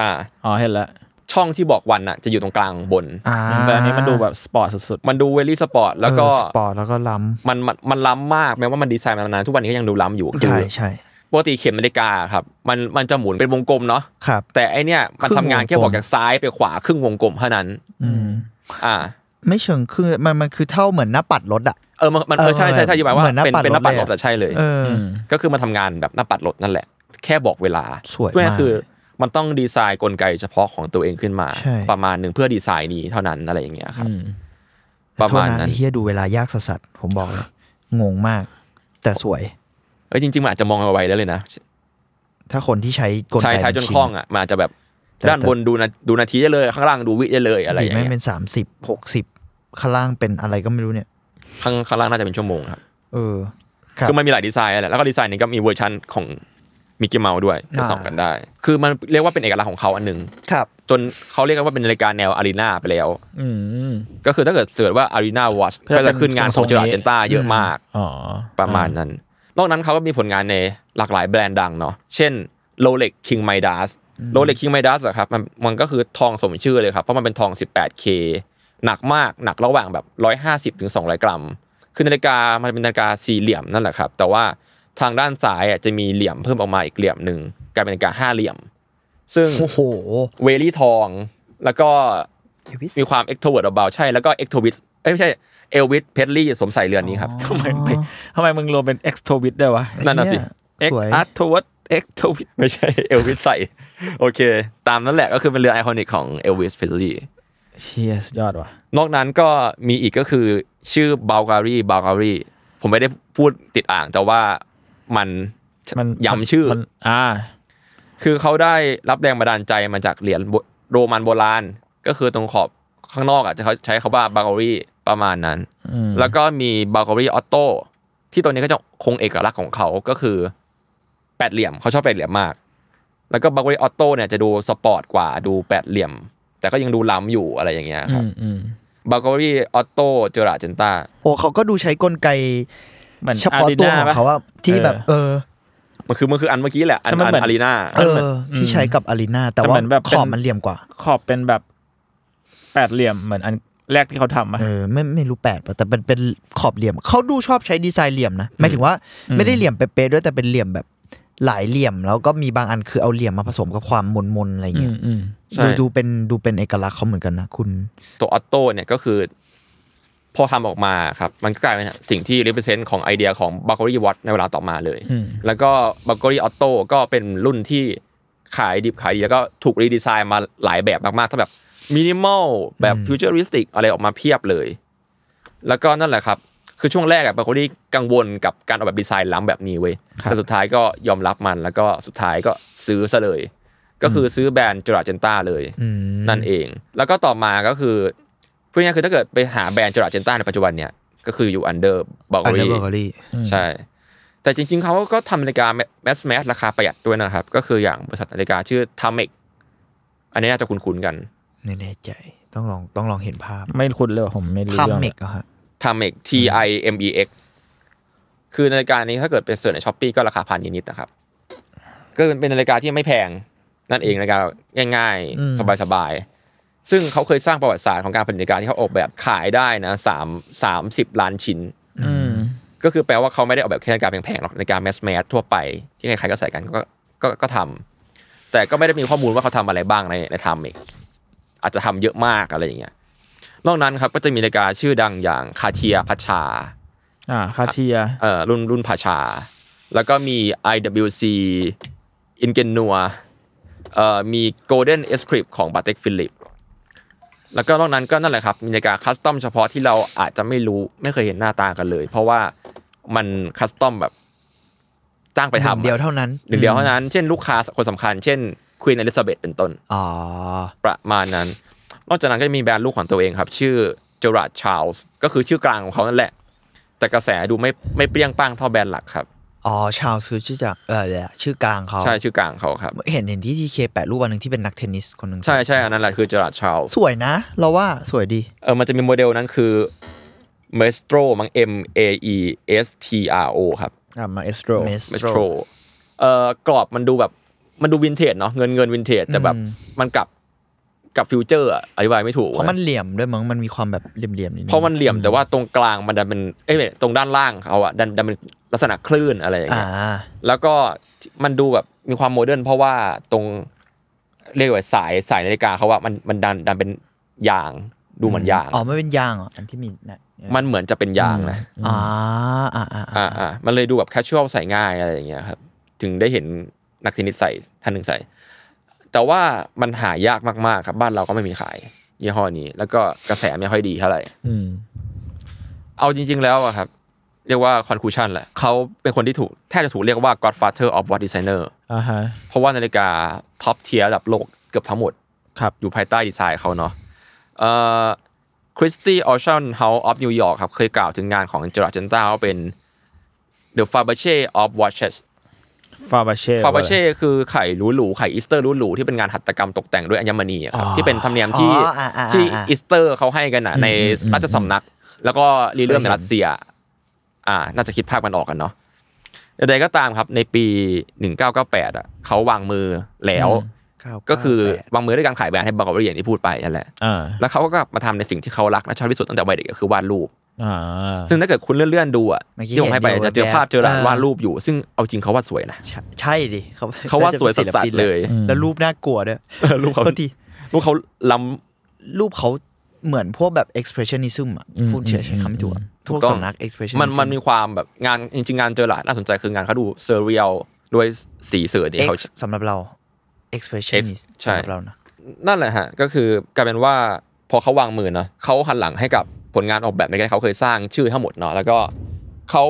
[SPEAKER 3] อ่า
[SPEAKER 1] อ๋อเห็นละ
[SPEAKER 3] ช่องที่บอกวันน่ะจะอยู่ตรงกลางบน
[SPEAKER 2] อ่า
[SPEAKER 1] แต่อันนี้มันดูแบบสปอร์ตสุด
[SPEAKER 3] มันดูเวลี่สปอร์ตแล้วก็
[SPEAKER 2] เออสปอร์ตแล้วก็ล้
[SPEAKER 3] มันมันมันล้ำมากแม้ว่ามันดีไซน์มานานทุกวันนี้ก็ยังดูล้ำอยู่
[SPEAKER 2] ำ
[SPEAKER 3] คื
[SPEAKER 2] ใช่
[SPEAKER 3] อ
[SPEAKER 2] ใช่
[SPEAKER 3] ปกติเข็มนาฬิกาครับมันมันจะหมุนเป็นวงกลมเนาะ
[SPEAKER 2] ครับ
[SPEAKER 3] แต่ไอเนี้ยมันทำงานแค่บอกจากซ้ายไปขวาครึ่งวงกลมเท่านั้น
[SPEAKER 1] ๆอืม
[SPEAKER 3] อ่า
[SPEAKER 2] ไม่เชิงคือมันมันคือเท่าเหมือนหน้าปัดรถอ่ะ
[SPEAKER 3] เออมันมันเออใช่ใช่ใช่อธิบายว่า
[SPEAKER 2] เหมือนหน้า
[SPEAKER 3] เป็น
[SPEAKER 2] ปัด
[SPEAKER 3] เป็นหน้าปัดรถ
[SPEAKER 2] รถเลยอะ
[SPEAKER 3] แต่ใช่เลย
[SPEAKER 2] เอออ
[SPEAKER 1] ม
[SPEAKER 3] ก็คือมันทำงานแบบหน้าปัดรถนั่นแหละ แค่บอกเวลา
[SPEAKER 2] สวยมาก
[SPEAKER 3] ก็คือมันต้องดีไซน์กลไกเฉพาะของตัวเองขึ้นมา
[SPEAKER 2] ใช่
[SPEAKER 3] ประมาณหนึ่งเพื่อดีไซน์นี้เท่านั้นอะไรอย่างเงี้ยครับ
[SPEAKER 1] อืม
[SPEAKER 3] ประมาณ
[SPEAKER 2] โทษ
[SPEAKER 3] นั้น
[SPEAKER 2] ไอ้เฮียดูเวลายากสัสๆผมบอกเลยงงมาก แต่สวย
[SPEAKER 3] เอ้ยจริงๆมันอาจจะมองเอาไว้ได้เลยนะ
[SPEAKER 2] ถ้าคนที่ใช้กลไก
[SPEAKER 3] ใช้ใช้จน
[SPEAKER 2] มั
[SPEAKER 3] คล่องอ่ะมันอาจจะแบบ
[SPEAKER 2] แต่
[SPEAKER 3] ด้านบนดูนาดูนาทีได้เลยข้างล่างดูวิได้เลยอะไรอ
[SPEAKER 2] ดี
[SPEAKER 3] ย่าง
[SPEAKER 2] ไม่เป็
[SPEAKER 3] เงี้ย
[SPEAKER 2] นสามสิบหกสิบข้างล่างเป็นอะไรก็ไม่รู้เนี่ย
[SPEAKER 3] ข้างข้างล่างน่าจะเป็นชั่วโมงครับ
[SPEAKER 2] เออ ครับ
[SPEAKER 3] คือมันมีหลายดีไซน์อะแหละแล้วก็ดีไซน์นี้ก็มีเวอร์ชันของมิกกี้เมาส์ด้วยจะ
[SPEAKER 2] อ่า
[SPEAKER 3] ส่องกันได้ คือมันเรียกว่าเป็นเอกลักษณ์ของเขาอันหนึ่ง
[SPEAKER 2] ครับ
[SPEAKER 3] จนเขาเรียกกันว่าเป็นรายการแนวอารีนาไปแล้ว
[SPEAKER 1] อืม
[SPEAKER 3] ก็คือถ้าเกิดเสิร์ชว่า Arena Watch
[SPEAKER 1] เพื่อ
[SPEAKER 3] ก็
[SPEAKER 1] เป็น
[SPEAKER 3] จะขึ้นงานของเจอร์
[SPEAKER 1] ทรงๆนี้
[SPEAKER 3] เจนต้าเยอะมาก
[SPEAKER 1] อ๋อ
[SPEAKER 3] ประมาณนั้น นอกนั้นเขาก็มีผลงานในหลากหลายแบรนด์ดังเนาะเช่น Rolex King Midas Rolex King Midas อะครับมันมันก็คือทองสมชื่อเลยครับ เพราะมันเป็นทอง 18K หนักมากหนักระหว่างแบบ 150ถึง200 กรัม คือนาฬิกามันเป็นนาฬิกาสี่เหลี่ยมนั่นแหละครับ แต่ว่าทางด้านซ้ายอะจะมีเหลี่ยมเพิ่มออกมาอีกเหลี่ยมหนึ่งกลายเป็นนาฬิกาห้าเหลี่ยม ซึ่ง
[SPEAKER 2] โอ้โห
[SPEAKER 3] เวลี่ทองแล้วก็
[SPEAKER 2] เอวิส
[SPEAKER 3] มีความเอ็กโทเวิร์ดเบาๆใช่แล้วก็เอ็กโทวิสเอ้ยไม่ใช่เอลวิสเพดลี่สวมใส่เรือนนี้ครับ
[SPEAKER 1] ทำไมไปทำไมมึงรวมเป็น e x t o w i t ได้วะ
[SPEAKER 3] นั่นน่ะสิ
[SPEAKER 2] เหี้ยสวย
[SPEAKER 1] a r t o w i t e x t o w i t
[SPEAKER 3] ไม่ใช่เอลวิสใส่ โอเค ตามนั้นแหละก็คือเป็นเรือไอคอนิกของเอลวิสเพดลี่
[SPEAKER 1] เชียสดยอดว่ะ
[SPEAKER 3] นอกนั้นก็มีอีกก็คือชื่อบา l การีบา l การีผมไม่ได้พูดติดอ่างแต่ว่ามัน
[SPEAKER 1] มัน
[SPEAKER 3] ย้ำชื่อ
[SPEAKER 1] มันอ่า
[SPEAKER 3] คือเขาได้รับแรงบันดาลใจมาจากเหรียญโบโรมันโบราณ ก็คือตรงขอบข้างนอกอ่ะจะเขาใช้คาว่าบา l การีประมาณนั้น
[SPEAKER 1] อืม
[SPEAKER 3] แล้วก็มีบา l กอรี่ออโต้ที่ตัวนี้ก็จะคงเอกลักษณ์ของเขาก็คือแปดเหลี่ยมเขาชอบแปดเหลี่ยมมาก แล้วก็บา l กอรี่ออโต้เนี่ยจะดูสปอร์ตกว่าดูแปดเหลี่ยม แต่ก็ยังดูล้ำอยู่อะไรอย่างเงี้ยค
[SPEAKER 1] อื
[SPEAKER 3] รับ
[SPEAKER 1] มอืม
[SPEAKER 3] บา l กอรี่ออโต้เจอราเจนตา
[SPEAKER 2] โอ้เขาก็ดูใช้กลไก
[SPEAKER 1] หมือน
[SPEAKER 2] เฉพาะตัว
[SPEAKER 1] Arena
[SPEAKER 2] ของ
[SPEAKER 1] ปะ
[SPEAKER 2] เขาว่าที่แบบ เออ
[SPEAKER 3] มันคือมันคืออันเมื่อกี้แหละ อัน
[SPEAKER 1] แต่มัน
[SPEAKER 3] อั
[SPEAKER 1] เหมือน
[SPEAKER 3] นอารีนา
[SPEAKER 1] มั
[SPEAKER 2] เอ
[SPEAKER 1] นเหมือน
[SPEAKER 2] อ ที่ใช้กับอารีนาแต่
[SPEAKER 1] แต่
[SPEAKER 2] ว่า
[SPEAKER 1] เหมือนแบบ
[SPEAKER 2] ข
[SPEAKER 1] เป็น
[SPEAKER 2] อบมันเหลี่ยมกว่า
[SPEAKER 1] ขอบเป็นแบบแปดเหลี่ยมเหมือนอันแรกที่เขาทำอ่ะ
[SPEAKER 2] เออไม่ไม่รู้แปดป่ะแต่เป็นเป็นขอบเหลี่ยมเขาดูชอบใช้ดีไซน์เหลี่ยมนะหมายถึงว่า
[SPEAKER 1] อืม
[SPEAKER 2] ไม่ได้เหลี่ยมเป๊ะๆด้วยแต่เป็นเหลี่ยมแบบหลายเหลี่ยม แล้วก็มีบางอันคือเอาเหลี่ยมมาผสมกับความมนๆอะไร
[SPEAKER 1] อื
[SPEAKER 2] เงี้
[SPEAKER 1] ม
[SPEAKER 2] ย
[SPEAKER 1] อืม
[SPEAKER 3] ใช่
[SPEAKER 2] ดูดูเป็นดูเป็นเอกลักษณ์เขาเหมือนกันนะคุณ
[SPEAKER 3] ตัวออโต้เนี่ยก็คือ พอทำออกมาครับ มันก็กลายเป็นสิ่งที่ represent ของไอเดียของบา l กอรี่วอตในเวลาต่อมาเลย
[SPEAKER 1] อืม
[SPEAKER 3] แล้วก็บักเกอรี่ออโต้ก็เป็นรุ่นที่ขายดิบขายดีแล้วก็ถูกรีดีไซน์มาหลายแบบมากๆทั้งแบบมินิมอลแบบ
[SPEAKER 2] อืม
[SPEAKER 3] ฟิวเจอริสติกอะไรออกมาเพียบเลย แล้วก็นั่นแหละครับ คือช่วงแรกอะบักเกอรี่กังวลกับการออกแบบดีไซน์ล้ำแบบนี้เว้ย แต่สุดท้ายก็ยอมรับมันแล้วก็สุดท้ายก็ซื้อซะเลย ก็คือซื้อแบรนด์จราเจนต้าเลย
[SPEAKER 2] อืม
[SPEAKER 3] นั่นเอง แล้วก็ต่อมาก็คือพูดง่ายๆคือถ้าเกิดไปหาแบรนด์จราเจนต้าในปัจจุบันเนี่ยก็คืออยู่อันเดอร์บักเก
[SPEAKER 2] อั
[SPEAKER 3] อน
[SPEAKER 2] เดอร์
[SPEAKER 3] รี่
[SPEAKER 2] เบอร์เกอรี่
[SPEAKER 3] ใช่ แต่จริงๆ เขาก็ทำนาฬิกาแมสแมสราคาประหยัดด้วยนะครับ ก็คืออย่างบริษัทนาฬิกาชื่อทามเมกอันนี้น่าจะคุ้นๆกัน
[SPEAKER 2] ไม่แน่ใจต้องลองต้องลองเห็นภาพ
[SPEAKER 1] ไม่คุ้นเลยว่ะผมไม่รู้
[SPEAKER 2] คัม
[SPEAKER 1] เรื่อง
[SPEAKER 2] เมกอะฮะ
[SPEAKER 3] ทามเมก T I M E X คือนาฬิกานี้ถ้าเกิดไปเสิร์ชในช้อปปีก็ราคาพันเยนนิดนะครับ ก็เป็นนาฬิกาที่ไม่แพง นั่นเองนาฬิกาง่ายๆ สบายๆ ซึ่งเขาเคยสร้างประวัติศาสตร์ของการผลิตนาฬิกาที่เขาออกแบบขายได้นะสามสามสิบล้านชิ้น
[SPEAKER 1] อืม
[SPEAKER 3] ก็คือแปลว่าเขาไม่ได้ออกแบบแค่นาฬิกาแพงๆหรอกนาฬิกาแมสแมสทั่วไป ที่ใครๆก็ใส่กันก็ก็ก็ทำแต่ก็ไม่ได้มีข้อมูลว่าเขาทำอะไรบ้างในในไทม์อีกอาจจะทำเยอะมากอะไรอย่างเงี้ยนอกนั้นครับก็จะมีนาฬิกาชื่อดังอย่างคาเทียพัชชา
[SPEAKER 1] อ่าคาเทีย
[SPEAKER 3] เอ่อรุ่นรุ่นพัชชา แล้วก็มี IWC อินเกนัวเอ่อมี Golden e s c r i p ของบ a t e k Philip แล้วก็นอกนั้นก็นั่นแหละครับมีนาฬิกาคัสตอมเฉพาะที่เราอาจจะไม่รู้ไม่เคยเห็นหน้าตากันเลย เพราะว่ามันคัสตอมแบบจ้างไป
[SPEAKER 2] ห
[SPEAKER 3] ทำ
[SPEAKER 2] นึ่งเดียวเท่านั้น
[SPEAKER 3] หนึ่งเดียวเท่านั้น เช่นลูกค้าคนสำคัญ เช่นควีนอลิซาเบธเป็นต้น
[SPEAKER 2] อ๋อ
[SPEAKER 3] ประมาณนั้น นอกจากนั้นก็จะมีแบรนด์ลูกของตัวเองครับ ชื่อเจอราร์ดชาร์ลส์ก็คือชื่อกลางของเขานั่นแหละ แต่กระแสดูไม่ไม่เปรี้ยงป้างเท่าแบรนด์หลักครับ
[SPEAKER 2] อ๋อชาวซื้อชื่อจากเออเดี๋ยวชื่อกลางเขา
[SPEAKER 3] ใช่ชื่อกลางเขาครับ
[SPEAKER 2] เห็นเห็นที่ทีเคแปะรูปวันหนึ่งที่เป็นนักเทนนิสคนหนึ่ง
[SPEAKER 3] ใช่ใช่อันนั้นแหละคือเจอราร์ดชาร์ลส์
[SPEAKER 2] สวยนะ เราว่าสวยดี
[SPEAKER 3] เออมันจะมีโมเดลนั้นคือ Maestro มั้ง M A E S T R O ครับ
[SPEAKER 1] อ่ามาเอสโตร
[SPEAKER 2] Maestro
[SPEAKER 3] เมโทรเอ่อกรอบมันดูแบบมันดูวินเทจเนาะเงินเงินวินเทจแต่แบบ
[SPEAKER 2] อืม
[SPEAKER 3] มันกลับ กับฟิวเจอร์อะอธิบายไม่ถูก
[SPEAKER 2] เพราะมันเหลี่ยมด้วยมั้งมันมีความแบบเหลี่ยมๆนิดนึง
[SPEAKER 3] เพราะมันเหลี่ยมแต่ว่าตรงกลางมันดันเป็นเอ้ยไม่ตรงด้านล่างเขาอะดันดันเป็นลักษณะคลื่นอะไรอย่าง
[SPEAKER 2] อ่า
[SPEAKER 3] เงี้ย แล้วก็มันดูแบบมีความโมเดิร์นเพราะว่าตรงเรียกว่าสายสายนาฬิกาเขาว่ามันมันดันดันเป็นยางดูเหมือนยาง
[SPEAKER 2] อ๋อไม่เป็นยางเหรออันที่มีนะ
[SPEAKER 3] มันเหมือนจะเป็นยางนะ
[SPEAKER 2] อ่าอ่าอ่า
[SPEAKER 3] อ่า
[SPEAKER 2] อ่า
[SPEAKER 3] อ่ามันเลยดูแบบแคชชวลใส่ง่ายอะไรอย่างเงี้ยครับ ถึงได้เห็นนักเทนนิสใส่ท่านหนึ่งใส่ แต่ว่ามันหายากมากๆครับ บ้านเราก็ไม่มีขายยี่ห้อนี้ แล้วก็กระแสไม่ค่อยดีเท่าไหร่
[SPEAKER 1] อืม
[SPEAKER 3] เอาจริง ๆ แล้วอะครับ เรียกว่า conclusion แหละเขาเป็นคนที่ถูกแทบจะถูกเรียกว่า godfather of watch designer
[SPEAKER 1] อ่าฮะ
[SPEAKER 3] เพราะว่านาฬิกาท็อปเทียร์ระดับโลกเกือบทั้งหมด
[SPEAKER 1] ครับ
[SPEAKER 3] อยู่ภายใต้ดีไซน์เขาเนาะคริสตี้ออชันเฮาส์ออฟนิวยอร์กครับ เคยกล่าวถึงงานของเจอร์เจนต้าว่าเป็น The f a b e r g e of Watches
[SPEAKER 1] ฟาบาเช่
[SPEAKER 3] f a b e r g e คือไข่หรูๆไข่อีสเตอร์หรูๆที่เป็นงานหัตถกรรมตกแต่งด้วยอัญมณีอะครับ
[SPEAKER 1] อ๋อ
[SPEAKER 3] ที่เป็นธรรมเนียมที่
[SPEAKER 2] อ๋ออ่าอ่า
[SPEAKER 3] ที่
[SPEAKER 2] อ่า
[SPEAKER 3] อีสเตอร์เขาให้กันนะในราชสำนัก แล้วก็รีเริ่มในรัสเซีย อ่า น่าจะคิดภาพกันออกกันเนาะใดๆก็ตามครับในปี 1998อ่ะเขาวางมือแล้ว
[SPEAKER 2] เา
[SPEAKER 3] ก็คือ
[SPEAKER 2] เาแปด
[SPEAKER 3] วางมือด้วยการขายแบรนด์ให้บากอบเรียนที่พูดไปนั่นแหละ
[SPEAKER 1] อ่า
[SPEAKER 3] แล้วเขาก็กลับมาทำในสิ่งที่เขารักและชอบที่สุดตั้งแต่วัยเด็กก็คือวาดรูป
[SPEAKER 1] อ่า
[SPEAKER 3] ซึ่งถ้าเกิดคุณเลื่อนๆดูอ่ะ
[SPEAKER 2] เมื่อกี้
[SPEAKER 3] ที่ผมให้ไป
[SPEAKER 2] เนยู่
[SPEAKER 3] จะเจอ
[SPEAKER 2] แบบ
[SPEAKER 3] ภาพเจอร้านวาดรูปอยู่ ซึ่งเอาจริงเขาวาดสวยนะ
[SPEAKER 2] ใช่ใช่ดิเขา
[SPEAKER 3] เขาวาดสวยสัสๆเลย
[SPEAKER 2] อืมแล้วรูปน่ากลัวด้วย
[SPEAKER 3] รูปเขา
[SPEAKER 2] โทษที
[SPEAKER 3] รูปเขาล้
[SPEAKER 2] รูปเขาเหมือนพวกแบบ expressionism อ่ะพูดเฉยใช้คำไม่ถูกอะพวกสำนัก
[SPEAKER 3] ำ
[SPEAKER 2] expressionism
[SPEAKER 3] มันมันมีความแบบงานจริงๆงานเจอร้านน่าสนใจคืองานเขาดูเซเรียลด้วยสีเสือที่เขา
[SPEAKER 2] X สำหรับเรา expressionist
[SPEAKER 3] Ex-
[SPEAKER 2] สำ
[SPEAKER 3] ใช่
[SPEAKER 2] หรับเรานะ
[SPEAKER 3] นั่นแหละฮะก็คือกลายเป็นว่าพอเขาวางมือเนาะเขาหันหลังให้กับผลงานออกแบบในการเขาเคยสร้างชื่อทั้งหมดเนาะแล้วก็เขา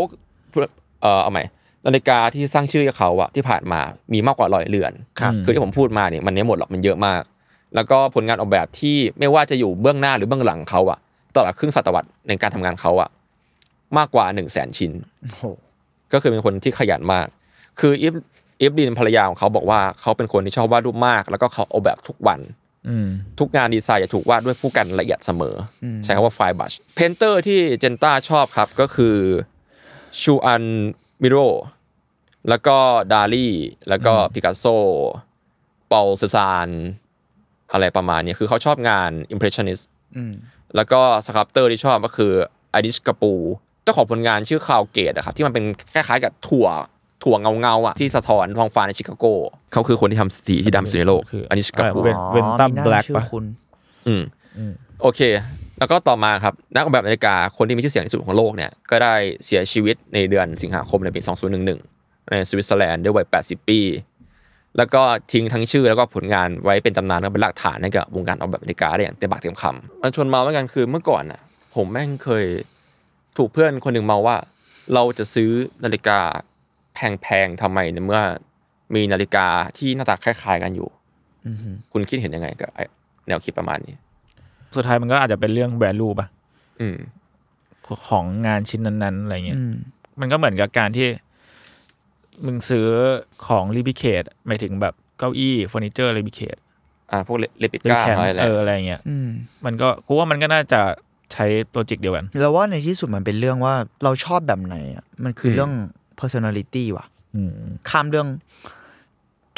[SPEAKER 3] เอ่อเอาใหม่นาฬิกาที่สร้างชื่อให้เขาอะที่ผ่านมามีมากกว่าร้อยเรือน
[SPEAKER 2] ครับ
[SPEAKER 3] คือที่ผมพูดมาเนี่ยมันไม่หมดหรอกมันเยอะมาก แล้วก็ผลงานออกแบบที่ไม่ว่าจะอยู่เบื้องหน้าหรือเบื้องหลังเขาอะตลอดครึ่งศตวรรษในการทำงานเขาอะมากกว่าหนึ่งแสนชิ้น
[SPEAKER 2] โอ้โห
[SPEAKER 3] ก็คือเป็นคนที่ขยันมาก คืออีฟอีฟดินภรรยาของเขาบอกว่าเขาเป็นคนที่ชอบวาดรูปมาก แล้วก็เขาออกแบบทุกวัน
[SPEAKER 1] อืม
[SPEAKER 3] ทุกงานดีไซน์จะถูกวาดด้วยผู้กันละเอียดเสมออใช้คำว่าไฟบัชเพนเตอร์ที่เจนต้าชอบครับก็คือชูอันมิโรแล้วก็ดาลีแล้วก็ปิกัสโซเปาเซซานอะไรประมาณเนี้ยคือเขาชอบงาน Impressionist
[SPEAKER 2] อืม
[SPEAKER 3] แล้วก็สครับเตอร์ที่ชอบก็คืออดิชกาปูเจ้าของผลงานชื่อคาวเกตอะครับที่มันเป็นคล้ายๆกับถั่วถั่วเงาเงาๆอะที่สะท้อนท้องฟ้าในชิคาโกเขาคือคนที่ทำสีที่ดำที่สุดในโลก
[SPEAKER 1] คือ
[SPEAKER 3] อดิชกาปู
[SPEAKER 1] เว้น
[SPEAKER 2] อ๋อ
[SPEAKER 1] Ventum
[SPEAKER 2] มีหน้า
[SPEAKER 1] Black
[SPEAKER 2] ชื่อ
[SPEAKER 1] ปะ
[SPEAKER 2] คุณ
[SPEAKER 3] อืม
[SPEAKER 1] อืม
[SPEAKER 3] โอเค แล้วก็ต่อมาครับ นักออกแบบนาฬิกาคนที่มีชื่อเสียงที่สุดของโลกเนี่ย ก็ได้เสียชีวิตในเดือนสิงหาคมในปี 2011 ในสวิตเซอร์แลนด์ด้วยวัย 80 ปี แล้วก็ทิ้งทั้งชื่อแล้วก็ผลงานไว้เป็นตำนานและเป็นหลักฐานให้กับวงการออกแบบนาฬิกาได้อย่างเต็มปากเต็มคำมันชวนเมาแล้วกันคือเมื่อก่อนน่ะ ผมแม่งเคยถูกเพื่อนคนหนึ่งเมาว่า เราจะซื้อนาฬิกาแพงๆทำไมในเมื่อมีนาฬิกาที่หน้าตาคล้ายๆกันอยู่
[SPEAKER 2] อือหือ
[SPEAKER 3] คุณคิดเห็นยังไงกับไอ้แนวคิดประมาณนี้
[SPEAKER 1] สุดท้ายมันก็อาจจะเป็นเรื่องแวลูป่ะ
[SPEAKER 3] อืม
[SPEAKER 1] ของงานชิ้นนั้น ๆ อะไรเงี้ย
[SPEAKER 2] อืม
[SPEAKER 1] มันก็เหมือนกับการที่ มึงซื้อของรีพิเคทหมายถึงแบบเก้าอี้เฟอร์นิเจอร์รีพิเคท
[SPEAKER 3] อ่าพวกเลปิ
[SPEAKER 1] หรือ
[SPEAKER 3] ก้า
[SPEAKER 1] แคน
[SPEAKER 3] อะไรแหละ
[SPEAKER 1] เอออะไรเงี้ย
[SPEAKER 2] อืม
[SPEAKER 1] มันก็กูว่ามันก็น่าจะใช้โปรเจกต์เดียวกัน
[SPEAKER 2] เราว่าในที่สุดมันเป็นเรื่องว่าเราชอบแบบไหนอ่ะมันคือเรื่อง personality ว่ะ
[SPEAKER 1] อืม
[SPEAKER 2] ข้ามเรื่อง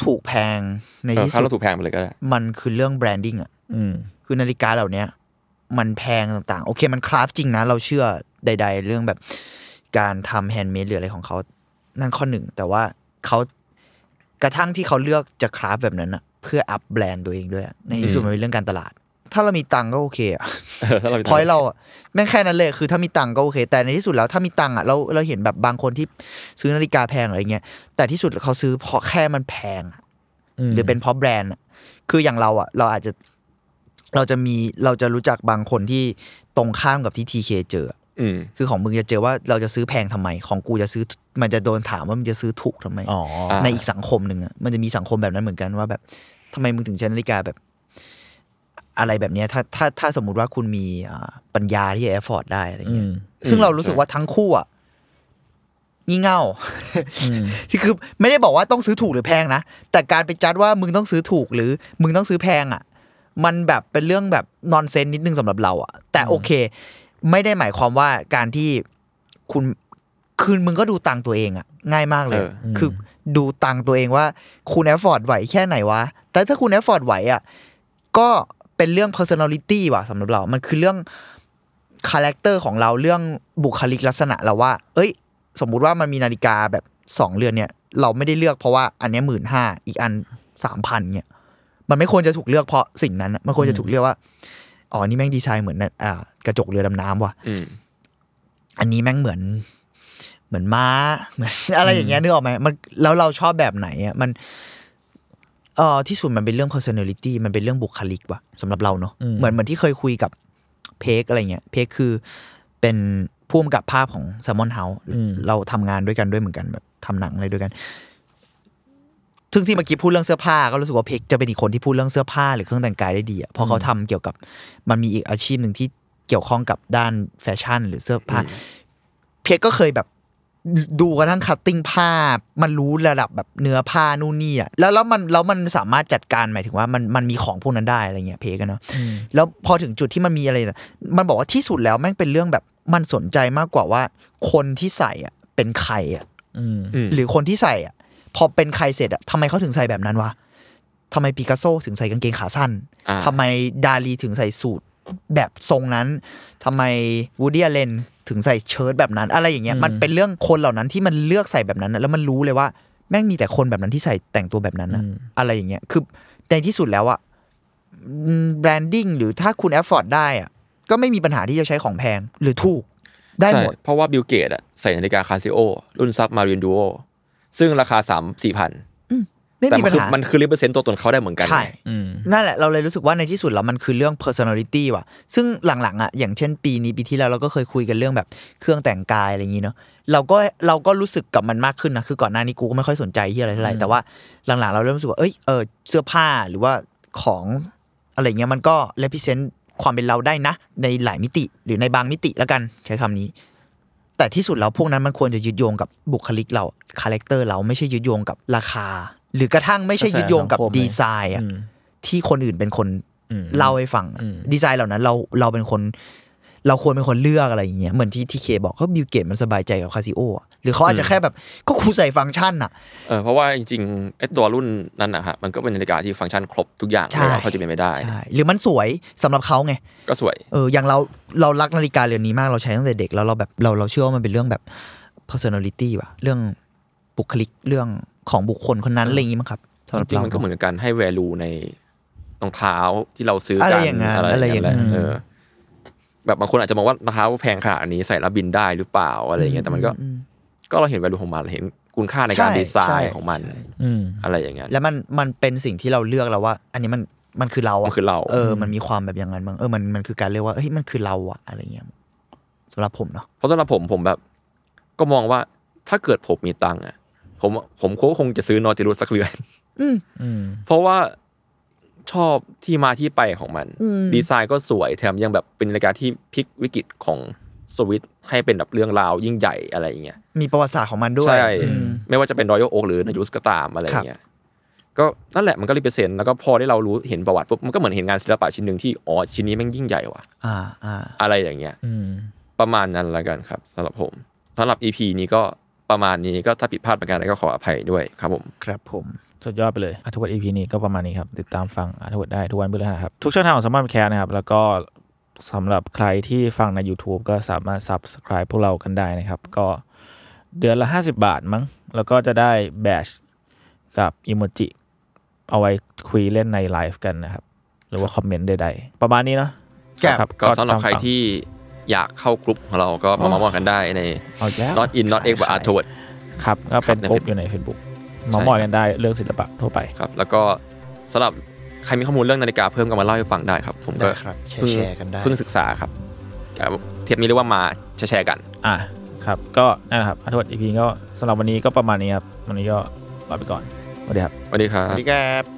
[SPEAKER 2] ถูกแพงใน
[SPEAKER 3] เออ
[SPEAKER 2] ที่
[SPEAKER 3] ค่า
[SPEAKER 2] สุ
[SPEAKER 3] ร
[SPEAKER 2] ด
[SPEAKER 3] ถถูกแพงไปเลยก็ได้
[SPEAKER 2] มันคือเรื่อง branding อ่ะ
[SPEAKER 1] อืม
[SPEAKER 2] คือนาฬิกาเหล่าเนี้ยมันแพงต่างๆ โอเคมันคราฟจริงนะ เราเชื่อใด ๆ เรื่องแบบการทำแฮนด์เมดหรืออะไรของเขา นั่นข้อหนึ่ง แต่ว่าเขากระทั่งที่เขาเลือกจะคราฟแบบนั้นอ่ะ เพื่ออัพแบรนด์ตัวเองด้วยอะในที่สุดมันเป็นเรื่องการตลาด ถ้าเรามีตังค์ก็โอเคอะ
[SPEAKER 3] ถ้าเราไป
[SPEAKER 2] <laughs> พอยเราอะแม่งแค่นั้นเลยคือถ้ามีตังค์ก็โอเค แต่ในที่สุดแล้วถ้ามีตังค์อ่ะเราเราเห็นแบบบางคนที่ซื้อนาฬิกาแพงอะไรเงี้ยแต่ที่สุดเขาซื้อเพราะแค่มันแพงอะหรือเป็นเพราะแบรนด์อะคืออย่างเราอ่ะ เราอาจจะเราจะมีเราจะรู้จักบางคนที่ตรงข้ามกับที่ทีเคเจออะ
[SPEAKER 3] อืม
[SPEAKER 2] คือของมึงจะเจอว่าเราจะซื้อแพงทำไม ของกูจะซื้อมันจะโดนถามว่ามึงจะซื้อถูกทำไม
[SPEAKER 1] อ๋อ
[SPEAKER 3] อ่า
[SPEAKER 2] ในอีกสังคมหนึ่งอ่ะมันจะมีสังคมแบบนั้นเหมือนกันว่าแบบทำไมมึงถึงใช้นาฬิกาแบบ อะไรแบบเนี้ยถ้าถ้าถ้าสมมุติว่าคุณมีอ่าปัญญาที่จะแอฟฟอร์ดได้อะไรเงี้ย
[SPEAKER 1] อืม
[SPEAKER 2] ซึ่ง
[SPEAKER 3] อืม
[SPEAKER 2] เรารู้สึกว่าทั้งคู่อ่ะงี่เง่า
[SPEAKER 1] อืม
[SPEAKER 2] ที่คือไม่ได้บอกว่าต้องซื้อถูกหรือแพงนะ แต่การไปจัดว่ามึงต้องซื้อถูกหรือมึงต้องซื้อแพงอ่ะ มันแบบเป็นเรื่องแบบนอนเซนนิดนึงสำหรับเราอ่ะ แต่โอเค ไม่ได้หมายความว่าการที่คุณคืนมึงก็ดูตังค์ตัวเองอ่ะ ง่ายมากเลย
[SPEAKER 3] เออ
[SPEAKER 2] คือดูตังค์ตัวเองว่าคุณแอฟฟอร์ดไหวแค่ไหนวะ แต่ถ้าคุณแอฟฟอร์ดไหวอ่ะ ก็ เป็นเรื่อง personality ว่ะสำหรับเรา มันคือเรื่องคาแรคเตอร์ของเราเรื่องบุคลิกลักษณะเราว่า เอ้ย สมมุติว่ามันมีนาฬิกาแบบสองเรือนเนี่ย เราไม่ได้เลือกเพราะว่าอันเนี้หมื่นห้าอีกอันสามพันเนี่ย มันไม่ควรจะถูกเลือกเพราะสิ่งนั้นอะมันควรจะถูกเลือกว่าอ๋อนี่แม่งดีไซน์เหมือนน่ะอ่ากระจกเรือดำน้ำว่ะ
[SPEAKER 3] อืม
[SPEAKER 2] อันนี้แม่งเหมือน เหมือนม้า เหมือน <laughs> อะไรอย่างเงี้ยนึกออกไหมมันแล้วเราชอบแบบไหนอ่ะมันเออที่สุดมันเป็นเรื่อง personality มันเป็นเรื่องบุคลิกว่ะสำหรับเราเนอะ
[SPEAKER 1] อืม
[SPEAKER 2] เหมือนเหมือนที่เคยคุยกับเพกอะไรเงี้ยเพกคือเป็นผู้กำกับภาพของ s ซ m o n House เราทำงานด้วยกันด้วยเหมือนกันแบบทำหนังอะไรด้วยกัน ซึ่งที่เมื่อกี้พูดเรื่องเสื้อผ้าก็รู้สึกว่าเพกจะเป็นอีกคนที่พูดเรื่องเสื้อผ้าหรือเครื่องแต่งกายได้ดีอะเพราะเขาทำเกี่ยวกับมันมีอีกอาชีพหนึ่งที่เกี่ยวข้องกับด้านแฟชั่น หรือเสื้อผ้า เพชรก็เคยแบบดูกระทั่งคัตติ้งผ้า มันรู้ระดับแบบเนื้อผ้านู่นนี่อ่ะแล้วแล้วมันแล้วมันสามารถจัดการหมายถึงว่ามันมันมีของพวกนั้นได้อะไรเงี้ยเพชรกันเนาะแล้วพอถึงจุดที่มันมีอะไรน่ะมันบอกว่าที่สุดแล้วแม่งเป็นเรื่องแบบมันสนใจมากกว่าว่า คนที่ใส่อ่ะเป็นใครอ่ะ
[SPEAKER 1] อืม
[SPEAKER 3] อืม
[SPEAKER 2] หรือคนที่ใส่อ่ะพอเป็นใครเสร็จอ่ะทำไมเขาถึงใส่แบบนั้นวะทำไมปิกัสโซถึงใส่กางเกงขาสั้น
[SPEAKER 3] อ่า
[SPEAKER 2] ทำไมดาลีถึงใส่สูทแบบทรงนั้นทำไมวูดี้อเลนถึงใส่เชิ้ตแบบนั้น อะไรอย่างเงี้ย
[SPEAKER 1] อืม
[SPEAKER 2] มันเป็นเรื่องคนเหล่านั้นที่มันเลือกใส่แบบนั้นนะแล้วมันรู้เลยว่า แม่งมีแต่คนแบบนั้นที่ใส่แต่งตัวแบบนั้นนะอะไรอย่างเงี้ยคือในที่สุดแล้วอ่ะแบรนดิ้งหรือถ้าคุณแอฟฟอร์ดได้อ่ะก็ไม่มีปัญหาที่จะใช้ของแพงหรือถูกได้หมด
[SPEAKER 3] ใช่เพราะว่าบิลเกตอะใส่นาฬิกาคาซิโอรุ่นซับมารินดูโอซึ่งราคาสามสี่พัน
[SPEAKER 2] ไม่
[SPEAKER 3] แต่
[SPEAKER 2] มี
[SPEAKER 3] มั
[SPEAKER 2] ปัญ
[SPEAKER 3] คือ
[SPEAKER 2] หา
[SPEAKER 3] มันคือริเปอร์เซนต์ตัวตนเขาได้เหมือนกัน
[SPEAKER 2] ใช่
[SPEAKER 1] อืม
[SPEAKER 2] นั่นแหละ เราเลยรู้สึกว่าในที่สุดแล้วมันคือเรื่อง personality ว่ะ ซึ่งหลังๆอ่ะอย่างเช่นปีนี้ปีที่แล้วเราก็เคยคุยกันเรื่องแบบเครื่องแต่งกายอะไรอย่างนี้เนาะเราก็เราก็รู้สึกกับมันมากขึ้นนะ คือก่อนหน้านี้กูก็ไม่ค่อยสนใจที่อะไรเท่าไหร่แต่ว่าหลังๆ เราเริ่มรู้สึกว่าเอ้ยเออเสื้อผ้าหรือว่าของอะไรเงี้ยมันก็ represent ความเป็นเราได้นะ ในหลายมิติหรือในบางมิติแล้วกันใช้คำนี้ แต่ที่สุดแล้วพวกนั้นมันควรจะยึดโยงกับบุคลิกเราคาแรคเตอร์เราไม่ใช่ยึดโยงกับราคา หรือกระทั่งไม่ใช่ยึดโยงกับ
[SPEAKER 1] กระแสสังคม
[SPEAKER 2] ดีไซน์อ่ะ
[SPEAKER 1] อืม
[SPEAKER 2] ที่คนอื่นเป็นคน
[SPEAKER 1] อืม
[SPEAKER 2] เล่าให้ฟังอะ
[SPEAKER 1] อืม
[SPEAKER 2] ดีไซน์เหล่านั้นเราเราเป็นคน เราควรเป็นคนเลือกอะไรอย่างเงี้ยเหมือนที่ที่เคบอกเขาบิวเกตมันสบายใจกับคาซิโอะหรือเขาอาจจะแค่แบบ ก็ครูใส่ฟังก์ชันอ่ะ
[SPEAKER 3] เออเพราะว่าจริงๆไอ้ตัวรุ่นนั้นนะฮะมันก็เป็นนาฬิกาที่ฟังก์ชันครบทุกอย่าง
[SPEAKER 2] ใช่
[SPEAKER 3] ไม่ว่าเขาจะเป็นไม่ได้
[SPEAKER 2] ใช่หรือมันสวยสำหรับเขาไง
[SPEAKER 3] ก็สวย
[SPEAKER 2] เอออย่างเราเรารักนาฬิกาเรือนนี้มากเราใช้ตั้งแต่เด็กแล้วเราแบบเราเราเชื่อว่ามันเป็นเรื่องแบบ personality ว่ะเรื่องบุคลิกเรื่องของบุคคลคนนั้นอะไรอย่างงี้มั้งครับสำหรับ
[SPEAKER 3] จริง
[SPEAKER 2] เรา
[SPEAKER 3] ๆมันก็เหมือนกับการให้ value ในรองเท้าที่เราซื้อ
[SPEAKER 2] อะไร
[SPEAKER 3] กัน
[SPEAKER 2] อย่างนั้น
[SPEAKER 3] อะไรอย่าง
[SPEAKER 2] อะไรอย่างนั้
[SPEAKER 3] นั้น
[SPEAKER 2] น
[SPEAKER 3] เออ แบบบางคนอาจจะมองว่ารองเท้าแพงขนาดนี้ใส่แล้วบินได้หรือเปล่าอะไรอย่างเงี้ยแต่มันก็
[SPEAKER 2] อืม
[SPEAKER 3] ก็เราเห็น value ของมันเราเห็นคุณค่าในการ
[SPEAKER 2] ใช่
[SPEAKER 3] ดีไซ
[SPEAKER 2] ใช่
[SPEAKER 3] น์ของมัน
[SPEAKER 2] ใช่
[SPEAKER 1] อืม
[SPEAKER 3] อะไรอย่างเงี้ย
[SPEAKER 2] แล้วมันมันเป็นสิ่งที่เราเลือกแล้วว่า อันนี้มันมันคือเรา
[SPEAKER 3] มั
[SPEAKER 2] อะ
[SPEAKER 3] นคือเรา
[SPEAKER 2] เออ มันมีความแบบอย่างนั้นบ้าง เออ มัน มันคือการเรียกว่า เฮ้ย มันคือเราอะอะไรเงี้ยสำหรับผมเนาะ
[SPEAKER 3] เพราะสำหรับผมผมแบบ ก็มองว่าถ้าเกิดผมมีตังค์อ่ะ ผมผมก็คงจะซื้อนอติรูสักเรือน <laughs>
[SPEAKER 1] อืม
[SPEAKER 3] เพราะว่าชอบที่มาที่ไปของมัน ดีไซน์ก็สวยแถมยังแบบเป็นนาฬิกาที่พลิกวิกฤตของสวิตให้เป็นแบบเรื่องราวยิ่งใหญ่อะไรอย่างเงี้ย
[SPEAKER 2] มีประวัติศาสตร์ของมันด้วย
[SPEAKER 3] ใช่
[SPEAKER 2] อืม
[SPEAKER 3] ไม่ว่าจะเป็นรอยโอกหรือนายุสก็ตามอะไรอย่างเงี้ยก็นั่นแหละมันก็รีเปอร์เซ็นต์แล้วก็พอได้เรารู้เห็นประวัติปุ๊บมันก็เหมือนเห็นงานศิลปะชิ้นหนึ่งที่อ๋อชิ้นนี้แม่งยิ่งใหญ่ว่ะ
[SPEAKER 2] อ่า อ่า
[SPEAKER 3] อะไรอย่างเงี้ย
[SPEAKER 1] อืม
[SPEAKER 3] ประมาณนั้นละกันครับสำหรับผมสำหรับ EP นี้ก็ประมาณนี้ก็ถ้าผิดพลาดประการใดก็ขออภัยด้วยครับผม
[SPEAKER 2] ครับผม
[SPEAKER 1] สุดยอดไปเลยอ่ะทุกวัน EP นี้ก็ประมาณนี้ครับ ติดตามฟังอ่ะทุกวันได้ทุกวันพฤหัสนะครับ ทุกช่องทางของสมาร์ทแคร์นะครับ แล้วก็สำหรับใครที่ฟังใน YouTube ก็สามารถ Subscribe พวกเรากันได้นะครับ ก็เดือนละ 50 บาทมั้ง แล้วก็จะได้แบชกับอ m โมจิเอาไว้คุยเล่นในไลฟ์กันนะครับ หรือว่าคอมเมนต์ใดๆ ประมาณนี้เนาะ
[SPEAKER 2] ครับ
[SPEAKER 3] ก็สำหรับใคร
[SPEAKER 1] ตามฟัง
[SPEAKER 3] ที่อยากเข้ากลุ่มของเราก็มาเมาส์กันได้ใน
[SPEAKER 1] เอาแย่
[SPEAKER 3] not in not e x but afterward
[SPEAKER 1] ครับก็เป็น
[SPEAKER 3] ครับใน
[SPEAKER 1] กลุ่ม
[SPEAKER 3] Facebook
[SPEAKER 1] อยู่ใน Facebook มาหมอยกันได้เรื่องศิลปะทั่วไป
[SPEAKER 3] ครับแล้วก็สำหรับใครมีข้อมูลเรื่องนาฬิกาเพิ่มก็มาเล่าให้ฟังได้ครับ ผมก็
[SPEAKER 2] ได้ครับแชร์
[SPEAKER 3] เพิ่ง
[SPEAKER 2] แชร์กันได้
[SPEAKER 3] เพิ่งศึกษาครับแต่เทปนี้เรียกว่ามาแชร์แชร์กัน
[SPEAKER 1] อ่ะครับก็นั่นแหละครับอัธวัตอีพีก็สำหรับวันนี้ก็ประมาณนี้ครับ วันนี้ก็ลาไปก่อนสวัสดีครับ
[SPEAKER 3] สวัสดีครั
[SPEAKER 2] ส
[SPEAKER 3] บ
[SPEAKER 2] วัสดีครับ